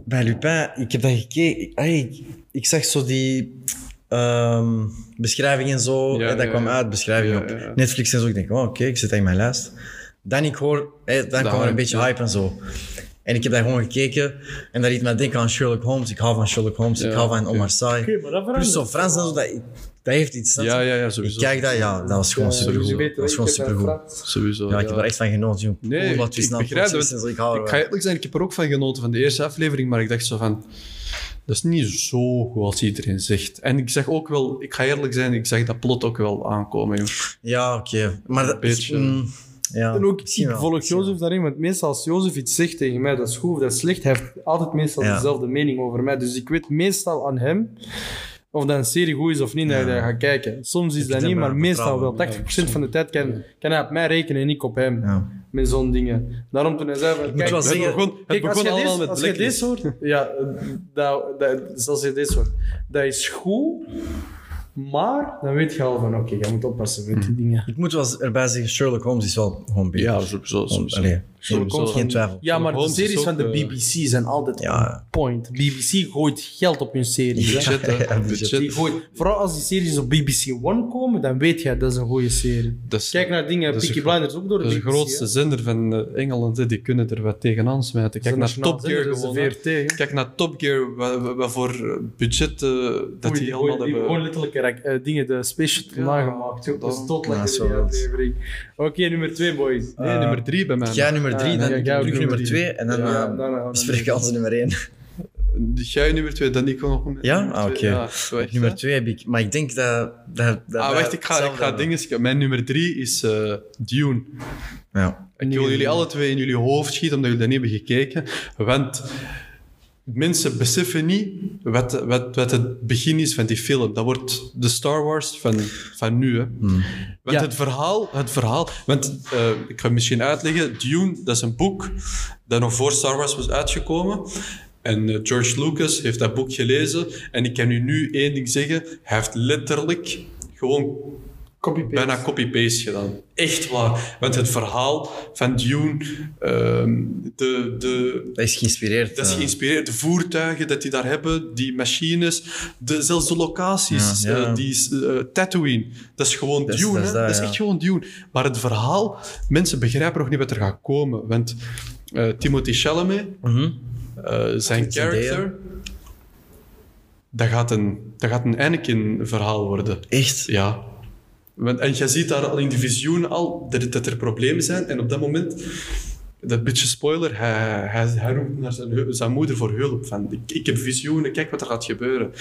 C: bij Lupin, ik heb dat gekeken. Ik, allee, ik, ik zag zo die ehm, beschrijving en zo.
D: Ja,
C: hè, dat
D: ja,
C: kwam
D: ja.
C: uit, beschrijving
D: Ja,
C: op
D: ja, ja.
C: Netflix en zo. Ik denk, oh, oké, ik zit dat in mijn lijst. Dan ik hoor, hè, dan kwam er
D: hype,
C: een beetje
D: ja.
C: hype en zo. En ik heb daar gewoon gekeken. En dat liet mij denken aan Sherlock Holmes. Ik hou van Sherlock Holmes.
D: Ja,
C: ik hou van
D: oké.
C: Omar Sy.
B: Oké, maar dat verandert.
C: Plus zo Frans en zo, dat, dat heeft iets. snap je?
D: ja, ja, ja,
C: ik
D: sowieso.
C: kijk dat, ja, dat was gewoon
B: Ja,
C: supergoed.
B: jullie weten
C: Dat was
B: ik
C: gewoon
B: heb
C: supergoed.
B: een vraag.
D: Sowieso,
C: Ja, ik heb er echt van genoten. Oh, joh.
D: Nee,
C: Cool,
D: ik-
C: wat twist
D: ik
C: na
D: begrijp
C: plot twist
D: dat,
C: en zo, Ik hou
D: Ik
C: er
D: ga
C: wel.
D: eerlijk zijn, ik heb er ook van genoten van de eerste aflevering, maar ik dacht zo van... Dat is niet zo goed als iedereen zegt. En ik zeg ook wel, ik ga eerlijk zijn, ik zag dat plot ook wel aankomen. joh.
C: Ja, oké. Maar dat,
D: Beetje.
C: mm, Ja,
B: En ook,
C: misschien
B: ik
C: wel,
B: volg
C: misschien
B: Jozef daarin, want meestal als Jozef iets zegt tegen mij, dat is goed of dat is slecht, hij heeft altijd meestal
C: Ja.
B: dezelfde mening over mij. Dus ik weet meestal aan hem of dat een serie goed is of niet, dat ik daar ga kijken. Soms is dat
C: hem
B: niet,
C: maar
B: maar meestal wel.
C: vertrouwen,
B: 80% van de tijd kan, kan hij op mij rekenen en ik op hem.
C: Ja.
B: Met zo'n dingen. Daarom toen hij zei van, kijk,
C: wel
B: het
C: zeggen,
B: begon, kijk,
D: begon
B: als je
D: allemaal
B: deze-
D: met
B: Als je
D: Blacklist.
B: deze hoort, ja, eh, dat, dat, zoals je deze hoort, dat is goed, maar dan weet je al van, oké, je moet oppassen met
C: Hmm.
B: die dingen.
C: Ik moet wel erbij zeggen, Sherlock Holmes is wel gewoon beter.
D: Ja, sowieso. sowieso.
C: Allee,
D: Sherlock
C: geen,
D: Holmes
C: geen
D: en-
C: twijfel.
B: Ja, maar de
D: Holmes is
B: series
D: ook,
B: van de
D: eh,
B: BBC zijn altijd
C: Ja.
B: on point. BBC gooit geld op hun series. hè.
D: Budget, hè.
C: Ja, budget.
B: Die
D: budget.
B: gooit, vooral als die series op BBC One komen, dan weet je dat is een goede serie.
D: Dat is-
B: Kijk naar dingen,
D: dat is
B: Peaky
D: een gro-
B: Blinders ook door de
D: Dat is de
B: BBC,
D: grootste
B: hè.
D: zender van eh, Engeland. hè. Die kunnen er wat tegenaan smijten.
B: Dat is
D: Kijk
B: een
D: naar
B: nationaal
D: Top Gear
B: zender, dat
D: gewoon.
B: is de
D: hè.
B: VRT, hè.
D: Kijk naar Top Gear, wa- wa- wat voor eh, budget eh, dat
B: Goeie-
D: die allemaal
B: goeie- die
D: hebben.
B: Gewoon letterlijk eh, eh, dingen, de special
D: Ja,
B: nagemaakt. joh. Dat is
D: daarom.
B: tot lekker
C: Ja,
B: die
C: zo wel.
B: aflevering. Oké, nummer twee, boys.
D: Nee, nummer drie bij mij.
C: Jij nummer drie,
B: Ah,
C: dan
B: ja,
C: ik
B: jij ook
C: Luc
B: nummer
C: nummer
B: drie.
C: twee en dan
B: Ja,
C: eh,
B: dan- dan- dan-
C: is Frikans nummer één.
D: Jij nummer twee, dan ik nog nummer
C: Ja?
D: nummer
C: Ah,
D: twee.
C: oké.
D: Ja, zo echt,
C: Nummer
D: hè.
C: twee heb ik, maar ik denk dat... dat, dat
D: Ah,
C: wij
D: wacht, ik ga, ik
C: hetzelfde
D: ga
C: hebben.
D: dingen... skippen. Mijn nummer drie is eh, Dune.
C: Ja.
D: Ik wil jullie alle twee in jullie hoofd schieten omdat jullie dat niet hebben gekeken. Want mensen beseffen niet wat, wat, wat het begin is van die film. Dat wordt de Star Wars van, van nu. Hè.
C: Hmm.
D: Want
B: Ja.
D: het, verhaal, het verhaal... Want eh, ik ga misschien uitleggen. Dune, dat is een boek dat nog voor Star Wars was uitgekomen. En eh, George Lucas heeft dat boek gelezen. En ik kan u nu één ding zeggen. Hij heeft letterlijk gewoon
B: Copy-paste.
D: bijna copy-paste gedaan. Echt waar. Want het verhaal van Dune, ehm, de, de,
C: Dat is geïnspireerd.
D: dat is
C: eh,
D: geïnspireerd. De voertuigen dat die daar hebben, die machines, de, zelfs de locaties,
C: Ja, ja.
D: eh, die is, eh, Tatooine. Dat is gewoon
C: Dat is- dat
D: Dune, dat
C: is
D: is,
C: dat,
D: dat is
C: ja.
D: echt gewoon Dune. Maar het verhaal, mensen begrijpen nog niet wat er gaat komen. Want eh, Timothy Chalamet,
C: mhm.
D: eh, zijn
C: Zendaya.
D: character, dat gaat een, dat gaat een Anakin-verhaal worden.
C: Echt?
D: Ja. Want, en je ziet daar al in de visioen al dat, dat er problemen zijn. En op dat moment, dat beetje spoiler, hij, hij, hij roept naar zijn, hu- zijn moeder voor hulp. Van, ik, ik heb visioenen, kijk wat er gaat gebeuren.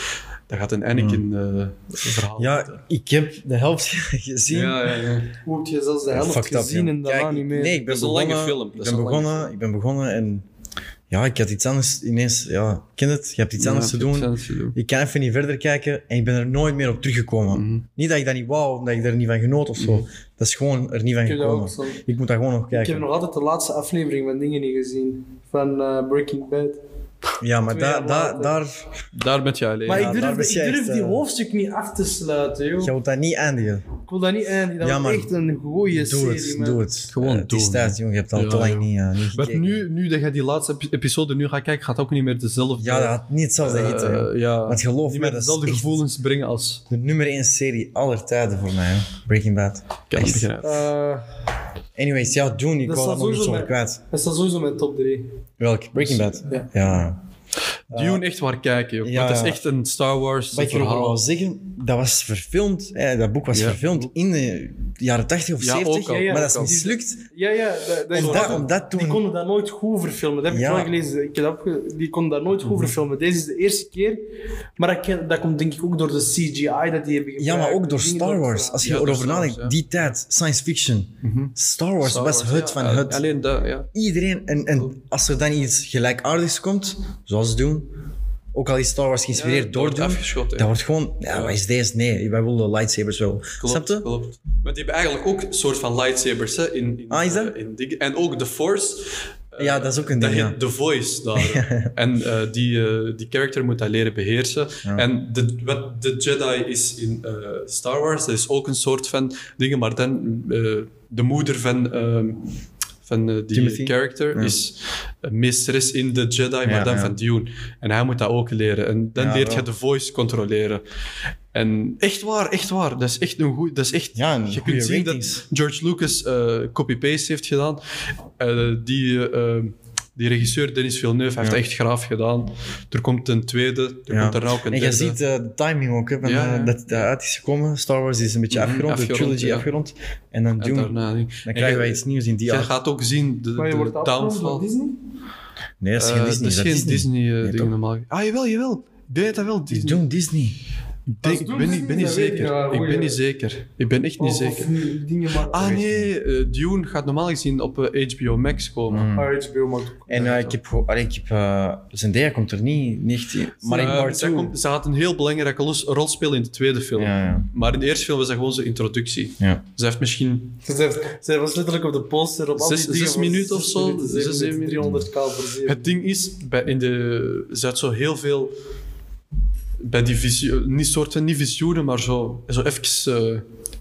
D: Dat gaat een Anakin-verhaal
C: Ja, ik heb de helft gezien.
D: ja, ja, ja.
B: Hoe heb je zelfs de
C: Ja,
B: helft
C: fucked up,
B: gezien
C: ja.
B: en
C: Kijk,
B: daarna niet meer?
C: Nee, ik ben
D: Dat is een
C: begonnen,
D: lange film.
C: Ik
D: Dat is
C: ben,
D: een lange
C: begonnen, ik ben begonnen en... Ja, ik had iets anders ineens... Ja, ik ken het. Je hebt iets anders te doen. Ik kan even niet verder kijken en ik ben er nooit meer op teruggekomen.
B: Mm.
D: Mhm.
C: Niet dat ik dat niet wou, omdat ik er niet van genoot of zo. Dat is gewoon er niet van
B: Ik heb dat ook
C: gekomen.
B: zo.
C: Ik moet daar gewoon nog
B: Ik
C: kijken.
B: heb nog altijd de laatste aflevering van dingen niet gezien. Van eh, Breaking Bad.
C: Ja, maar
B: Twee
C: da,
B: jaar
C: da,
B: later.
C: daar
D: Daar ben je alleen.
B: Maar
C: ja,
B: ik durf,
C: daar ben
B: ik
C: jij
B: durf
C: echt,
B: die
C: eh,
B: hoofdstuk niet af te sluiten, joh.
C: gaat dat niet eindigen.
B: Ik wil dat niet eindigen. Dat
C: Ja,
B: was
C: maar
B: echt een goede
C: Doe
B: serie,
C: het,
B: man.
C: doe het.
D: Gewoon
C: Eh, Het is
D: doen.
C: tijd, jongen. Je hebt al
D: Ja,
C: te lang
D: ja.
C: niet, eh, niet
D: Want
C: gekeken.
D: nu, nu dat je die laatste ep- episode nu gaat kijken, gaat ook niet meer dezelfde...
C: Ja, dat had niet hetzelfde
D: eh,
C: eten. joh.
D: ja,
C: Want geloof
D: niet
C: me,
D: meer
C: dat is
D: dezelfde
C: echt-
D: gevoelens brengen als...
C: De nummer 1 serie aller tijden voor mij, hè. Breaking Bad.
D: Ik kan het begrijpen.
B: Eh,
C: Anyways, ja, doen. Ik
B: Dat
C: wou
B: staat
C: daar nog iets
B: sowieso
C: over kwijt.
B: dat staat sowieso mijn top 3.
C: Welk? Breaking Bad?
B: Ja.
C: Dus, ja.
D: Dune echt waar kijken, joh.
C: Eh, ja,
D: Want het
C: ja.
D: is echt een Star Wars
C: Wat ik erover
D: verhaal.
C: wou zeggen, dat was verfilmd, hè, dat boek was
D: Ja.
C: verfilmd in de jaren 80 of
D: Ja,
C: 70,
D: ook al.
B: Ja, ja,
C: maar
B: ook
C: dat is
B: al.
C: mislukt.
B: Ja, ja. Dat, dat is
C: Om
B: waar.
C: dat, om dat
B: Die
C: toen...
B: konden dat nooit goed verfilmen. Dat heb ik
C: Ja. Mhm.
B: wel gelezen. Ik heb dat opge- die konden dat nooit goed verfilmen. Deze is de eerste keer. Maar dat, ken- dat komt denk ik ook door de CGI dat die hebben gebruikt.
C: Ja, maar ook door
B: Dingen
C: Star Wars. Als je
D: Ja, door
C: erover
D: Star Wars,
C: nadenkt,
D: ja. Mhm.
C: die tijd, science fiction. Star Wars
D: Star
C: was
D: Wars,
C: het
D: ja.
C: van
D: Al-
C: het.
D: Alleen dat, ja.
C: Iedereen, en, en als er dan iets gelijkaardigs komt, zoals ze doen, ook al is Star Wars geïnspireerd
D: Ja,
C: door
D: wordt
C: doen,
D: afgeschoten, ja.
C: dat wordt gewoon, ja, wat is deze? Nee, wij willen lightsabers wel. Snap
D: Klopt,
C: je?
D: klopt. Want die hebben eigenlijk ook een soort van lightsabers hè, in, in,
C: Ah, is dat?
D: eh, in dingen. En ook The Force. eh,
C: Ja, dat is ook een
D: dat
C: ding,
D: heet
C: ja.
D: The Voice daar. en eh, die, eh, die character moet dat leren beheersen. En de, wat de Jedi is in eh, Star Wars, dat is ook een soort van dingen. Maar dan eh, de moeder van... ehm, van eh, die
C: Timothy?
D: character is een meesteres in de Jedi, maar
C: Ja,
D: dan
C: ja.
D: van Dune. En hij moet dat ook leren. En dan
C: Ja,
D: leert je
C: wel.
D: de voice controleren. En echt waar, echt waar. Dat is echt een goed. Dat is echt.
C: Ja, een
D: je
C: goeie
D: kunt zien
C: ratings.
D: dat George Lucas eh, copy-paste heeft gedaan. Eh, die, eh, eh, die regisseur Dennis Villeneuve heeft echt graaf gedaan. Er komt een tweede, er
C: Ja.
D: komt daarna ook een
C: En je
D: derde.
C: ziet eh, de timing ook, hè, van,
D: Ja,
C: eh,
D: ja.
C: dat het uit is gekomen. Star Wars is een beetje
D: Mhm,
C: afgerond, de
D: afgerond,
C: trilogy
D: ja.
C: afgerond. En dan
D: en
C: Dune.
D: daarna. eh, Dan
C: Dan krijgen wij iets nieuws in die
D: Je
C: jaar.
D: gaat ook zien de,
B: Maar je
D: de
B: wordt afgerond door
D: downfall.
B: Disney?
C: Nee, dat is geen
D: Eh,
C: Disney.
D: dat is geen
C: Disney.
D: Disney, eh,
C: Nee,
D: ding
C: toch?
D: normaal. Ah, jawel, jawel. Ik deed dat wel,
C: Die
D: Disney.
C: doen Disney.
D: Ik denk,
B: Als
D: ik
B: doen
D: ben
B: ze
D: niet, ben
B: niet,
D: niet
B: dan weet ik niet
D: zeker.
B: waar-
D: Ik
B: hoe
D: ben
B: je- Oh,
D: niet zeker. Ik ben echt niet
B: Of- of
D: zeker.
B: dingen maken.
D: Ah nee, eh, Dune gaat normaal gezien op eh, HBO Max komen.
C: Mhm.
B: Ah, HBO maakt ook-
C: En eh, ik heb gewoon... Allee, ik heb... eh, Zendaya komt er niet, niet echt in. Maar in
D: Eh,
C: part
D: zij
C: 2...
D: komt- Ze had een heel belangrijke los- rol spelen in de tweede film.
C: Ja, ja.
D: Maar in de eerste film was dat gewoon zijn introductie.
C: Ja.
D: Ze heeft misschien...
B: Ze, heeft- ze was letterlijk op de poster op al die
D: Zes-
B: dingen
D: zes
B: van
D: minuten of zo,
B: minuten,
D: zes
B: zeven minuten,
D: minuten.
B: 300k per zeven.
D: Het ding is, bij, in de, ze had zo heel veel... Bij die visio, niet soort van, niet visioenen, maar zo, zo even... eh,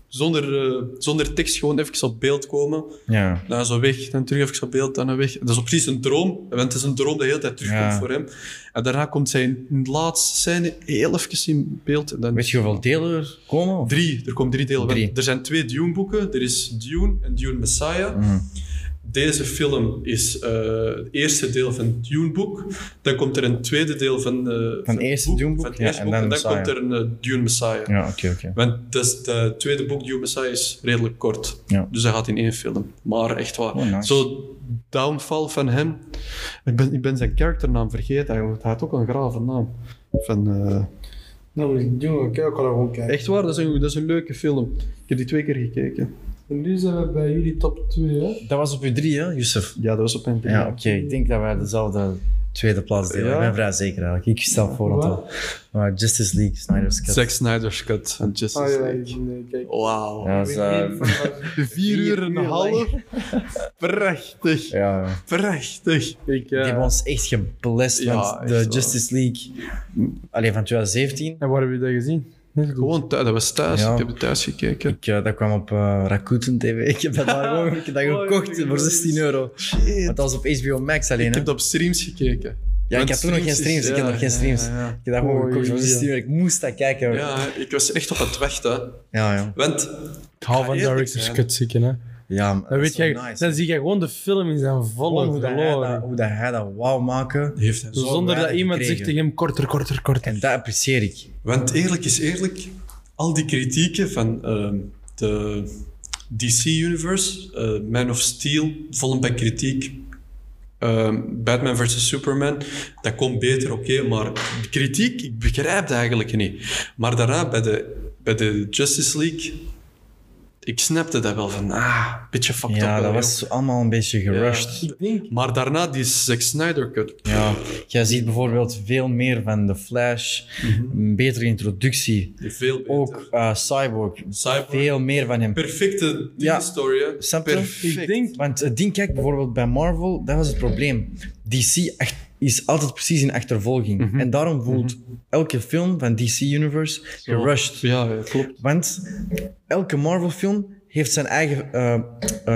D: zonder, eh, zonder tekst gewoon even op beeld komen.
C: Ja.
D: Dan zo weg, dan terug even op beeld, dan weg. Dat is ook precies een droom, want het is een droom die de hele tijd terugkomt
C: Ja.
D: voor hem. En daarna komt zijn laatste scène heel even in beeld. En dan
C: Weet je hoeveel delen er komen? Of-
D: Drie, er komen drie delen.
C: Drie.
D: Want Er zijn twee Dune-boeken. Er is Dune en Dune Messiah.
C: Mhm.
D: Deze film is eh, het eerste deel van het Dune-boek. Dan komt er een tweede deel van, eh,
C: het
D: het
C: eerste
D: boek-
C: Dune-boek,
D: van het
C: ja,
D: eerste
C: en
D: boek.
C: dan
D: En dan
C: Messiah.
D: komt er een eh, Dune Messiah.
C: Ja, oké, oké.
D: Want dat is de tweede boek, Dune Messiah, is redelijk kort.
C: Ja.
D: Dus dat gaat in één film. Maar echt waar.
C: Oh, nice.
D: Zo downfall van hem. Ik ben, ik ben zijn karakternaam vergeten eigenlijk. Hij had ook een grave naam. Van, eh,
B: Nou, maar jongen, kijk, ik ga gewoon kijken.
D: Echt waar, dat is, een, dat is een leuke film. Ik heb die twee keer gekeken.
B: En nu zijn we bij jullie top 2, hè?
C: Dat was op u drie, hè, Youssef?
D: Ja, dat was op mijn drie.
C: Ja, oké. Ik denk dat wij dezelfde tweede plaats delen.
D: Ja?
C: Ik ben vrij zeker eigenlijk. Ik stel voor dat wel. Maar Justice League, Snyder's Cut.
D: Zack Snyder's Cut en Justice
B: Ah ja,
D: League.
B: nee, kijk.
D: Wauw.
C: Ja, dat is, eh,
D: Vier uur en een
C: uur lang.
D: half. Prachtig.
C: ja.
D: Prachtig.
B: Ik,
C: Die hebben
B: eh
C: ons echt geblest,
D: Ja,
C: want
D: echt
C: de
D: wel.
C: Justice League... Allee, van 2017.
B: en waar hebben we dat gezien?
D: Gewoon thuis. Dat was thuis.
C: Ja.
D: Ik heb het thuis gekeken.
C: Ik, eh, dat kwam op eh, Rakuten TV. Ik heb dat daar gewoon ik heb dat gekocht voor 16 euro. Want dat was op HBO Max alleen,
D: Ik
C: hè.
D: heb dat op streams gekeken.
C: Ja, ik
D: Want
C: had toen nog geen streams. Ik had nog geen streams.
D: Ja, ja,
C: Ik heb dat gewoon
B: Oei,
C: gekocht voor
B: ja.
C: 16 euro. Ik moest dat kijken. hoor.
D: ja.
C: Ja,
D: Ja, ik was echt op het wachten.
C: ja.
D: Want
B: Ik hou van
D: Ja, eerlijk
B: director's
D: zijn.
B: cut zieken, hè?
C: Ja, maar
B: Dan, weet
C: is wel
B: jij, dan zie je gewoon de film in zijn volle
C: Gewoon hoe, dat hij, dat,
B: glorie.
C: hoe dat hij dat wou maken.
D: heeft hij zo.
B: Zonder dat
C: weinig
B: iemand zegt
C: gekregen.
B: tegen hem korter, korter, korter.
C: En dat apprecieer ik.
D: Want eerlijk is eerlijk, al die kritieken van ehm, de DC-universe, eh, Man of Steel, volop bij kritiek. ehm, Batman vs. Superman, dat komt beter, oké, maar de kritiek, ik begrijp dat eigenlijk niet. Maar daarna bij de, bij de Justice League, ik snapte dat wel van, ah, beetje fucked up.
C: Ja,
D: wel,
C: dat
D: joh.
C: was allemaal een beetje gerushed.
B: Ik denk,
D: Maar daarna die Zack Snyder cut.
C: Ja. Jij ziet bijvoorbeeld veel meer van The Flash, een betere introductie.
D: Die Veel beter.
C: Ook eh, Cyborg,
D: Cyborg.
C: veel meer van hem.
D: Perfecte
C: Ja.
D: story, hè.
C: Snap je?
D: Perfect.
B: ik denk
C: Want het ding, kijk, bijvoorbeeld bij Marvel, dat was het probleem. DC echt- is altijd precies in achtervolging. En daarom voelt elke film van DC Universe gerushed.
D: Ja, ja, klopt.
C: Want elke Marvel-film heeft zijn eigen eh, eh,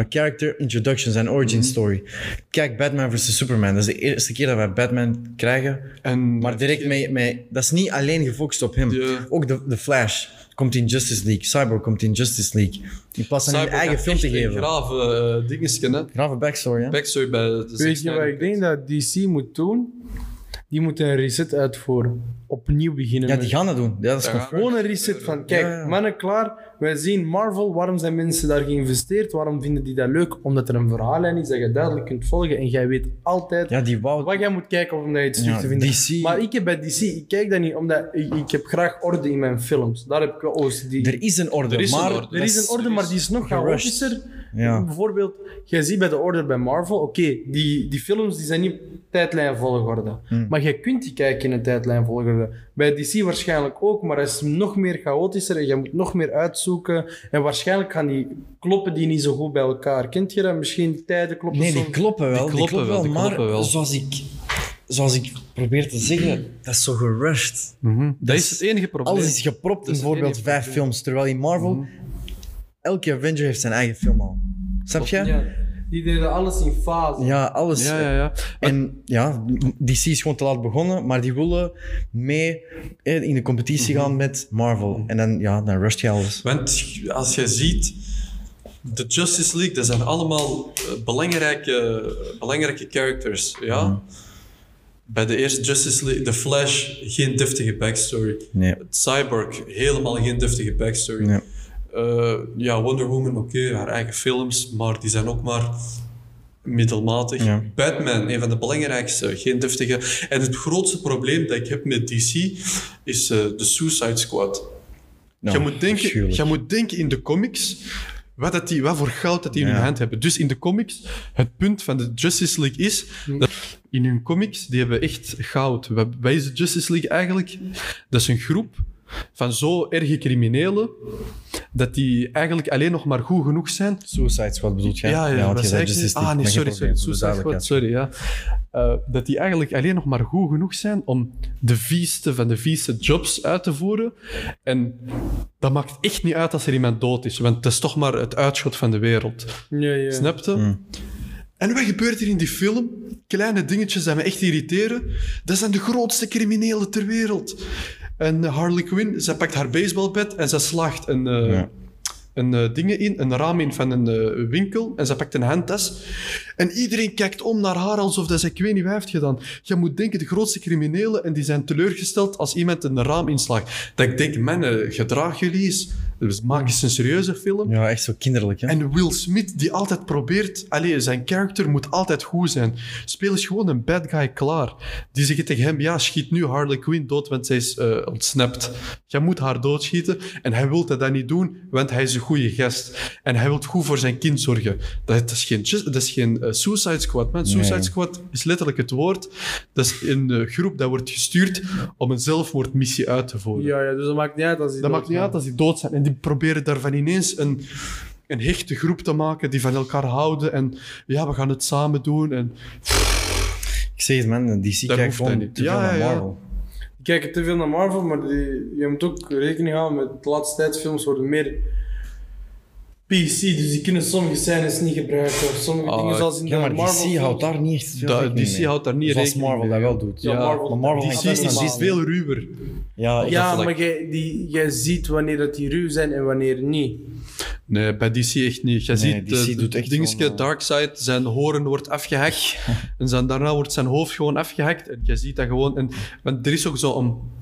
C: character introduction, zijn origin story. Kijk, Batman vs. Superman. Dat is de eerste keer dat wij Batman krijgen.
D: En
C: Maar direct mee, mee- dat is niet alleen gefocust op hem.
D: Ja.
C: Ook de, de Flash komt in Justice League. Cyborg komt in Justice League. In plaats van
D: Cyborg
C: hun eigen
D: had
C: film te
D: echt Een
C: geven.
D: grave eh, dingetje, hè.
C: Grave backstory, hè?
D: Backstory bij de Zack
B: Weet je
D: Snyder
B: wat ik
D: cut.
B: denk dat DC moet doen? Die moeten een reset uitvoeren. Opnieuw beginnen.
C: Ja,
B: met-
C: die gaan dat doen. Ja, dat is
D: Ja.
C: confirmed.
B: Gewoon een reset van, kijk,
C: Ja, ja.
B: mannen, klaar. Wij zien Marvel, waarom zijn mensen daar geïnvesteerd? Waarom vinden die dat leuk? Omdat er een verhaallijn is dat je duidelijk kunt volgen. En jij weet altijd
C: Ja, die wou...
B: wat jij moet kijken om dat iets terug
C: Ja,
B: te vinden.
C: DC.
B: Maar ik heb bij DC, ik kijk dat niet, omdat ik, ik heb graag orde in mijn films. Daar heb ik wel OCD.
C: Er is een orde,
D: Er is een
C: maar...
D: orde.
B: Er is een orde, maar die is nog
C: Gerust.
B: chaotischer.
C: Ja.
B: Bijvoorbeeld, jij ziet bij de orde bij Marvel, oké, die, die films die zijn niet tijdlijnvolgorde.
C: Hmm.
B: Maar jij kunt die kijken in een tijdlijnvolgorde. Bij DC waarschijnlijk ook, maar dat is nog meer chaotischer en je moet nog meer uitzoeken. En waarschijnlijk gaan die kloppen die niet zo goed bij elkaar. Kent je dat? Misschien tijden kloppen
C: Nee, die
B: soms-
C: kloppen wel. Die kloppen, wel,
D: die
C: maar
D: kloppen wel.
C: Zoals, ik, zoals ik probeer te zeggen, dat is zo gerushed.
D: Dat is het enige probleem.
C: Alles is gepropt in
D: is het
C: bijvoorbeeld
D: enige Mhm.
C: vijf films, terwijl in Marvel elke Avenger heeft zijn eigen film al. Snap je? Ja,
B: Ja, die deden alles in fase.
C: alles. eh,
D: Ja, ja, ja.
C: En ja, DC is gewoon te laat begonnen, maar die willen mee eh, in de competitie
D: Mhm.
C: gaan met Marvel. En dan, ja, dan rusht je alles.
D: Want als je ziet, de Justice League, dat zijn allemaal eh, belangrijke, belangrijke characters, ja?
C: Mm.
D: Bij de eerste Justice League, de Flash, geen deftige backstory.
C: Nee.
D: Cyborg, helemaal geen deftige backstory.
C: Nee.
D: Eh, ja, Wonder Woman, oké, haar eigen films, maar die zijn ook maar middelmatig.
C: Ja.
D: Batman, een van de belangrijkste, geen deftige. En het grootste probleem dat ik heb met DC is eh, de Suicide Squad.
C: Nou,
D: je, moet denken,
C: afschuwelijk.
D: je moet denken in de comics. Wat, dat die, wat voor goud dat die in hun hand hebben. Dus in de comics, het punt van de Justice League is. Dat in hun comics, die hebben echt goud. Wat, wat is de Justice League eigenlijk? Dat is een groep van zo erge criminelen. dat die eigenlijk alleen nog maar goed genoeg zijn
C: Suicide Squad bedoelt jij?
D: ja, ja,
C: want
D: dat
C: je dus,
D: zei ik
C: zei
D: niet.
C: Justice League,
D: Ah, nee,
C: maar geen
D: sorry, sorry.
C: probleem, dus
D: Suicide
C: duidelijk,
D: Squad, sorry, ja. Eh, dat die eigenlijk alleen nog maar goed genoeg zijn om de vieste van de vieste jobs uit te voeren. En dat maakt echt niet uit als er iemand dood is, want dat is toch maar het uitschot van de wereld.
B: Ja, ja.
D: Snapte? eh, En wat gebeurt er in die film? Kleine dingetjes die me echt irriteren. Dat zijn de grootste criminelen ter wereld. En Harley Quinn, zij pakt haar baseballbat en ze slaagt een, eh, een eh, dingen in, een raam in van een eh, winkel. En ze pakt een handtas. En iedereen kijkt om naar haar alsof dat ze ik weet niet wat heeft gedaan. Je moet denken, de grootste criminelen, en die zijn teleurgesteld als iemand een raam inslaagt. Dat ik denk, man, eh, gedraag jullie eens. Dus maak eens een serieuze film.
C: Ja, echt zo kinderlijk, hè?
D: En Will Smith, die altijd probeert... Allee, zijn character moet altijd goed zijn. Speel eens gewoon een bad guy klaar. Die zegt tegen hem, ja, schiet nu Harley Quinn dood, want zij is eh, ontsnapt. Jij moet haar doodschieten. En hij wil dat dan niet doen, want hij is een goede gast. En hij wil goed voor zijn kind zorgen. Dat, dat is geen, ju- dat is geen eh, Suicide Squad, man. Suicide Squad is letterlijk het woord. Dat is een eh, groep dat wordt gestuurd om een zelfmoordmissie uit te voeren.
B: Ja, ja, dus dat maakt niet uit als die
D: Dat
B: dood
D: maakt niet
B: gaat.
D: uit als die dood zijn. En die proberen daarvan ineens een, een hechte groep te maken die van elkaar houden. En ja, we gaan het samen doen. En
C: Ik zeg het, man, DC
D: dat
C: kijkt
D: hoeft hij
C: gewoon
D: niet.
C: te veel
D: Ja, ja,
C: naar
D: ja.
C: Marvel.
B: Ik kijk te veel naar Marvel, maar die, je moet ook rekening houden met de laatste tijd films worden meer PC, dus die kunnen sommige scènes niet gebruiken of sommige
D: Ah,
B: dingen zoals in
C: Ja,
B: de
C: maar
B: Marvel
C: DC
B: films.
C: houdt daar niet echt veel
D: Da-
C: rekening
D: DC
C: mee.
D: houdt daar niet
C: Zoals
D: rekening
C: Marvel
D: mee.
C: dat wel doet.
B: Ja, Marvel,
C: maar Marvel
D: DC
C: gaat
D: is,
C: best normaal.
D: is veel ruwer.
C: Ja, ik
B: Ja,
C: dacht,
B: maar jij die- jij ziet wanneer dat die ruw zijn en wanneer niet.
D: Nee, bij DC echt niet. Je ziet,
C: DC
D: eh,
C: doet echt
D: dingetje,
C: gewoon, eh,
D: Darkseid, zijn horen wordt afgehakt. en zijn, daarna wordt zijn hoofd gewoon afgehakt. En je ziet dat gewoon. En, want er is ook zo'n...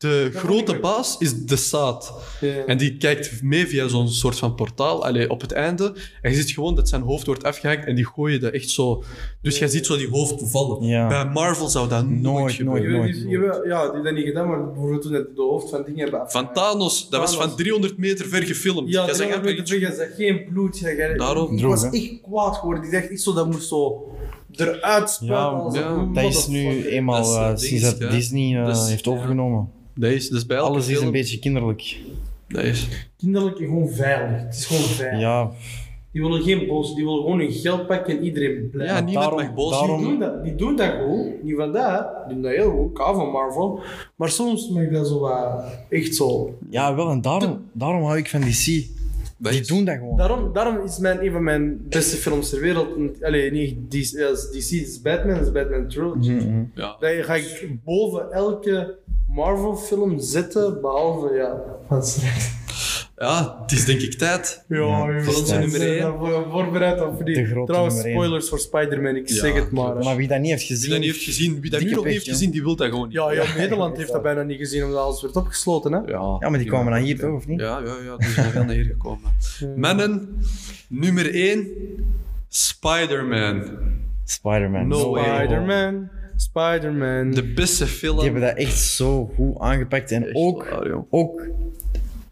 D: De grote baas is de Saad.
B: Ja.
D: En die kijkt mee via zo'n soort van portaal allee, op het einde. En je ziet gewoon dat zijn hoofd wordt afgehakt en die gooien dat echt zo. Dus jij ziet zo die hoofd vallen.
C: Ja.
D: Bij Marvel zou dat nooit,
C: Nooit,
D: gebeuren.
C: nooit.
B: Je weet niet- je weet- ja, die dat niet gedaan, maar bijvoorbeeld toen dat de hoofd van dingen hebben
D: Van Thanos, dat was van
B: Thanos.
D: 300 meter ver gefilmd.
B: Ja,
D: Jij
B: dat
D: zegt,
B: zegt
D: "Ah,
B: de jij zegt geen bloed. jij- jij-
D: Daarom.
B: Ik was echt kwaad geworden. Ik dacht echt zo, dat moest zo eruit
C: Ja,
B: spuiten. als
D: ja.
B: een
C: dat is nu
B: motherfucker.
C: eenmaal
D: Dat is
C: eh,
D: een
C: sinds
D: dingetje,
C: dat
D: hè.
C: Disney eh,
D: Dat is-
C: heeft
D: ja.
C: overgenomen.
D: Dat is, dat is bij elke
C: Alles is
D: film-
C: een beetje kinderlijk.
D: Dat is.
B: Kinderlijk en gewoon veilig. Het is gewoon veilig.
C: Ja,
B: Die willen geen boos, die willen gewoon hun geld pakken en iedereen blij.
D: Ja,
B: maken.
D: niemand
C: daarom-
D: mag boos
C: daarom-
B: die, doen dat, die doen dat goed. Niet van dat, die doen dat heel goed. Ik hou van Marvel. Maar soms mag ik dat zo wat, echt zo.
C: ja wel, en daarom, daarom hou ik van DC.
D: Dat
C: Die
D: is-
C: doen dat gewoon.
B: Daarom, daarom is mijn, een van mijn beste films ter wereld. en- Allee, niet DC, dat is DC, dat is Batman, dat is Batman Trilogy.
C: Mm,
D: Ja.
B: Daar ga ik boven elke Marvel-film zitten, behalve ja. Wat is het?
D: ja, het is denk ik tijd.
B: Ja, Eh,
D: voor onze nummer één.
B: Voorbereid op
C: De
B: die.
C: grote
B: Trouwens,
C: nummer één.
B: spoilers voor Spider-Man, ik
D: Ja,
B: zeg het maar. hè.
C: Maar eh, wie dat niet heeft
D: Wie
C: gezien...
D: dat niet heeft gezien, wie dat nu
C: Dikke
D: nog niet heeft
C: pech,
D: gezien, die wil dat gewoon niet.
B: Ja, ja, Nederland heeft dat bijna niet gezien omdat alles werd opgesloten. Hè?
D: Ja,
C: Ja, maar die kwamen dan hier toch, of niet?
D: Ja, ja, ja, die is wel veel naar hier gekomen. Mannen, nummer 1, Spider-Man.
C: Spider-Man.
D: No way.
B: Spider-Man, Spider-Man.
D: De beste film.
C: Die hebben dat echt zo goed aangepakt. En
D: Echt
C: ook,
D: waar, joh.
C: ook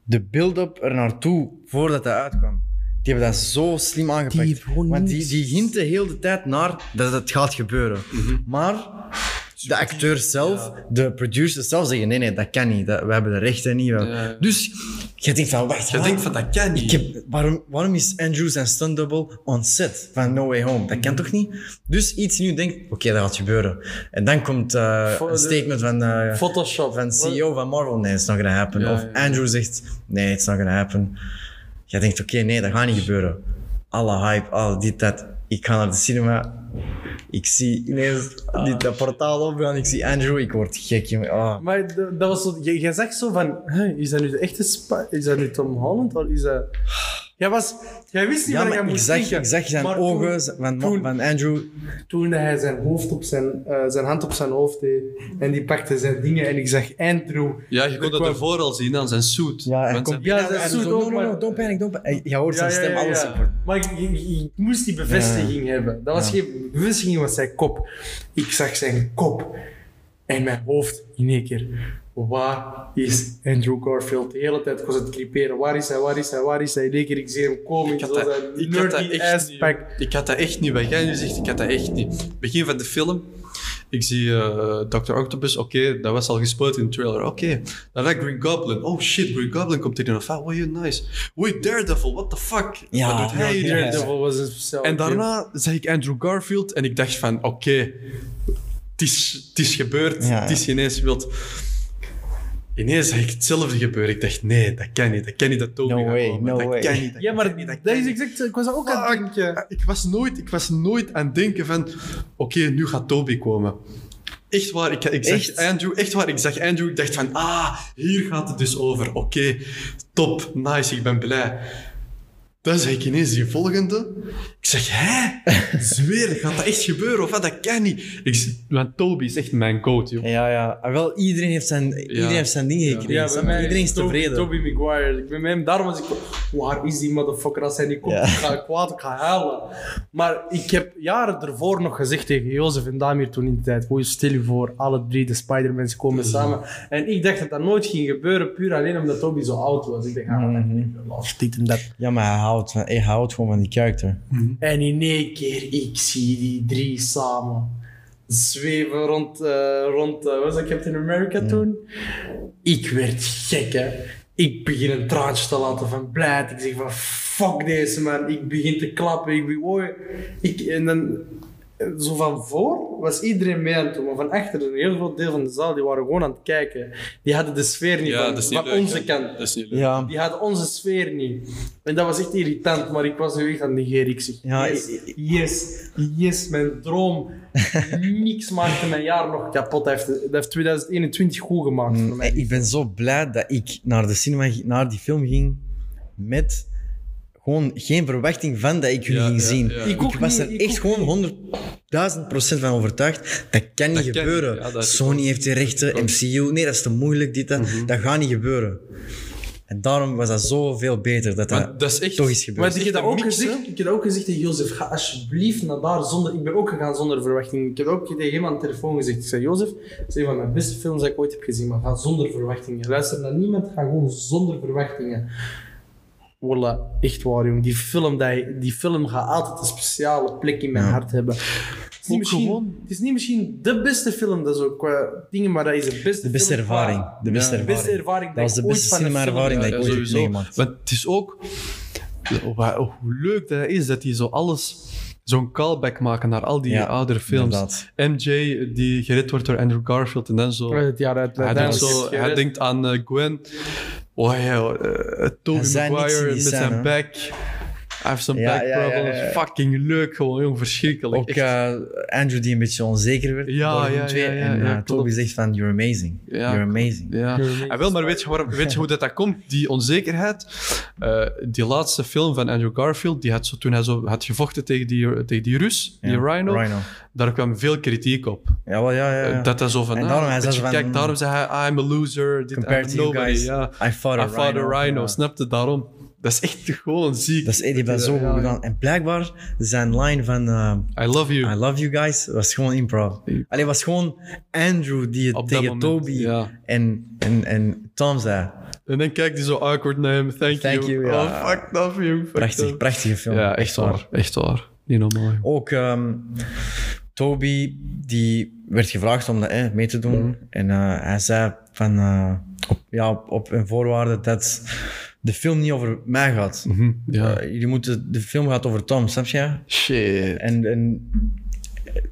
C: de build-up er naartoe voordat dat uitkwam. Die hebben dat zo slim aangepakt. Want die, die hinten heel de tijd naar dat het gaat gebeuren.
D: Mhm.
C: Maar de acteurs zelf, de producers zelf zeggen: nee, nee, dat kan niet. Dat, we hebben de rechten niet. We-
D: Ja.
C: Dus je denkt: van, wacht,
D: Eh, Je
C: wat?
D: denkt van dat kan niet.
C: Ik heb, waarom, waarom is Andrews en stunt double on set van No Way Home? Dat kan
B: Mhm.
C: toch niet? Dus iets nu denkt, oké, dat gaat gebeuren. En dan komt eh,
B: Voor
C: een
B: de-
C: statement van, eh,
B: Photoshop.
C: van CEO van Marvel, nee, it's not gonna happen.
D: Ja,
C: of
D: ja, ja.
C: Andrew zegt, nee, it's not gonna happen. Jij denkt, oké, nee, dat gaat niet gebeuren. Alle hype, al dit, dat. Ik ga naar de cinema. Ik zie ineens
B: Ah.
C: dit, dat portaal opgaan. Ik zie Andrew, ik word gek. jongen. Ah.
B: Maar d- dat was zo, jij, jij zegt zo van, hè, is dat nu de echte Spi- Is dat nu Tom Holland? Of is dat... Jij, was, jij wist niet waar
C: Ja,
B: jij
C: maar ik
B: moest
C: zag,
B: denken.
C: ik zag zijn
B: Maar toen-
C: ogen z- van,
B: toen-
C: van Andrew.
B: Toen hij zijn, hoofd op zijn, eh, zijn hand op zijn hoofd deed en die pakte zijn dingen en ik zag Andrew.
D: Ja, je kon dat
B: kwam-
D: ervoor al zien aan zijn suit.
C: Ja, hij
D: Want
C: komt
D: zijn-
B: Ja,
C: binnen
B: dat
C: en
B: is
C: zo,
B: zo
C: no, no, no,
B: maar-
C: don't panic, don't panic. Je hoort zijn stem, alles.
B: Maar ik, ik- ik moest die bevestiging hebben. Dat was geen bevestiging, het was zijn kop. Ik zag zijn kop en mijn hoofd in één keer. Waar is Andrew Garfield? De hele tijd was het creperen. Waar is hij, waar is hij, waar is hij? In één keer, ik zie hem komen.
D: Ik
B: Ik
D: had,
B: zo
D: dat,
B: zijn
D: ik, had dat
B: nerdy
D: echt
B: ass
D: niet,
B: pack.
D: ik had dat echt niet. Wat jij nu zegt, ik had dat echt niet. Begin van de film, ik zie eh, Dr. Octopus. Oké, dat was al gespeeld in de trailer. Oké. Daarna Green Goblin. Oh shit, Green Goblin komt hierin. Of, ah, oh, you nice. Oei, Daredevil, what the fuck?
C: Ja,
D: Wat doet hij hier?
C: ja, ja.
B: Daredevil was een speciaal
D: En
B: film.
D: daarna zag ik Andrew Garfield en ik dacht van, oké, het is, het is gebeurd,
C: Ja, ja.
D: het is ineens wild. Ineens zag ik hetzelfde gebeuren. Ik dacht, nee, dat kan niet, dat kan niet, dat Toby
C: No
D: gaat
C: way,
D: komen.
C: no
D: dat
C: way.
D: Kan niet, dat
B: Ja,
D: kan
B: maar
D: niet,
B: dat
D: kan
B: is
D: niet.
B: exact... Ik was dat ook aan het denken.
D: Ik was nooit, ik was nooit aan het denken van, oké, nu gaat Toby komen. Echt waar, ik, ik zag
C: Echt?
D: Andrew, echt waar, ik zag Andrew, ik dacht van, ah, hier gaat het dus over. Oké, top, nice, ik ben blij. Dan zag ik ineens die volgende. Ik zeg, hè? Zweer, gaat dat echt gebeuren? Of wat? Dat kan niet. Ik, z- want Toby is echt mijn goat, joh.
C: Ja, ja. Ah, Wel, iedereen heeft zijn, iedereen heeft zijn dingen gekregen.
B: Ja, bij
C: snap je?
B: mij
C: iedereen is
B: Toby-
C: tevreden.
B: Toby Maguire. Ik ben met hem, daarom was ik van, waar is die motherfucker? Als hij niet komt, ik ga ik kwaad, ik ga huilen. Maar ik heb jaren ervoor nog gezegd tegen Jozef en Damir toen in die tijd, hoe stil je voor, alle drie de Spider-Mans
C: Mhm.
B: komen samen. En ik dacht dat dat nooit ging gebeuren, puur alleen omdat Toby zo oud was. Ik dacht, ah, wat
C: Mhm.
B: heb ik verlost, dit en dat.
C: Ja, maar hij houdt, van, hij houdt gewoon van die character.
B: En in één keer, ik zie die drie samen zweven rond, eh, rond eh, was dat Captain America toen? Ik werd gek, hè. Ik begin een traantje te laten van blijd. Ik zeg van, fuck deze man. Ik begin te klappen. Ik begin, oh, ik, en dan, eh, zo van voor was iedereen mee aan het doen. Maar van achter, een heel groot deel van de zaal, die waren gewoon aan het kijken. Die hadden de sfeer niet van, van
D: leuk,
B: onze
D: hè.
B: kant.
D: Dat is niet leuk.
C: Ja.
B: Die hadden onze sfeer niet. En dat was echt irritant, maar ik was nu echt aan de geer. Ik zeg,
C: Ja,
B: yes,
C: ik-
B: yes, yes, mijn droom. Niks maakte mijn jaar nog kapot. Dat heeft, dat heeft 2021 goed gemaakt voor mij.
C: Eh, Ik ben zo blij dat ik naar de cinema, ging- naar die film ging met gewoon geen verwachting van dat ik jullie
D: Ja,
C: ging
D: ja,
C: zien.
D: ja.
C: Ik,
B: Ik ook
C: was
B: niet,
C: er
B: ik
C: echt
B: ook
C: gewoon 100.000 procent van overtuigd. Dat kan niet
D: kan
C: gebeuren.
D: niet, ja, dat Mhm. is-
C: Sony heeft die rechten, MCU. Nee, dat is te moeilijk. Dit, dat, dat gaat niet gebeuren. En daarom was dat zoveel beter dat dat,
D: Maar dat is echt-
C: toch is gebeurd.
B: Maar ik heb, dat
D: een
B: ook
D: mix,
B: gezegd, ik heb dat ook gezegd tegen Jozef, ga alsjeblieft naar daar zonder... Ik ben ook gegaan zonder verwachting. Ik heb ook tegen hem aan de telefoon gezegd. Ik zei, Jozef, dat is een van mijn beste films dat ik ooit heb gezien, maar ga zonder verwachtingen. Luister naar niemand, ga gewoon zonder verwachtingen. Voilà, echt waar, jong. Die film, dat, die film gaat altijd een speciale plek in mijn hart hebben. Het is, niet
D: Ook
B: misschien,
D: gewoon-
B: het is niet misschien de beste film, dat is ook qua dingen, maar dat is de beste
C: De beste
B: film qua-
C: ervaring. De beste
B: de
C: ervaring.
B: beste ervaring
C: Dat was de
B: ik ooit
C: beste
B: van een film
C: cinema-ervaring
B: heb.
C: dat ik ooit heb meegemaakt.
D: Want het is ook wa- hoe leuk dat is dat die zo alles, zo'n callback maken naar al die
C: Ja,
D: oudere films.
C: inderdaad.
D: MJ die gered wordt door Andrew Garfield en dan zo.
B: Uit het jaar uit
D: Hij, denkt,
B: Nederland.
D: zo, hij denkt aan eh, Gwen. Oh ja, eh, Tobey
C: Er zijn niks in
D: Maguire
C: die
D: met
C: scène,
D: zijn
C: hè?
D: back. Hij heeft zijn
C: Ja,
D: back
C: ja, ja,
D: problems.
C: ja, ja.
D: Fucking leuk gewoon, jong, verschrikkelijk.
C: Ook
D: Echt.
C: eh, Andrew die een beetje onzeker werd.
D: Ja,
C: door hun
D: ja, ja,
C: twee.
D: ja,
C: en
D: ja,
C: eh,
D: klopt.
C: Toby zegt van, you're amazing.
D: Ja,
C: you're amazing.
D: Ja. Ah, wel, maar weet je, waarom, weet je hoe dat, dat komt? Die onzekerheid. Eh, die laatste film van Andrew Garfield, die had zo, toen hij zo had gevochten tegen die, tegen die Rus, die Rhino,
C: Rhino.
D: daar kwam veel kritiek op.
C: Jawel, ja, ja, ja.
D: Dat dat zo van,
C: En
D: ah,
C: daarom hij
D: weet
C: zei
D: je,
C: zo van-
D: kijk, daarom zei hij, "Ah, I'm a loser, dit, I'm
C: Compared to you
D: nobody.
C: guys,
D: ja.
C: I fought a
D: I fought
C: rhino.
D: a rhino,
C: Ja.
D: snapte daarom. Dat is echt gewoon ziek.
C: Dat is, die hebben dat zo goed gedaan. En blijkbaar zijn line van eh,
D: I love you.
C: I love you guys was gewoon improv. Alleen was gewoon Andrew die het
D: Op dat
C: tegen
D: moment,
C: Toby
D: ja.
C: en, en, en Tom zei.
D: En dan kijkt hij zo awkward naar hem, thank,
C: Thank you, ja.
D: Oh, fucked up, you. fucked
C: Prachtig,
D: up.
C: prachtige film.
D: eh. Ja, echt waar, echt waar. Niet normaal. joh.
C: Ook ehm, Toby, die werd gevraagd om dat, eh, mee te
D: Mhm.
C: doen. En eh, hij zei van, eh, op, ja, op, op een voorwaarde dat de film niet over mij gaat.
D: Hm, Ja.
C: Eh, jullie moeten, de film gaat over Tom, snap je?
D: Shit.
C: En, en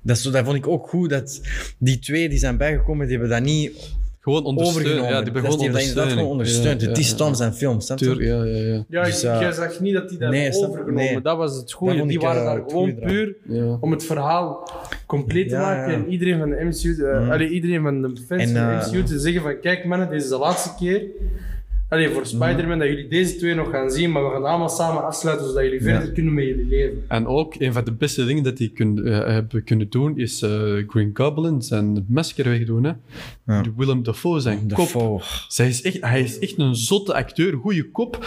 C: dat, is zo, dat vond ik ook goed, dat die twee die zijn bijgekomen, die hebben dat niet
D: Gewoon ondersteunen.
C: overgenomen.
D: Ja, die
C: Dat is-
D: begon
C: hebben dat inderdaad
D: ondersteuning.
C: gewoon ondersteund.
D: Ja,
C: Het
D: ja,
C: is Tom zijn film, snap je?
D: Tuur, ja, ja, ja.
B: Ja,
C: Dus,
B: ik-
C: eh,
B: jij zag niet dat die dat
C: nee,
B: hebben
C: snap-
B: overgenomen.
C: nee.
B: Dat was het
C: Dat
B: goede.
C: vond
B: Die
C: ik,
B: waren
C: eh,
B: daar
C: het
B: gewoon
C: goede eraan.
B: puur
D: Ja.
B: om het verhaal compleet te
C: Ja,
B: maken.
C: ja. Mm.
B: En iedereen van de MCU, eh, allee, iedereen van de fans
C: En,
B: van
C: eh,
B: de MCU te zeggen van kijk mannen, dit is de laatste keer Allee,
C: Mm.
B: voor Spider-Man, dat jullie deze twee nog gaan zien, maar we gaan allemaal samen afsluiten, zodat jullie verder kunnen met jullie leven.
D: En ook een van de beste dingen dat die kun, eh, hebben kunnen doen, is eh, Green Goblin zijn masker wegdoen. Hè.
C: Ja.
D: De Willem Dafoe zijn kop.
C: Dafoe.
D: Zij is echt, hij is echt een zotte acteur, goede kop.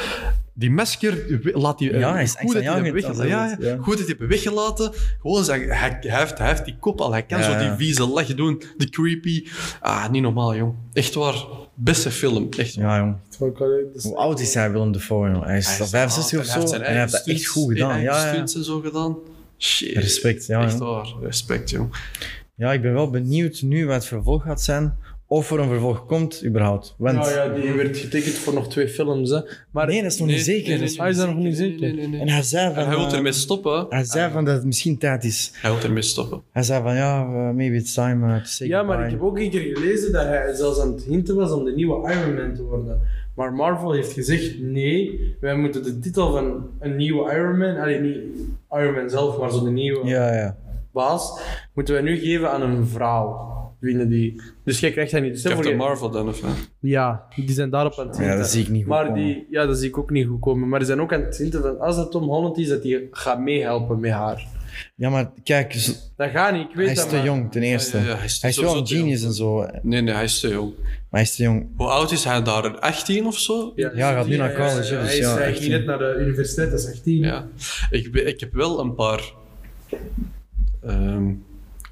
D: Die masker we- laat hij... eh,
C: Ja, hij is
D: goed dat hij hem
C: angstaanjagend als
D: weggelaten.
C: hij
D: Ja,
C: dat-
D: ja.
C: ja.
D: Goed dat hij hem weggelaten. Gewoon, zijn, hij, hij, heeft, hij heeft die kop al. Hij kan
C: Ja,
D: zo die
C: ja.
D: vieze lach doen. De creepy. Ah, niet normaal, jong. Echt waar. Beste film. Echt waar.
C: Ja, jong.
B: Terwijl ik, allee, dus-
C: Hoe oud is hij, Willem Dafoe? Jong? Hij
D: Hij
C: is al
D: is
C: 65 of
D: altijd-
C: zo. En hij heeft dat echt goed gedaan.
D: Hij heeft zijn eigen stunts- zijn
C: Ja,
D: eigen
C: ja.
D: stunts en zo gedaan. Shit.
C: Respect, ja,
D: Echt
C: jong.
D: waar. Respect, jong.
C: ja, ik ben wel benieuwd nu wat het vervolg gaat zijn. Of er een vervolg komt, überhaupt. Want...
B: Nou ja, die werd getekend voor nog twee films, hè. Maar
C: Nee, dat is nog niet zeker.
D: nee, nee,
C: Dat is-
B: Hij is daar nog niet zeker.
D: Nee, nee, nee, nee.
C: En hij zei van...
D: En hij wil
C: eh,
D: ermee stoppen. hè.
C: hij zei van dat het misschien tijd is.
D: Hij wil ermee stoppen.
C: Hij zei van, ja, eh, maybe it's time eh, to say
B: Ja, maar ik heb
C: goodbye.
B: ook een keer gelezen dat hij zelfs aan het hinten was om de nieuwe Iron Man te worden. Maar Marvel heeft gezegd, nee, wij moeten de titel van een nieuwe Iron Man, allee, niet Iron Man zelf, maar zo de nieuwe
C: Ja, ja.
B: baas, moeten wij nu geven aan een vrouw. Winnen die. Dus jij krijgt dat niet. Dus stel voor
D: Captain
B: je-
D: Marvel dan, of hè?
B: Ja, die zijn daarop aan het
C: Ja,
B: hinten.
C: dat zie ik niet goed
B: maar
C: komen.
B: die, Ja, dat zie ik ook niet goed komen. Maar die zijn ook aan het hinten van, als dat Tom Holland is, dat hij gaat meehelpen met haar.
C: Ja, maar kijk, z-
B: Dat gaat niet, ik weet
C: hij is
B: dat,
C: te
B: maar-
C: jong, ten eerste.
D: Ja, ja, ja, hij is
C: Hij is wel
D: sowieso
C: een
D: te jong.
C: genius en zo, maar
D: Nee, nee, hij is te jong.
C: hij is te jong.
D: Hoe oud is hij daar? 18 of zo?
B: Ja,
C: Ja, hij gaat nu naar college,
B: hij is-
C: hè, dus
B: hij is
C: ja,
B: hij
C: 18.
B: ging net naar de universiteit, dat is 18.
D: Ja. Ik, be- ik heb wel een paar ehm,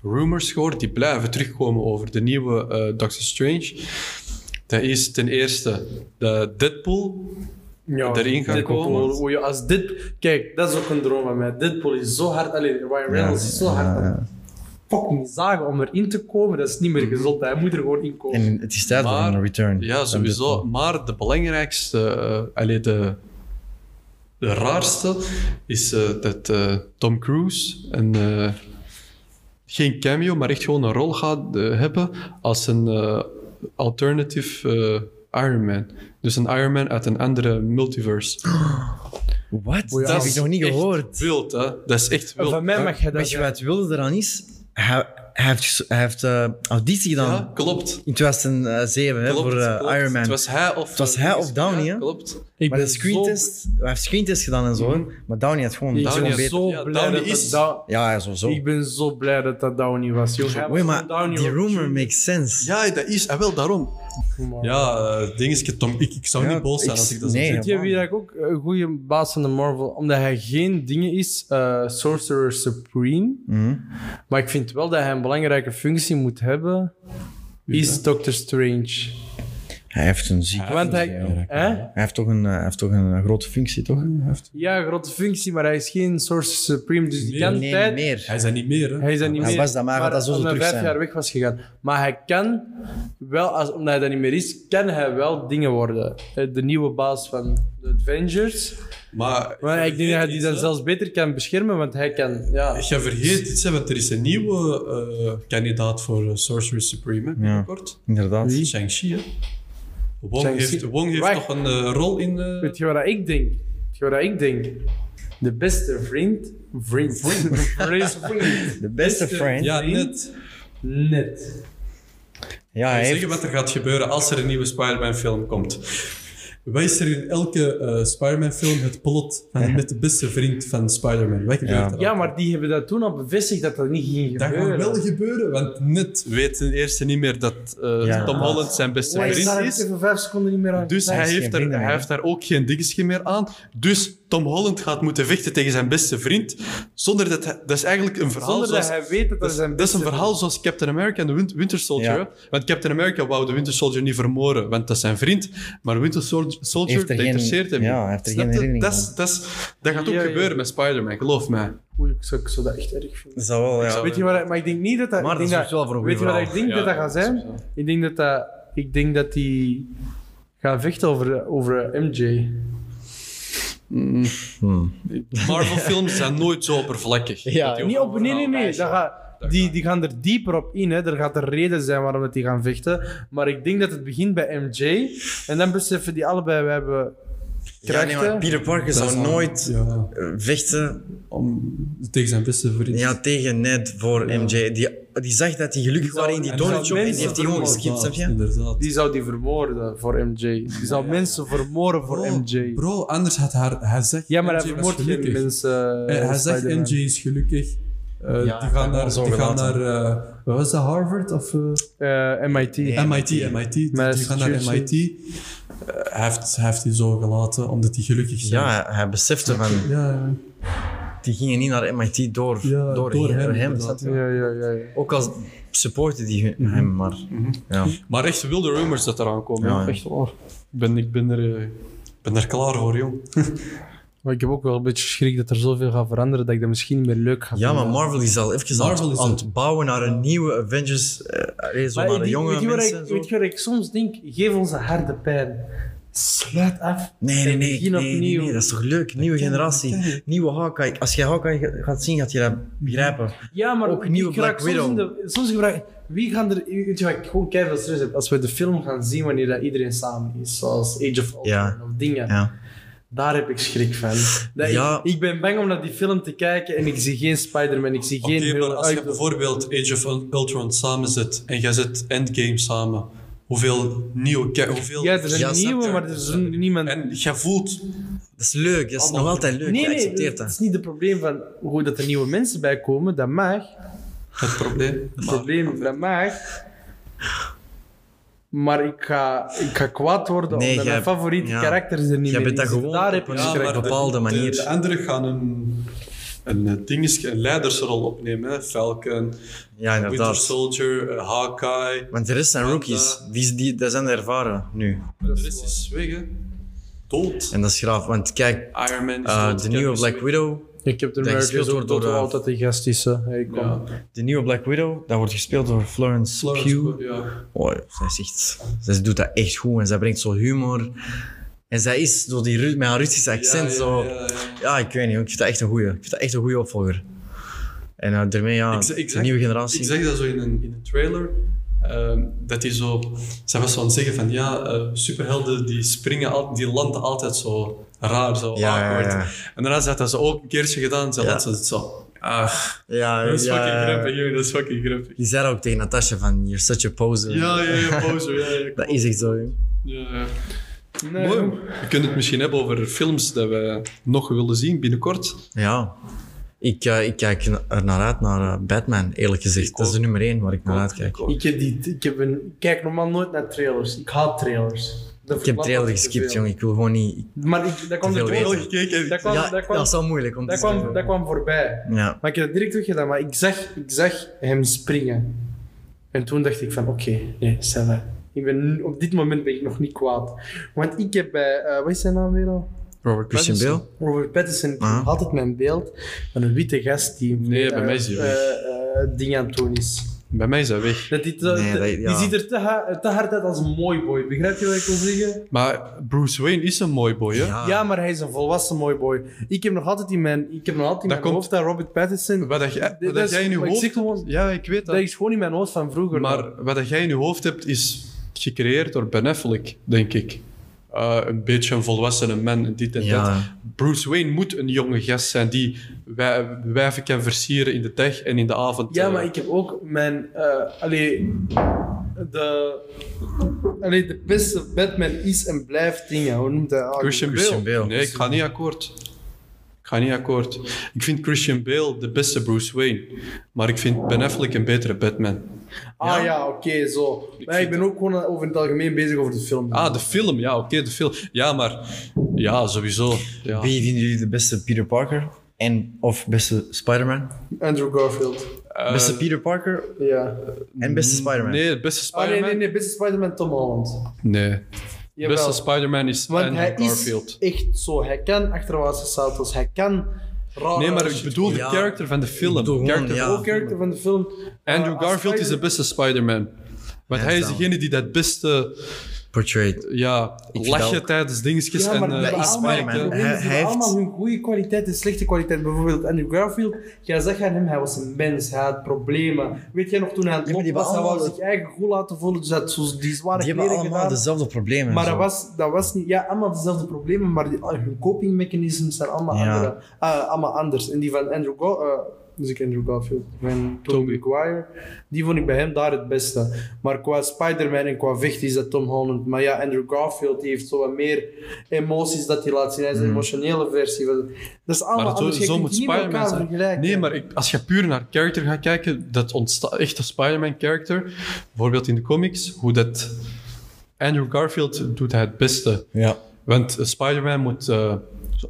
D: rumors gehoord die blijven terugkomen over de nieuwe eh, Doctor Strange. Dat is ten eerste de Deadpool.
B: Ja,
D: Erin gaan
B: Deadpool,
D: komen.
B: hoe je als dit... Kijk, dat is ook een droom van mij. Deadpool is zo hard... Allee, Ryan Reynolds is zo hard aan het fucking zagen om erin te komen. Dat is niet meer gezond. Hij moet er gewoon in komen.
C: En het is tijd voor
D: Maar-
C: een return.
D: Ja, sowieso. Maar de belangrijkste, eh allee, de, de raarste, is eh, dat eh, Tom Cruise een, eh, geen cameo, maar echt gewoon een rol gaat eh, hebben als een eh, alternative eh, Iron Man. Dus een Iron Man uit een andere multiverse.
C: Wat?
B: ja,
C: Dat heb
B: is
C: ik nog niet
D: echt
C: gehoord.
D: Wild, hè? Dat is echt
B: En
D: wild.
B: Eh, van mij mag je dat...
C: Weet je wat het wilde eraan is? Hij, hij heeft, ges- hij heeft eh, auditie gedaan
D: Ja, klopt.
C: in 2007 hè,
D: klopt,
C: voor eh,
D: klopt.
C: Iron Man.
D: Het was hij of...
C: Het was hij of Downey,
D: Ja,
C: hè?
D: Klopt.
B: Ik
C: maar de screentest,
B: zo,
C: hij heeft screentest gedaan en zo, hè. maar Downey had gewoon
B: ik
C: iets
D: Downey
C: gewoon
B: ben
D: is
B: zo
C: beter.
D: Ja,
B: blij
D: Downey
B: dat
D: is-
B: dat Down-
C: Ja, ja, sowieso.
B: Ik ben zo blij dat dat Downey was. Jong, Hij was
C: Oei, maar
B: een Downey
C: die
B: op-
C: rumor makes sense.
D: Ja, dat is... Ah, wel, daarom.
B: Maar-
D: Ja, eh dingetje Tom. Ik, ik zou
C: Ja,
D: niet boos zijn
C: ik-
D: als ik dat
C: nee.
D: zou
B: Weet je wie
C: man.
B: dat ook een goede baas van de Marvel, omdat hij geen dingen is, eh, Sorcerer Supreme. Maar ik vind wel dat hij een belangrijke functie moet hebben, is Doctor Strange.
C: Hij heeft een ziek.
B: Want hij, hè?
C: Hij heeft toch een, eh, hij heeft toch een eh, grote functie, toch?
B: ja, grote functie, maar hij is geen Sorcerer Supreme, dus die kan
C: nee,
B: tijd.
C: meer.
D: Hij is dat niet meer, hè?
B: Hij is dat niet
C: Hij
B: meer.
C: was dat, maar hij gaat dat zo
B: als
C: terug
B: vijf
C: zijn.
B: jaar weg was gegaan. Maar hij kan wel, als, omdat hij dat niet meer is, kan hij wel dingen worden. Eh, De nieuwe baas van de Avengers.
D: Maar,
B: Maar ik denk dat hij die dan
D: dan
B: zelfs beter kan beschermen, want hij kan... Ja.
D: Je vergeet iets, hè, want er is een nieuwe eh, kandidaat voor eh, Sorcerer Supreme, hè, binnenkort.
C: Inderdaad.
D: Shang-Chi, hè. Wong
B: Shang-Chi.
D: heeft, Wong heeft
B: Wacht.
D: nog een eh, rol in... eh,
B: Weet je wat ik denk? Weet je wat ik denk? De beste vriend... Vriend. Vriend. vriend.
C: De beste friend. Ja,
D: ja, net.
B: Net.
C: hij heeft
D: Zeggen wat er gaat gebeuren als er een nieuwe Spider-Man film komt. Wat is er in elke eh, Spider-Man film het plot van met de beste vriend van Spider-Man? Wat gebeurt er?
B: Ja, maar die hebben dat toen al bevestigd dat dat niet ging
D: Dat gaat
B: gebeuren.
D: wel gebeuren, want net weet ten eerste niet meer dat eh,
C: Ja.
D: Tom Holland zijn beste
B: Hij staat
D: vriend
B: er
D: is.
B: even vijf seconden niet meer aan.
D: Dus hij
C: is geen
D: heeft, er,
C: vrienden
D: hij
C: meer,
D: heeft daar ook geen dingetje meer aan. Dus Tom Holland gaat moeten vechten tegen zijn beste vriend. Zonder dat hij, dat is eigenlijk een verhaal
B: Zonder
D: zoals...
B: dat hij weet Dus dat er
D: dat, is,
B: zijn
D: dat is een
B: beste-
D: verhaal zoals Captain America en de Win- Winter Soldier.
C: Ja.
D: hè. Want Captain America wou de Winter Soldier niet vermoorden, want dat is zijn vriend. Maar Winter Sol- Soldier
C: Heeft er
D: dat
C: geen-
D: interesseert hem
C: ja,
D: niet.
C: hij heeft er
D: Snap
C: geen
D: je?
C: herinnering
D: dat, is- dat, is- dat gaat ook
B: Ja, ja.
D: gebeuren met Spider-Man, geloof mij.
B: Oei, ik zou, ik zou dat echt erg vinden.
C: Dat zou wel, ja.
B: Weet je wat, ik- maar ik denk niet dat dat...
C: Maar
B: ik denk
C: dat is wel voor een
B: Weet je
C: goeie
B: wat ik
C: verhaal.
B: denk dat
D: Ja,
B: dat gaat zijn?
D: sowieso.
B: Ik denk dat dat... Ik denk dat die gaan vechten over, over MJ.
D: Marvel-films zijn nooit zo oppervlakkig.
C: Ja,
D: Dat die
B: Niet
D: over-
B: op, nee, nee, nee.
D: overal
B: Dat gaat- die, die gaan er dieper op in. Hè. Er gaat een reden zijn waarom dat die gaan vechten. Maar ik denk dat het begint bij MJ. En dan beseffen die allebei, we hebben
C: Ja, nee,
B: krachten.
C: maar Peter Parker zou nooit eh, vechten
D: om
F: Tegen zijn beste vriend.
C: Ja, tegen Ned voor MJ. Die, die zag dat hij gelukkig was in die
B: en die
C: donut shop
B: zou
C: en die heeft die gewoon
B: mensen
C: geskipt, snap je?
F: Inderdaad.
B: Die zou die vermoorden voor MJ. Die zou mensen vermoorden voor
F: Bro,
B: MJ.
F: Bro, anders had haar... Hij zegt
B: Ja, maar
F: MJ
B: hij
F: was
B: vermoordt geen
F: gelukkig.
B: mensen.
F: Eh,
B: eh,
F: hij zegt
B: Spider-Man.
F: MJ is gelukkig. Eh,
C: Ja,
F: die gaan
C: dat
F: naar...
C: was
F: Die gaan naar
C: overlaten.
F: eh, wat was dat? Harvard of... eh,
B: Eh, MIT.
F: MIT, MIT. Die, die gaan naar MIT.
B: Massachusetts.
F: Eh, hij, heeft, hij heeft die zo gelaten, omdat hij gelukkig zijn.
C: Ja, hij- hij besefte van,
F: Ja,
C: die gingen niet naar MIT door,
F: Ja,
C: door,
F: door hem,
C: hem.
F: inderdaad.
C: snap je?
B: Ja, ja, ja. ja.
C: Ook al supporten die
B: Mhm.
C: hem, maar... Ja.
D: Maar echt wilde rumors dat eraan komen.
C: Ja, ja.
D: Echt waar. Ik ben, ik ben, er, eh, ik ben er klaar voor, jong.
B: Maar ik heb ook wel een beetje schrik dat er zoveel gaat veranderen dat ik dat misschien niet meer leuk ga
C: Ja,
B: vinden.
C: maar Marvel is al even aan,
F: Marvel
C: het-
F: is
C: aan
F: al-
C: het bouwen naar een nieuwe Avengers. eh, allee, zo
B: Maar
C: naar
B: die-
C: de jonge
B: weet je waar
C: mensen. en
B: Ik,
C: zo.
B: weet je waar ik soms denk? Geef ons een harde pijn. Sluit af.
C: Nee, nee,
B: en
C: nee, nee,
B: Begin
C: nee,
B: opnieuw.
C: nee, Dat is toch leuk? Nieuwe generatie. Nieuwe Hawkeye. Als je Hawkeye ga- gaat zien, gaat je dat begrijpen.
B: Mhm. ja, maar
C: ook
B: ik
C: nieuwe
B: raak
C: Black
B: soms
C: Widow.
B: in de- Soms gebruik wie gaan er... Weet je wat ik gewoon keihard stress heb? Als we de film gaan zien wanneer dat iedereen samen is. Zoals Age of Ultron
C: Ja.
B: of dingen.
C: Ja.
B: Daar heb ik schrik van. Dat ik-
C: Ja.
B: ik, ben bang om naar die film te kijken en ik zie geen Spider-Man, ik zie
D: Oké,
B: geen...
D: maar
B: hulp
D: als je
B: uit-
D: bijvoorbeeld Age of Ultron samen zet en jij zet Endgame samen, hoeveel nieuwe... ca- Hoeveel
B: Ja, er zijn
C: Ja, snap
B: nieuwe,
C: je.
B: maar er is niemand...
D: En jij voelt...
C: Dat is leuk. Dat is nog altijd leuk.
B: nee,
C: je
B: nee,
C: accepteert
B: dat is
C: dat.
B: niet het probleem van hoe dat er nieuwe mensen bij komen, dat mag.
D: Het probleem.
B: Het probleem dat mag. Maar ik ga, ik ga kwaad worden
C: Nee,
B: omdat
C: jij-
B: mijn favoriete
C: ja.
B: karakter is er niet
C: Jij
B: meer
C: bent dat
B: in zit.
C: gewoon
B: Daar
C: op
B: heb ik
C: een-
B: schrik
C: maar-
B: van.
D: de-
C: bepaalde
D: de-
C: manier.
D: De, anderen gaan een, een, eh, dinges- een leidersrol opnemen. hè. Falcon,
C: Ja,
D: Winter
C: inderdaad.
D: Soldier, eh, Hawkeye.
C: Want de rest zijn rookies.
D: eh,
C: Die, die, dat zijn ervaren nu.
D: De rest is weg, hè. Dood.
C: En dat is graaf. Want kijk,
D: Iron Man is
C: eh,
D: dood, dus-
C: de
D: Captain
C: nieuwe Black
D: America-
C: Widow.
B: Ik heb er
C: Dat
B: merk
C: gespeeld
B: is ook
C: wordt
B: dat
C: door,
B: we
C: eh,
B: altijd die gast is. hè. eh, Hey, kom.
D: Ja.
C: De nieuwe Black Widow, dat wordt gespeeld door Florence, Pugh.
D: Ja.
C: Oh, zij is echt... Zij doet dat echt goed en zij brengt zo humor. En zij is door die, Ru- met haar Russische accent zo...
D: Ja, ja, ja.
C: Ja, ik weet niet. Ik vind dat echt een goeie. Ik vind dat echt een goeie opvolger. En eh, daarmee, ja,
D: Ik zeg- ik
C: de
D: zeg-
C: nieuwe generatie.
D: Ik zag dat zo in een, in een trailer. ehm, dat hij zo... Zij was zo aan het zeggen van ja, eh, superhelden die springen, al, die landen altijd zo raar, zo
C: Ja, ja,
D: awkward.
C: ja.
D: En daarna had dat ze ook een keertje gedaan. Ze
C: Ja.
D: laat ze het zo... Ah,
C: ja,
D: dat is
C: ja,
D: fucking
C: ja.
D: grappig, jongen, dat is fucking grappig.
C: Die zei dat ook tegen Natasha van, you're such a poser.
D: Ja, ja, ja, poser, ja, ja.
C: Dat is echt zo, joh.
D: ja, ja.
B: Nee.
D: Mooi. We kunnen het misschien hebben over films dat we nog willen zien binnenkort.
C: Ja. Ik, eh, ik kijk er naar uit, naar eh, Batman, eerlijk gezegd. dat is de nummer één waar ik naar uitkijk.
B: Ik, heb die, ik, heb een, ik kijk normaal nooit naar trailers. Ik haat trailers. Dat
C: Ik heb
B: verklapt
C: trailer
B: dat te
C: geskipt,
B: veel.
C: jongen. Ik wil gewoon niet... ik-
B: Maar ik, dat kwam
C: Te
B: er
C: veel
B: gewoon-
C: weten.
D: gekeken.
B: Dat kwam,
C: ja,
B: dat kwam,
C: dat is wel moeilijk om te
B: dat kwam,
C: zeggen.
B: dat kwam voorbij.
C: Ja.
B: Maar ik heb dat direct teruggedaan, maar ik zag, ik zag hem springen. En toen dacht ik van, oké, nee, Sella. Ik ben, op dit moment ben ik nog niet kwaad. Want ik heb bij, eh, wat is zijn naam weer al?
C: Robert Christian Bale?
B: Robert Pattinson, ik
C: Ah.
B: had altijd mijn beeld van een witte gast die...
D: Nee, bij mij is hij
B: eh, eh, ding aan het doen is.
D: Bij mij is hij weg.
B: Dat die, te-
C: Nee,
B: te-
C: dat- ja.
B: die ziet er te, ha- te hard uit als een mooi boy. Begrijp je wat ik wil zeggen?
D: Maar Bruce Wayne is een mooi boy, hè?
C: Ah.
B: Ja, maar hij is een volwassen mooi boy. Ik heb nog altijd in mijn, ik heb nog altijd in mijn
D: komt-
B: hoofd dat Robert Pattinson...
D: Wat, dat, jij-
B: Dat
D: wat dat
B: is-
D: jij in je
B: maar ik
D: hoofd...
B: zeg gewoon-
D: ja, ik weet dat.
B: Dat is gewoon in mijn hoofd van vroeger. nog.
D: Maar wat dat jij in je hoofd hebt, is gecreëerd door Ben Affleck, denk ik. Eh, een beetje een volwassene man, en dit en dat.
C: Ja.
D: Bruce Wayne moet een jonge gast zijn die wij, wijven kan versieren in de dag en in de avond.
B: Ja,
D: eh,
B: maar ik heb ook mijn. eh allee, de, allee, de beste Batman is en blijft dingen. Hoe noemt hij? Ah,
D: Christian,
C: Christian
D: Bale.
C: Bale.
D: Nee, ik ga niet akkoord. Ik ga niet akkoord. Ik vind Christian Bale de beste Bruce Wayne. Maar ik vind Ben Affleck een betere Batman.
B: Ah ja, oké, zo. Maar ik ben ook gewoon over het algemeen bezig over de film.
D: Ah, de film. Ja, oké, de film. Ja, maar... Ja, sowieso. Ja.
C: Wie vinden jullie de beste Peter Parker? En of beste Spider-Man?
B: Andrew Garfield.
D: Eh,
C: beste Peter Parker
B: Ja.
C: en beste Spider-Man?
D: Nee, de beste
B: Ah,
D: Spider-Man...
B: nee, nee, nee, beste Spider-Man Tom Holland.
D: Nee.
B: Jawel.
D: Beste Spider-Man is
B: Want
D: Andrew
B: hij
D: Garfield.
B: is echt zo. Hij kan achterwaartse salto's, hij kan rare
D: Nee, maar ik
B: shit.
D: bedoel de
C: Ja.
D: character van de film.
C: Ik bedoel gewoon,
D: Character-
C: ja.
B: Ook character van de film.
D: Andrew
B: Eh, als
D: Garfield is de
B: Spider-
D: beste Spider-Man. Want
C: Hands
D: hij is
C: down.
D: degene die dat beste
C: portrayed.
D: Ja,
C: Ik
D: lach
C: vind
D: je
C: dat
D: tijdens dingetjes
B: Ja,
D: en
B: maar
D: eh,
C: dat is
D: afspraken.
C: Spider-Man.
B: Hij,
C: Hij- hij heeft-
B: allemaal hun goede kwaliteit en slechte kwaliteit. Bijvoorbeeld Andrew Garfield. Jij zegt aan hem, hij was een mens. Hij had problemen. Weet jij nog, toen hij aan het
C: Ja, maar die
B: lopen was, hij
C: hebben
B: wou
C: allemaal-
B: zich eigen goed laten voelen. Dus hij had zo die zware
C: Die hebben
B: kleren
C: allemaal
B: gedaan.
C: dezelfde problemen.
B: Maar
C: en
B: dat
C: zo.
B: was, dat was niet... Ja, allemaal dezelfde problemen, maar die, ah, hun copingmechanismes zijn allemaal,
C: Ja.
B: andere, eh, allemaal anders. En die van Andrew Go eh, dus ik Andrew Garfield, van Tobey Maguire, die vond ik bij hem daar het beste. Maar qua Spider-Man en qua vecht is dat Tom Holland. Maar ja, Andrew Garfield die heeft zo wat meer emoties dat hij laat zien. Hij is een emotionele versie. van- Dat is allemaal
D: Mm. Maar zo,
B: anders. Je
D: zo
B: kunt
D: moet
B: die niet met
D: Spider-Man
B: elkaar
D: zijn.
B: vergelijken.
D: Nee, maar ik- als je puur naar character gaat kijken, dat ontstaat echt een Spider-Man-character. Bijvoorbeeld in de comics, hoe dat... Andrew Garfield doet hij het beste.
C: Ja.
D: Want eh, Spider-Man moet eh,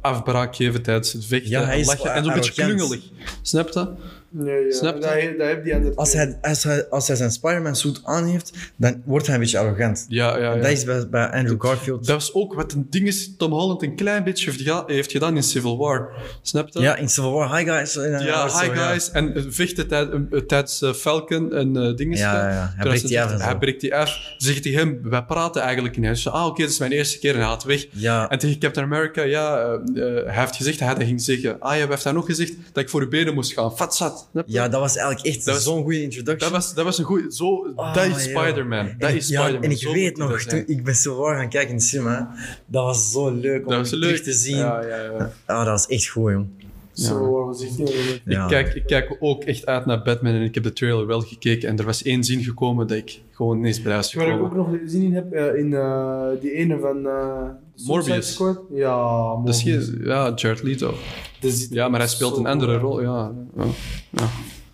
D: afbraak geven tijdens het vechten.
C: Ja, hij is
D: lachen,
C: wel
D: en zo'n beetje
C: arrogant.
D: klungelig. Snap je?
B: Nee, ja.
D: Snap je?
B: Dat, he- dat heb die andere
C: Als
B: twee.
C: hij, als, hij, als hij zijn Spider-Man suit aan heeft, dan wordt hij een beetje arrogant.
D: Ja, ja, ja.
C: Dat is bij, bij Andrew Garfield.
D: Dat is ook wat een ding is Tom Holland een klein beetje heeft geda- heeft gedaan in Civil War. Snap je?
C: ja, in Civil War, hi guys. En-
D: Ja,
C: en zo,
D: hi guys. En eh, vechten tijd- eh, tijdens eh, Falcon en eh dingen.
C: Ja, ja, ja. Hij
D: Terwijl
C: breekt
D: ze
C: die af
D: zegt-
C: en zo.
D: Hij breekt die af. Zegt hij hem, wij praten eigenlijk niet. Hij zegt, ah oké, dit is mijn eerste keer en hij gaat weg.
C: Ja,
D: En tegen Captain America, ja, eh, eh, hij heeft gezegd dat hij dat ging zeggen. Ah ja, hij heeft daar nog gezegd dat ik voor de benen moest gaan. Fatsat. Snap je?
C: ja, dat was eigenlijk echt
D: Dat was-
C: zo'n goede introduction.
D: Dat was, dat was een goeie... Zo,
C: Ah,
D: dat
C: ja.
D: is Spider-Man.
C: En
D: Dat
C: ik-
D: is
C: ja,
D: Spider-Man.
C: En ik
D: Zo
C: weet
D: moet dat
C: nog,
D: zijn.
C: toen ik bij Civil War gaan kijken in de cinema, dat was zo leuk om
D: Dat was
C: hem
D: leuk.
C: terug te zien.
D: Ja, ja, ja.
C: Ah, dat was echt goed, jong.
B: Zo, was ik niet
C: Ja.
D: Ik, kijk, ik kijk ook echt uit naar Batman en ik heb de trailer wel gekeken. En er was één zin gekomen dat ik gewoon ineens bij huis
B: Waar ik ook
D: gekomen.
B: nog zin in heb, eh, in eh, die ene van... eh, Suicide
D: Morbius.
B: Squad. Ja,
D: Dat
B: Morbius.
D: is geen- Dus ja, Jared Leto.
B: Dat is-
D: Ja, maar hij speelt
B: zo
D: een andere
B: goed.
D: rol. Ja, ja.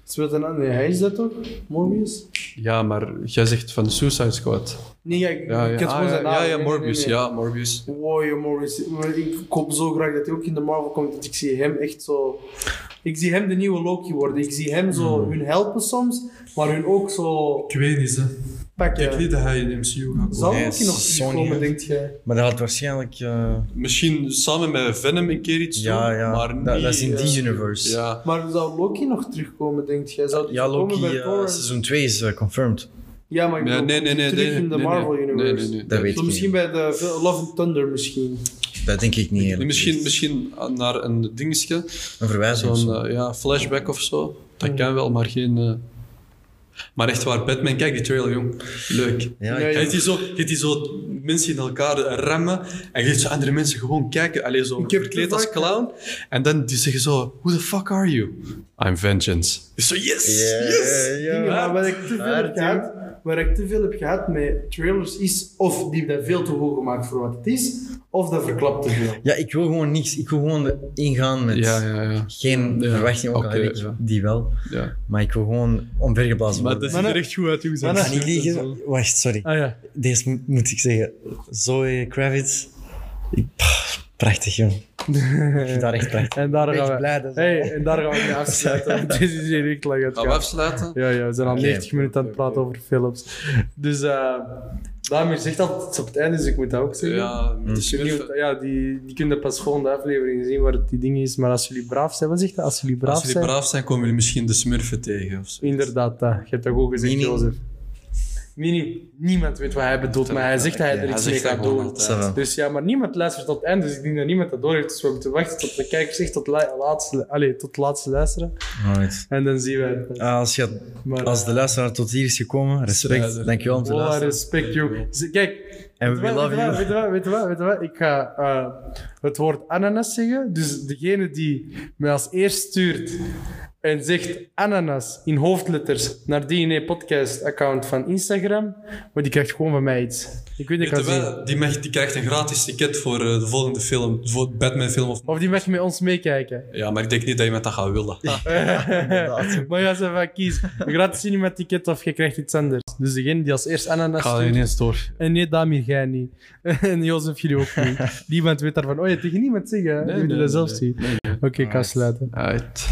B: Speelt een andere... Hij is dat toch? Morbius?
D: ja maar jij zegt van Suicide Squad.
B: Nee, ja, ik,
D: Ja, ja,
B: ik had
D: Ah,
B: gewoon
D: ja,
B: zijn naam.
D: ja,
B: Nee,
D: ja,
B: nee,
D: Morbius.
B: nee, nee.
D: Ja, Morbius.
B: Wow, ja, Morbius. Maar Ik hoop zo graag dat hij ook in de Marvel komt, want ik zie hem echt zo... Ik zie hem de nieuwe Loki worden. Ik zie hem zo
D: Hmm.
B: hun helpen soms, maar hun ook zo
G: Ik weet niet, hè. Ik denk
B: pakken.
G: niet dat hij in de MCU gaat
B: Zal
G: worden.
C: Nee,
B: Loki nog
C: Sony,
B: komen,
C: hè.
B: denk je?
C: Maar dat had waarschijnlijk... eh,
D: Misschien samen met Venom een keer iets
C: ja,
D: doen,
C: ja.
D: maar
C: dat,
D: niet,
C: dat is in die
D: eh,
C: universe. Ja,
D: Ja.
B: Maar zou Loki nog terugkomen, denk je? Zou die terugkomen
C: Loki,
B: bij
C: eh,
B: Thor en-
C: seizoen 2 is eh, confirmed.
B: Ja, maar ik
D: Nee,
B: bedoel,
D: nee, nee. nee,
B: terug
D: nee,
B: in de
D: nee, nee.
B: Marvel Universe.
D: Nee, nee, nee.
C: Dat weet
B: Zo
C: ik
B: misschien bij de v- Love and Thunder misschien.
C: Dat denk ik niet, eerlijk
D: Misschien,
C: gezegd.
D: misschien naar een dingetje.
C: Een verwijzing of
D: Zo'n
C: zo.
D: eh, ja, flashback of zo. Dat kan wel, maar geen. eh, Maar echt waar, Batman, kijk die trailer, jong. Leuk.
C: Ja,
B: Nee,
C: ik-
D: Je ziet die zo, je ziet die zo mensen in elkaar remmen en je ziet zo andere mensen gewoon kijken. Alleen zo
B: Ik heb
D: verkleed
B: te
D: als
B: vaak-
D: clown. En dan die zeggen zo, who the fuck are you? I'm vengeance. Dus zo, yes,
C: Yeah,
D: yes.
C: ja.
B: Dingen, maar wat ik te veel heb gehad, waar ik te veel heb gehad met trailers is of die hebben dat veel te hoog gemaakt voor wat het is, of dat verklapt te veel.
C: Ja, ik wil gewoon niks. Ik wil gewoon ingaan met
D: Ja, ja, ja.
C: geen
D: Ja,
C: verwachting, ook al
D: oké,
C: heb ik
D: ja.
C: die wel.
D: ja.
C: Maar ik wil gewoon omvergeblazen
D: Maar
C: worden.
D: dat ziet er echt goed uit, jongens.
C: Ik ga niet liegen. Wacht, sorry.
G: Ah ja.
C: Deze moet, moet ik zeggen. Zoe Kravitz. Ik, pff, prachtig, jong. ik vind dat echt prachtig.
B: En daar
C: Ik ben
B: gaan
C: echt
B: we,
C: blij dat ze-
B: hey, en daar gaan we mee afsluiten. want Dit is hier echt lang
D: Gaan we
B: uitgaan.
D: afsluiten?
B: Ja, ja, we zijn al
C: Oké.
B: 90 minuten aan het praten over films. Dus eh daarmee zegt dat het op het einde is, ik moet dat ook zeggen.
D: Ja,
C: Mm.
D: met de
B: Ik weet niet
D: smurfen.
B: wat- Dus Ja, die, die kunnen pas volgende aflevering zien waar het die ding is. Maar als jullie braaf zijn, wat zegt dat? Als jullie braaf
D: Als jullie
B: zijn.
D: braaf zijn, komen jullie misschien de smurfen tegen. Of zo.
B: Inderdaad, dat. je hebt dat goed gezegd,
C: Mini.
B: Jozef. Mini, niemand weet wat hij bedoelt, maar hij zegt dat hij er
D: Hij
B: iets mee
D: zegt dat
B: gaat
D: gewoon
B: doen.
D: altijd.
C: Ça va.
B: Dus ja, maar niemand luistert tot het einde, dus ik denk dat niemand dat door heeft. Dus we moeten wachten tot de kijkers echt tot, la- laatste, allez, tot het laatste luisteren.
C: Alright.
B: En dan zien we het.
C: Ah, Als, je,
B: Maar,
C: als de luisteraar tot hier is gekomen, respect. Dankjewel om te
B: Voilà,
C: luisteren.
B: respect you. Z- Kijk,
C: En
B: weet je
C: we
B: wat,
C: love you.
B: Weet je wat, weet je wat, weet je wat? Ik ga eh, het woord ananas zeggen. Dus degene die mij als eerst stuurt en zegt ananas in hoofdletters naar DNA podcast account van Instagram, maar die krijgt gewoon van mij iets. Ik weet niet, ik ga
D: Weet je wel,
B: zien.
D: die, mag, die krijgt een gratis ticket voor eh, de volgende film, voor Batman film. Of...
B: Of die mag met ons meekijken.
D: Ja, maar ik denk niet dat iemand dat gaat willen.
B: maar ja, ze van kies. Gratis cinematicket of je krijgt iets anders. Dus degene die als eerst ananas stuurt...
D: ineens door.
B: En nee, Damir, jij niet. En Jozef, jullie ook niet. niemand weet daarvan. Oh ja, tegen niemand zeggen. hè.
D: Nee,
B: jullie
D: nee,
B: dat zelf
D: nee,
B: zien. Oké, ik ga sluiten.
D: Uit.